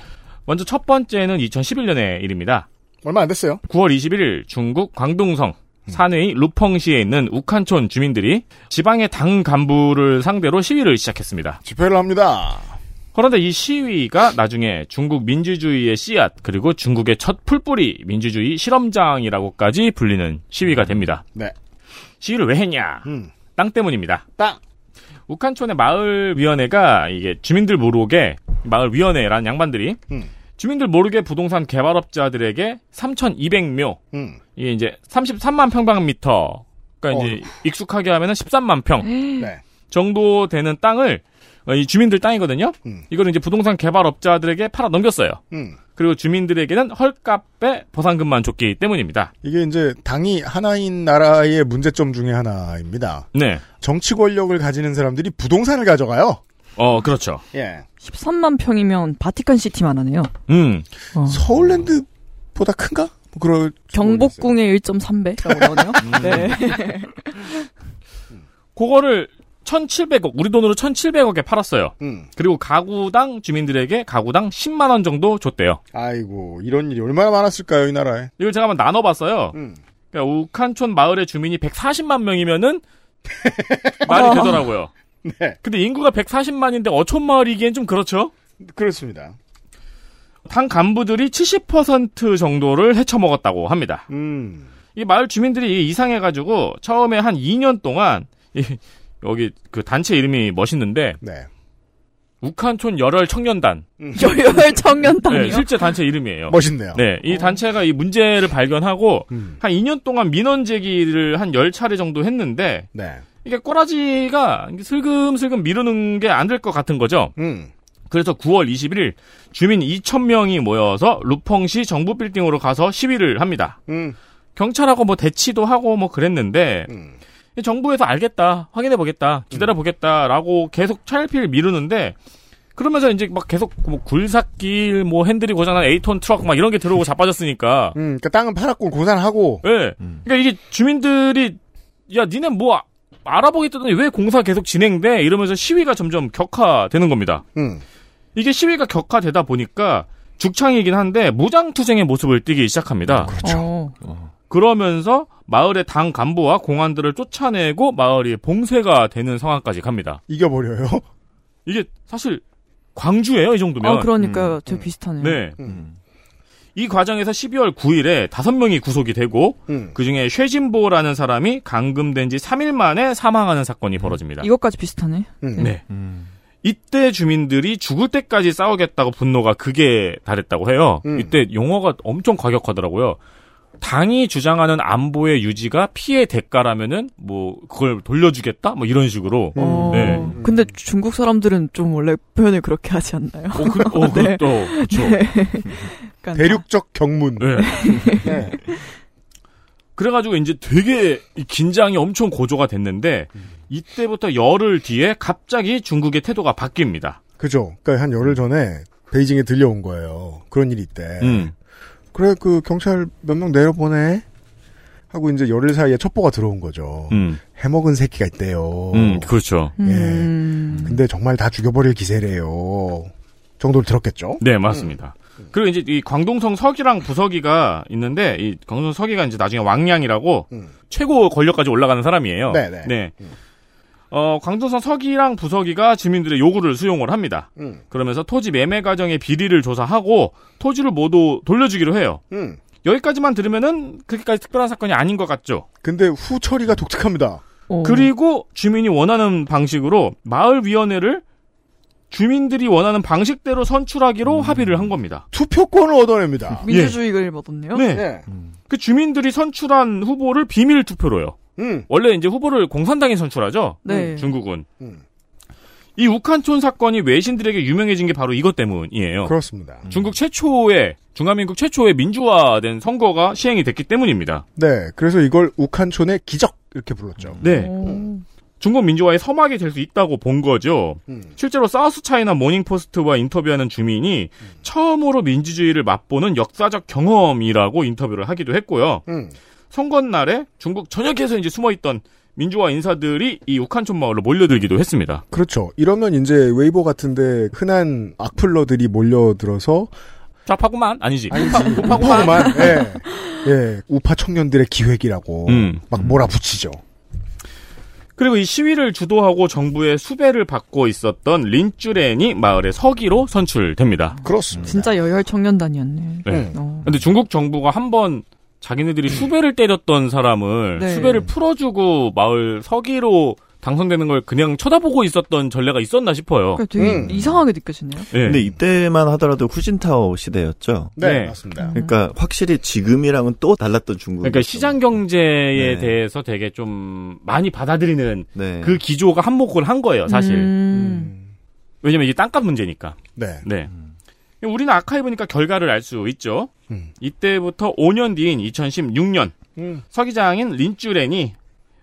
C: 먼저 첫 번째는 2011년의 일입니다.
B: 얼마 안 됐어요.
C: 9월 21일 중국 광둥성 산웨이 루펑시에 있는 우칸촌 주민들이 지방의 당 간부를 상대로 시위를 시작했습니다.
B: 집회를 합니다.
C: 그런데 이 시위가 나중에 중국 민주주의의 씨앗 그리고 중국의 첫 풀뿌리 민주주의 실험장이라고까지 불리는 시위가 됩니다.
B: 네. 음.
C: 시위를 왜 했냐? 땅 때문입니다.
B: 땅.
C: 우칸촌의 마을 위원회가 이게 주민들 모르게 마을 위원회라는 양반들이
B: 음.
C: 주민들 모르게 부동산 개발업자들에게 3,200묘
B: 음.
C: 이게 이제 33만 평방미터 그러니까 이제 익숙하게 하면은 13만 평
B: 네.
C: 정도 되는 땅을 어, 이 주민들 땅이거든요.
B: 음.
C: 이걸 이제 부동산 개발업자들에게 팔아 넘겼어요.
B: 음.
C: 그리고 주민들에게는 헐값에 보상금만 줬기 때문입니다.
B: 이게 이제 당이 하나인 나라의 문제점 중에 하나입니다.
C: 네.
B: 정치 권력을 가지는 사람들이 부동산을 가져가요.
C: 어, 그렇죠.
B: 예.
E: 13만 평이면 바티칸 시티만 하네요.
C: 음.
B: 서울랜드보다 큰가? 뭐 그럴
E: 경복궁의 1.3배라고 나오네요. 네.
B: 음.
C: 그거를 1,700억, 우리 돈으로 1,700억에 팔았어요. 그리고 가구당 주민들에게 가구당 10만 원 정도 줬대요.
B: 아이고 이런 일이 얼마나 많았을까요 이 나라에?
C: 이걸 제가 한번 나눠봤어요. 그러니까 우칸촌 마을의 주민이 140만 명이면은 말이
B: 어.
C: 되더라고요. 근데 인구가 140만인데 어촌 마을이기엔 좀 그렇죠?
B: 그렇습니다.
C: 당 간부들이 70% 정도를 헤쳐먹었다고 합니다.
B: 음.
C: 이 마을 주민들이 이상해가지고 처음에 한 2년 동안 이, 여기 그 단체 이름이 멋있는데
B: 네. 음.
C: 우칸촌 열혈 청년단.
E: 열혈 청년단이요? 어.
C: 네, 실제 단체 이름이에요.
B: 멋있네요. 음.
C: 네, 이 단체가 이 문제를 발견하고 한 2년 동안 민원 제기를 한 10차례 정도 했는데
B: 네.
C: 이게 꼬라지가 슬금슬금 미루는 게 안 될 것 같은 거죠.
B: 음.
C: 그래서 9월 21일 주민 2,000명이 모여서 루펑시 정부 빌딩으로 가서 시위를 합니다.
B: 음.
C: 경찰하고 뭐 대치도 하고 뭐 그랬는데 정부에서 알겠다, 확인해
B: 음.
C: 보겠다, 기다려 보겠다라고 계속 차일피일 미루는데 그러면서 이제 막 계속 뭐 굴삭길, 뭐 핸들이 고장난 에이톤 트럭 막 이런 게 들어오고 자빠졌으니까.
B: 음, 그러니까 땅은 팔았고 고산하고.
C: 예. 그러니까 이게 주민들이 야 니네 뭐 아- 알아보겠다더니 왜 공사 계속 진행돼 이러면서 시위가 점점 격화되는 겁니다.
B: 음.
C: 이게 시위가 격화되다 보니까 죽창이긴 한데 무장투쟁의 모습을 띠기 시작합니다.
E: 어.
B: 그렇죠.
C: 그러면서 마을의 당 간부와 공안들을 쫓아내고 마을이 봉쇄가 되는 상황까지 갑니다.
B: 이겨버려요?
C: 이게 사실 광주예요, 이 정도면.
E: 아, 그러니까요. 되게 비슷하네요.
C: 네. 이 과정에서 12월 9일에 5명이 구속이 되고 그중에 쉐진보라는 사람이 감금된 지 3일 만에 사망하는 사건이 벌어집니다.
E: 이것까지 비슷하네.
B: 음.
C: 네. 이때 주민들이 죽을 때까지 싸우겠다고 분노가 극에 달했다고 해요. 이때 용어가 엄청 과격하더라고요. 당이 주장하는 안보의 유지가 피해 대가라면은 뭐 그걸 돌려주겠다 뭐 이런 식으로.
E: 어,
C: 네.
E: 근데 중국 사람들은 좀 원래 표현을 그렇게 하지 않나요? 네.
C: 어, 그, 어, 그것도, 그쵸.
E: 그러니까
B: 대륙적 경문.
C: 네. 그래가지고 이제 되게 이 긴장이 엄청 고조가 됐는데 이때부터 열흘 뒤에 갑자기 중국의 태도가 바뀝니다.
B: 그죠? 그러니까 한 열흘 전에 베이징에 들려온 거예요. 그런 일이 있대.
C: 음.
B: 그래 그 경찰 몇 명 내려보내 하고 이제 열흘 사이에 첩보가 들어온 거죠.
C: 음.
B: 해먹은 새끼가 있대요.
C: 음, 그렇죠.
E: 음.
B: 예. 근데 정말 다 죽여버릴 기세래요. 정도를 들었겠죠? 음.
C: 네, 맞습니다. 그리고 이제 이 광동성 서기랑 부서기가 있는데 이 광동성 서기가 이제 나중에 왕량이라고 최고 권력까지 올라가는 사람이에요.
B: 음. 네, 네.
C: 어, 광동성 서기랑 부서기가 주민들의 요구를 수용을 합니다.
B: 음.
C: 그러면서 토지 매매 과정의 비리를 조사하고 토지를 모두 돌려주기로 해요.
B: 음.
C: 여기까지만 들으면은 그렇게까지 특별한 사건이 아닌 것 같죠.
B: 근데 후 처리가 독특합니다.
C: 그리고 주민이 원하는 방식으로 마을 위원회를 주민들이 원하는 방식대로
B: 음.
C: 선출하기로 합의를 한 겁니다.
B: 투표권을 얻어냅니다.
E: 민주주의를 얻었네요.
C: 네. 그 주민들이 선출한 후보를 비밀 투표로요.
B: 음.
C: 원래 이제 후보를 공산당이 선출하죠. 음,
E: 네.
C: 중국은.
B: 음.
C: 이 우칸촌 사건이 외신들에게 유명해진 게 바로 이것 때문이에요.
B: 그렇습니다.
C: 중국 최초의 중화민국 최초의 민주화된 선거가 시행이 됐기 때문입니다.
B: 네, 그래서 이걸 우칸촌의 기적 이렇게 불렀죠. 음.
C: 네. 중국 민주화의 서막이 될 수 있다고 본 거죠. 실제로 사우스 차이나 모닝포스트와 인터뷰하는 주민이 처음으로 민주주의를 맛보는 역사적 경험이라고 인터뷰를 하기도 했고요. 선거 날에 중국 전역에서 이제 숨어있던 민주화 인사들이 이 우칸촌 마을로 몰려들기도 했습니다.
B: 그렇죠. 이러면 이제 웨이보 같은데 흔한 악플러들이 몰려들어서
C: 좌파구만 네. 아니지.
B: 우파, 구만 예. 예, 우파 청년들의 기획이라고
C: 음.
B: 막 몰아붙이죠.
C: 그리고 이 시위를 주도하고 정부의 수배를 받고 있었던 린쭈렌이 마을의 서기로 선출됩니다.
B: 그렇습니다.
E: 진짜 여열 청년단이었네. 어.
C: 네. 근데 중국 정부가 한 번 자기네들이 수배를 때렸던 사람을
E: 네.
C: 수배를 풀어주고 마을 서기로 당선되는 걸 그냥 쳐다보고 있었던 전례가 있었나 싶어요.
E: 그러니까 되게
B: 음.
E: 이상하게 느껴지네요.
D: 근데 이때만 하더라도 후진타오 시대였죠.
C: 네, 네. 맞습니다.
D: 그러니까 확실히 지금이랑은 또 달랐던 중국.
C: 그러니까 시장 경제에
D: 네.
C: 대해서 되게 좀 많이 받아들이는
D: 네.
C: 그 기조가 한몫을 한 거예요, 사실.
E: 음.
C: 왜냐면 이게 땅값 문제니까.
B: 네.
C: 네. 우리는 아카이브니까 결과를 알 수 있죠. 이때부터 5년 뒤인 2016년
B: 음.
C: 서기장인 린쭈렌이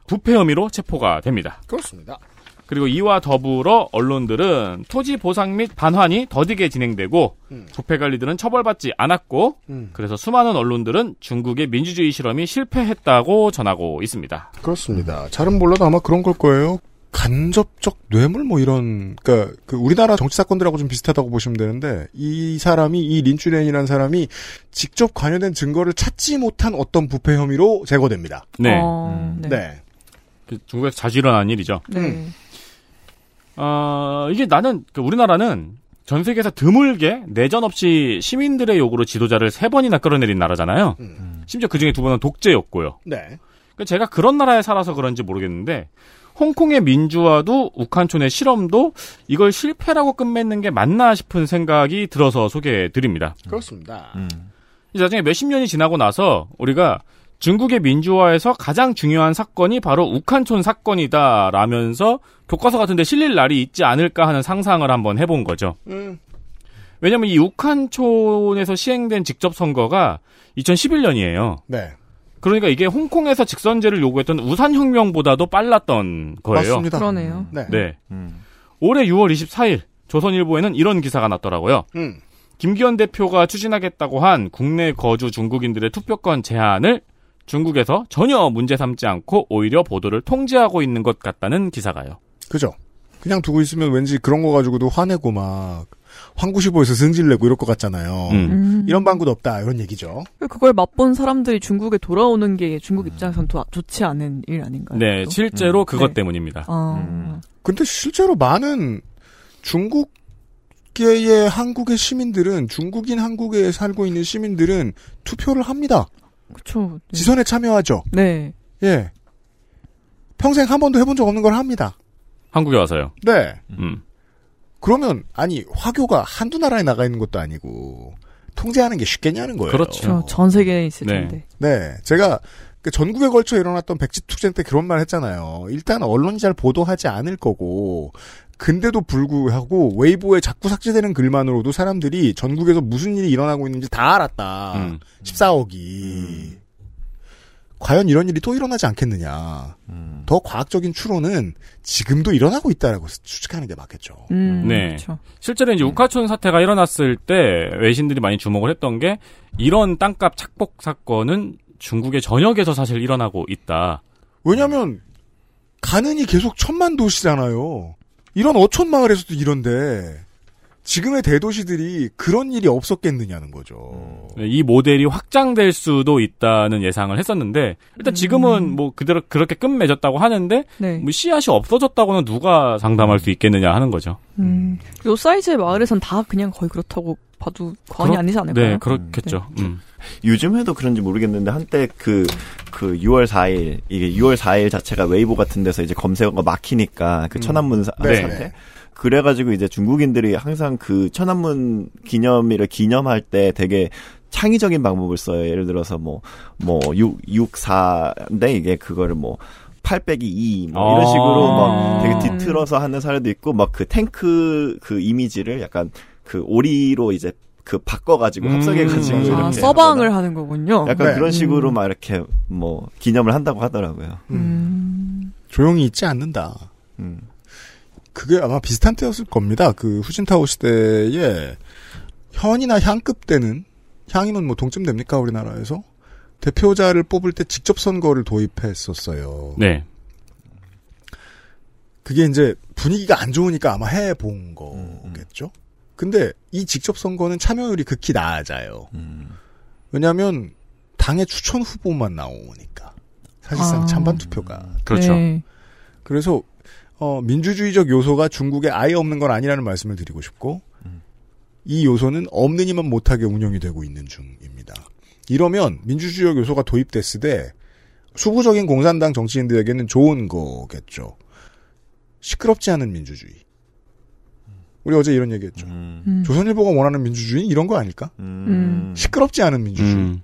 C: 부패 혐의로 체포가 됩니다.
B: 그렇습니다.
C: 그리고 이와 더불어 언론들은 토지 보상 및 반환이 더디게 진행되고 부패 관리들은 처벌받지 않았고 그래서 수많은 언론들은 중국의 민주주의 실험이 실패했다고 전하고 있습니다.
B: 그렇습니다. 잘은 몰라도 아마 그런 걸 거예요. 간접적 뇌물 뭐 이런 그러니까 그 우리나라 정치 사건들하고 좀 비슷하다고 보시면 되는데 이 사람이 이 린추렌이라는 사람이 직접 관여된 증거를 찾지 못한 어떤 부패 혐의로 제거됩니다.
C: 네.
D: 어. 음.
B: 네.
C: 그 중국에서 자주 일어나는 일이죠.
E: 네.
C: 어, 이게 나는 그 우리나라는 전 세계에서 드물게 내전 없이 시민들의 요구로 지도자를 세 번이나 끌어내린 나라잖아요. 심지어 그 중에 두 번은 독재였고요.
B: 음. 네.
C: 그 제가 그런 나라에 살아서 그런지 모르겠는데 홍콩의 민주화도 우칸촌의 실험도 이걸 실패라고 끝맺는 게 맞나 싶은 생각이 들어서 소개해 드립니다.
B: 그렇습니다.
C: 이 나중에 몇십 년이 지나고 나서 우리가 중국의 민주화에서 가장 중요한 사건이 바로 우칸촌 사건이다라면서 교과서 같은데 실릴 날이 있지 않을까 하는 상상을 한번 해본 거죠.
B: 음.
C: 왜냐면 이 우칸촌에서 시행된 직접 선거가 2011년이에요.
B: 네.
C: 그러니까 이게 홍콩에서 직선제를 요구했던 우산혁명보다도 빨랐던 거예요.
B: 맞습니다.
E: 그러네요.
B: 네.
C: 네. 올해 6월 24일 조선일보에는 이런 기사가 났더라고요.
B: 음.
C: 김기현 대표가 추진하겠다고 한 국내 거주 중국인들의 투표권 제한을 중국에서 전혀 문제 삼지 않고 오히려 보도를 통제하고 있는 것 같다는 기사가요.
B: 그죠? 그냥 두고 있으면 왠지 그런 거 가지고도 화내고 막 황구시보에서 승질내고 이럴 것 같잖아요.
E: 음.
B: 이런 방구도 없다 이런 얘기죠.
E: 그걸 맛본 사람들이 중국에 돌아오는 게 중국 입장에선 더 좋지 않은 일 아닌가요?
C: 네,
E: 또?
C: 실제로
E: 음.
C: 그것
E: 네.
C: 때문입니다.
E: 아.
C: 음.
B: 근데 실제로 많은 중국계의 한국의 시민들은 중국인 한국에 살고 있는 시민들은 투표를 합니다.
E: 그렇죠.
B: 지선에 참여하죠.
E: 네.
B: 예. 평생 한 번도 해본 적 없는 걸 합니다.
C: 한국에 와서요.
B: 네.
C: 음.
B: 그러면 아니 화교가 한두 나라에 나가 있는 것도 아니고 통제하는 게 쉽겠냐는 거예요.
E: 그렇죠. 전 세계에 있을 텐데.
B: 네, 제가 그 전국에 걸쳐 일어났던 백지투쟁 때 그런 말 했잖아요. 일단 언론이 잘 보도하지 않을 거고, 근데도 불구하고 웨이보에 자꾸 삭제되는 글만으로도 사람들이 전국에서 무슨 일이 일어나고 있는지 다 알았다.
E: 음.
B: 14억이. 과연 이런 일이 또 일어나지 않겠느냐. 더 과학적인 추론은 지금도 일어나고 있다라고 추측하는 게 맞겠죠.
O: 嗯
E: 음,
C: 네. 실제로 이제 우카촌 사태가 일어났을 때 외신들이 많이 주목을 했던 게 이런 땅값 착복 사건은 중국의 전역에서 사실 일어나고 있다.
B: 왜냐면 가는이 계속 천만 도시잖아요. 이런 어촌 마을에서도 이런데 지금의 대도시들이 그런 일이 없었겠느냐는 거죠.
C: 네, 이 모델이 확장될 수도 있다는 예상을 했었는데 일단
B: 음.
C: 지금은 뭐 그대로 그렇게 끝맺었다고 하는데
B: 네.
E: 네.
C: 뭐 씨앗이 없어졌다고는 누가 상담할 수 있겠느냐 하는 거죠.
E: 음. 요 사이즈의 마을에선 다 그냥 거의 그렇다고 봐도 과언이 아니지 않을까요?
D: 네,
C: 그렇겠죠.
D: 요즘 해도 그런지 모르겠는데 한때 그, 그 6월 4일 이게 6월 4일 자체가 웨이보 같은 데서 이제 검색어가 막히니까 그 천안문 사,
B: 네.
D: 사태 그래가지고 이제 중국인들이 항상 그 천안문 기념일을 기념할 때 되게 창의적인 방법을 써요. 예를 들어서 뭐, 뭐, 6, 6, 4인데 이게 그거를 뭐, 8 빼기 2, 뭐, 이런
C: 아.
D: 식으로 막 되게 뒤틀어서 하는 사례도 있고, 막 그 탱크 그 이미지를 약간 그 오리로 이제 그 바꿔가지고 합성해가지고
E: 음.
D: 이렇게.
E: 아, 서방을 하는 거군요.
D: 약간
E: 네.
D: 그런 식으로
E: 음.
D: 막 이렇게 뭐, 기념을 한다고 하더라고요.
B: 음. 조용히 있지 않는다. 그게 아마 비슷한 때였을 겁니다. 그 후진타오 시대에 현이나 향급 때는 향이면 뭐 동쯤 됩니까 우리나라에서 대표자를 뽑을 때 직접 선거를 도입했었어요.
C: 네.
B: 그게 이제 분위기가 안 좋으니까 아마 해본 거겠죠. 근데 이 직접 선거는 참여율이 극히 낮아요. 왜냐하면 당의 추천 후보만 나오니까 사실상
E: 아.
B: 찬반 투표가
E: 그렇죠. 네.
B: 그래서 어, 민주주의적 요소가 중국에 아예 없는 건 아니라는 말씀을 드리고 싶고 이 요소는 없는 이만 못하게 운영이 되고 있는 중입니다. 이러면 민주주의적 요소가 도입됐을 때 수구적인 공산당 정치인들에게는 좋은 거겠죠. 시끄럽지 않은 민주주의. 우리 어제 이런 얘기했죠.
E: 음.
B: 조선일보가 원하는 민주주의 이런 거 아닐까?
E: 음.
B: 시끄럽지 않은 민주주의.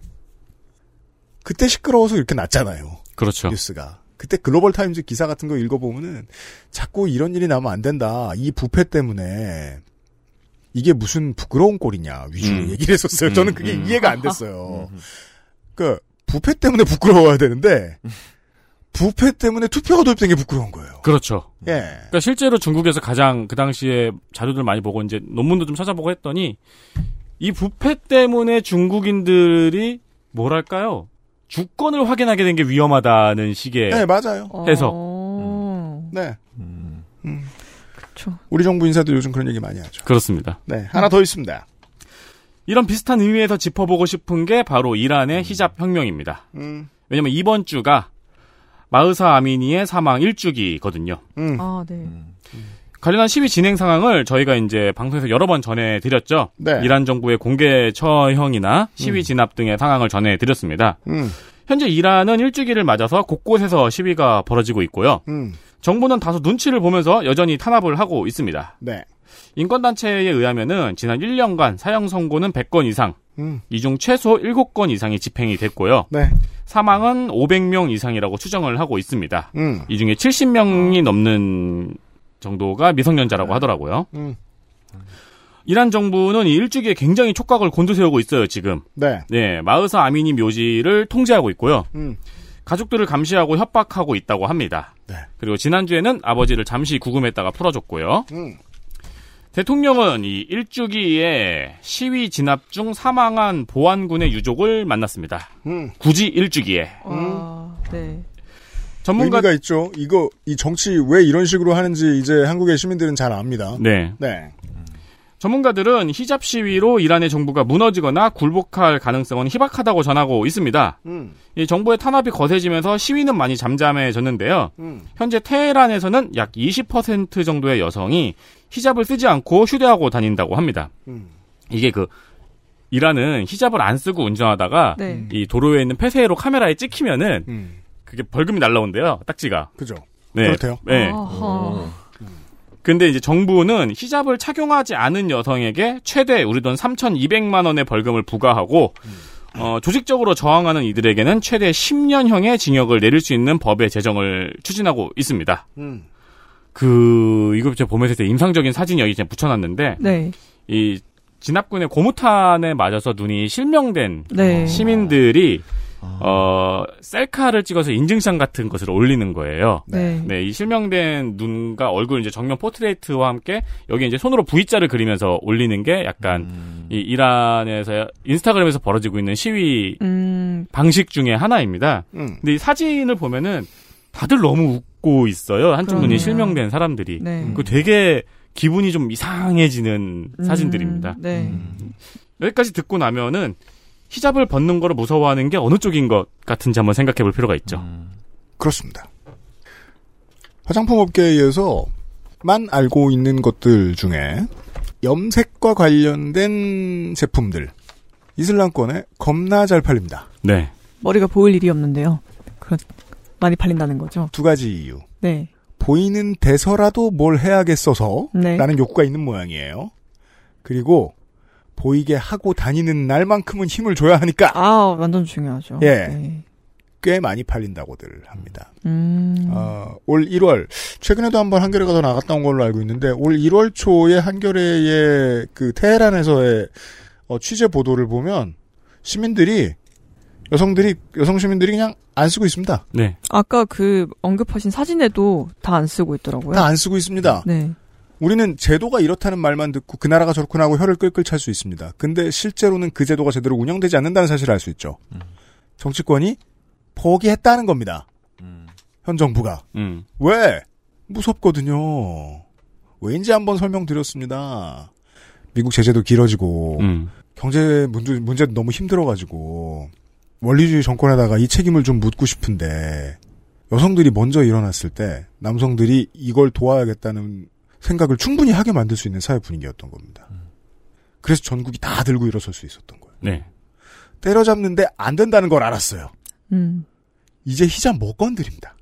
B: 그때 시끄러워서 이렇게 났잖아요.
C: 그렇죠.
B: 뉴스가. 그때 글로벌 타임즈 기사 같은 거 읽어보면은 자꾸 이런 일이 나면 안 된다. 이 부패 때문에 이게 무슨 부끄러운 꼴이냐 위주로
L: 음.
B: 얘기를 했었어요. 저는 그게
L: 음, 음.
B: 이해가 안 됐어요. 그 부패 때문에 부끄러워야 되는데 부패 때문에 투표가 도입된 게 부끄러운 거예요.
C: 그렇죠.
B: 예.
C: 그러니까 실제로 중국에서 가장 그 당시에 자료들 많이 보고 이제 논문도 좀 찾아보고 했더니 이 부패 때문에 중국인들이 뭐랄까요 주권을 확인하게 된 게 위험하다는 식의
B: 네, 맞아요.
C: 해석.
B: 네. 음.
E: 그렇죠.
B: 우리 정부 인사들 요즘 그런 얘기 많이 하죠.
C: 그렇습니다.
B: 네, 하나 더 있습니다.
C: 이런 비슷한 의미에서 짚어보고 싶은 게 바로 이란의 히잡 혁명입니다.
B: 음.
C: 왜냐면 이번 주가 마흐사 아미니의 사망 1주기거든요.
D: 음.
E: 아, 네.
C: 음. 관련한 시위 진행 상황을 저희가 이제 방송에서 여러 번 전해드렸죠.
B: 네.
C: 이란 정부의 공개 처형이나 시위 진압 등의 상황을 전해드렸습니다.
B: 음.
C: 현재 이란은 일주기를 맞아서 곳곳에서 시위가 벌어지고 있고요.
B: 음.
C: 정부는 다소 눈치를 보면서 여전히 탄압을 하고 있습니다.
B: 네.
C: 인권단체에 의하면은 지난 1년간 사형 선고는 100건 이상,
B: 음.
C: 이 중 최소 7건 이상이 집행이 됐고요.
B: 네.
C: 사망은 500명 이상이라고 추정을 하고 있습니다.
B: 음.
C: 이 중에 70명이 넘는 정도가 미성년자라고 하더라고요.
B: 음.
C: 이란 정부는 이 일주기에 굉장히 촉각을 곤두세우고 있어요, 지금.
B: 네.
C: 네, 마흐사 아미니 묘지를 통제하고 있고요.
B: 음.
C: 가족들을 감시하고 협박하고 있다고 합니다.
B: 네.
C: 그리고 지난주에는 아버지를 잠시 구금했다가 풀어줬고요.
B: 음.
C: 대통령은 이 일주기에 시위 진압 중 사망한 보안군의 유족을 만났습니다.
B: 음.
C: 굳이 일주기에.
E: 아, 네.
C: 전문가-
B: 의미가 있죠. 이거 이 정치 왜 이런 식으로 하는지 이제 한국의 시민들은 잘 압니다.
C: 네.
B: 네.
C: 전문가들은 히잡 시위로 이란의 정부가 무너지거나 굴복할 가능성은 희박하다고 전하고 있습니다.
B: 음.
C: 이 정부의 탄압이 거세지면서 시위는 많이 잠잠해졌는데요.
B: 음.
C: 현재 테헤란에서는 약 20% 정도의 여성이 히잡을 쓰지 않고 휴대하고 다닌다고 합니다.
B: 음.
C: 이게 그 이란은 히잡을 안 쓰고 운전하다가
E: 네.
C: 이 도로에 있는 폐쇄로 카메라에 찍히면은 그게 벌금이 날라온대요. 딱지가.
B: 음. 그죠.
C: 네.
B: 그렇대요.
C: 네.
D: 아.
E: 어허.
C: 근데 이제 정부는 히잡을 착용하지 않은 여성에게 최대 우리 돈 3,200만 원의 벌금을 부과하고 어, 조직적으로 저항하는 이들에게는 최대 10년형의 징역을 내릴 수 있는 법의 제정을 추진하고 있습니다.
B: 음.
C: 그 이거 제가 보면서 되게 인상적인 사진 여기 그냥 붙여놨는데
E: 네.
C: 이 진압군의 고무탄에 맞아서 눈이 실명된
E: 네.
C: 시민들이 어 셀카를 찍어서 인증샷 같은 것을 올리는 거예요.
E: 네.
C: 이 실명된 눈과 얼굴 이제 정면 포트레이트와 함께 여기 이제 손으로 V자를 그리면서 올리는 게 약간 이 이란에서 인스타그램에서 벌어지고 있는 시위
E: 음.
C: 방식 중에 하나입니다.
B: 음.
C: 근데 이 사진을 보면은 다들 너무 웃고 있어요. 한쪽 눈이 실명된 사람들이.
E: 네.
C: 그 되게 기분이 좀 이상해지는
E: 음,
C: 사진들입니다. 음.
E: 네.
C: 여기까지 듣고 나면은 히잡을 벗는 거를 무서워하는 게 어느 쪽인 것 같은지 한번 생각해 볼 필요가 있죠.
B: 그렇습니다. 화장품 업계에서만 알고 있는 것들 중에 염색과 관련된 제품들 이슬람권에 겁나 잘 팔립니다.
C: 네.
E: 머리가 보일 일이 없는데요. 그런 많이 팔린다는 거죠.
B: 두 가지 이유.
E: 네.
B: 보이는 데서라도 뭘 해야겠어서
E: 네.
B: 라는 욕구가 있는 모양이에요. 그리고 보이게 하고 다니는 날만큼은 힘을 줘야 하니까.
E: 아, 완전 중요하죠. 네.
B: 예. 꽤 많이 팔린다고들 합니다.
E: 음.
B: 어, 올 1월 최근에도 한번 한겨레 가더 나갔다 온 걸로 알고 있는데 올 1월 초에 한겨레의 그 테헤란에서의 어, 취재 보도를 보면 시민들이 여성들이 여성 시민들이 그냥 안 쓰고 있습니다.
C: 네.
E: 아까 그 언급하신 사진에도 다 안 쓰고 있더라고요.
B: 다 안 쓰고 있습니다.
E: 네.
B: 우리는 제도가 이렇다는 말만 듣고 그 나라가 저렇구나 하고 혀를 끌끌 찰 수 있습니다. 근데 실제로는 그 제도가 제대로 운영되지 않는다는 사실을 알 수 있죠. 정치권이 포기했다는 겁니다. 현 정부가.
C: 음.
B: 왜? 무섭거든요. 왜인지 한번 설명드렸습니다. 미국 제재도 길어지고
H: 음.
B: 경제 문제, 문제도 너무 힘들어가지고 원리주의 정권에다가 이 책임을 좀 묻고 싶은데 여성들이 먼저 일어났을 때 남성들이 이걸 도와야겠다는 생각을 충분히 하게 만들 수 있는 사회 분위기였던 겁니다. 그래서 전국이 다 들고 일어설 수 있었던 거예요.
C: 네.
B: 때려잡는데 안 된다는 걸 알았어요.
E: 음.
B: 이제 히잡 못 건드립니다.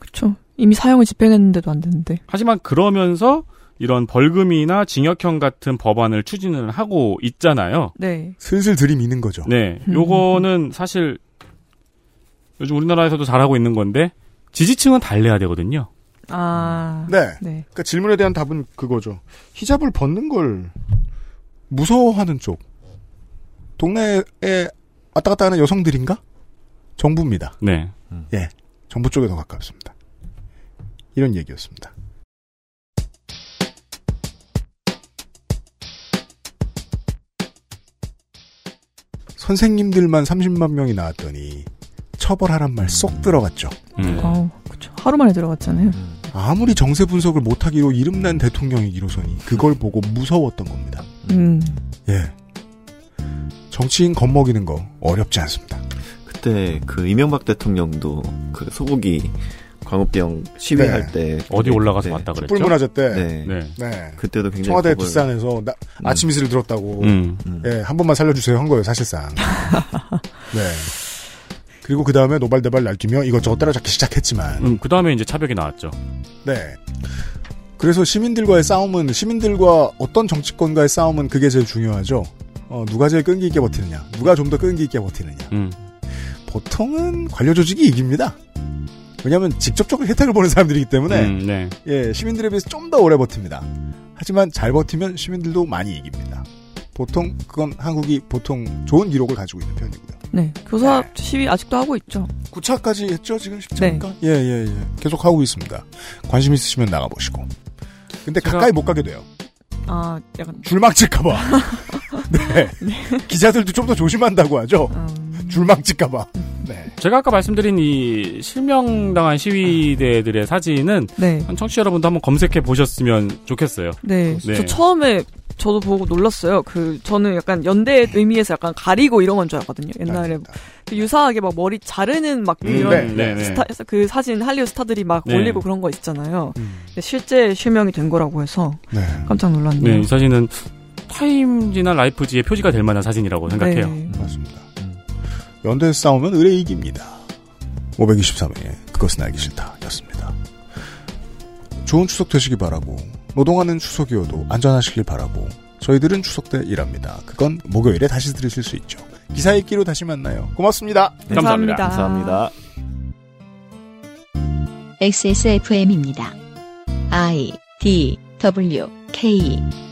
E: 그쵸. 이미 사형을 집행했는데도 안 되는데.
C: 하지만 그러면서 이런 벌금이나 징역형 같은 법안을 추진을 하고 있잖아요.
E: 네.
B: 슬슬 들이미는 거죠.
C: 네.
E: 음.
C: 요거는 사실 요즘 우리나라에서도 잘하고 있는 건데 지지층은 달래야 되거든요.
E: 아.
B: 네. 그러니까 질문에 대한 답은 그거죠. 히잡을 벗는 걸 무서워하는 쪽. 동네에 왔다 갔다 하는 여성들인가? 정부입니다.
C: 네.
B: 예. 정부 쪽에 더 가깝습니다. 이런 얘기였습니다. 선생님들만 30만 명이 나왔더니 처벌하란 말 쏙 들어갔죠.
E: 아우, 그쵸. 하루 만에 들어갔잖아요.
C: 음,
B: 아무리 정세 분석을 못하기로 이름난 대통령이 기로서니 그걸 보고 무서웠던 겁니다.
E: 음.
B: 예. 정치인 겁먹이는 거 어렵지 않습니다.
D: 그때 그 이명박 대통령도 그 소고기 광우병 시위할
B: 네.
D: 때
C: 어디 올라가서
D: 네.
C: 왔다 그랬죠?
B: 뿔문화제 때.
D: 네.
B: 네.
D: 그때도 굉장히
B: 청와대
D: 겁을-
B: 뒷산에서 나- 아침 이슬을 들었다고.
D: 음.
B: 예, 한 번만 살려주세요 한 거예요, 사실상. 네. 그리고 그 다음에 노발대발 날뛰며 이것저것 따라잡기 시작했지만.
C: 음, 그 다음에 이제 차벽이 나왔죠.
B: 네. 그래서 시민들과의 싸움은 시민들과 어떤 정치권과의 싸움은 그게 제일 중요하죠. 어, 누가 제일 끈기 있게 버티느냐, 누가 좀 더 끈기 있게 버티느냐.
C: 음.
B: 보통은 관료 조직이 이깁니다. 왜냐하면 직접적으로 혜택을 보는 사람들이기 때문에
C: 음, 네.
B: 예, 시민들에 비해서 좀 더 오래 버팁니다. 하지만 잘 버티면 시민들도 많이 이깁니다. 보통 그건 한국이 보통 좋은 기록을 가지고 있는 편이고요.
E: 네. 교사 시위 아직도 하고 있죠.
B: 구차까지 했죠, 지금
E: 네.
B: 예, 예, 예. 계속 하고 있습니다. 관심 있으시면 나가보시고. 근데 가까이 못 가게 돼요.
E: 아, 약간
B: 줄막 칠까봐. 네. 기자들도 좀 더 조심한다고 하죠. 줄망칠까봐. 네.
C: 제가 아까 말씀드린 이 실명당한 시위대들의 사진은
E: 네.
C: 한 청취자 여러분도 한번 검색해 보셨으면 좋겠어요.
E: 네. 저 처음에 저도 보고 놀랐어요. 그 저는 약간 연대 의미에서 약간 가리고 이런 건 줄 알았거든요. 옛날에 그 유사하게 막 머리 자르는 막
C: 음,
E: 이런
C: 네, 네, 네.
E: 스타, 그 사진 할리우드 스타들이 막
C: 네.
E: 올리고 그런 거 있잖아요.
B: 음.
E: 근데 실제 실명이 된 거라고 해서
B: 네.
E: 깜짝 놀랐네요.
C: 네, 이 사진은 타임지나 라이프지의 표지가 될 만한 사진이라고 생각해요.
E: 네.
B: 맞습니다. 연대 싸움은 의뢰 이깁니다. 523회 그것은 알기 싫다였습니다. 좋은 추석 되시기 바라고 노동하는 추석이어도 안전하시길 바라고 저희들은 추석 때 일합니다. 그건 목요일에 다시 들으실 수 있죠. 기사 읽기로 다시 만나요. 고맙습니다.
D: 네, 감사합니다. 감사합니다.
A: XSFM입니다. I D W K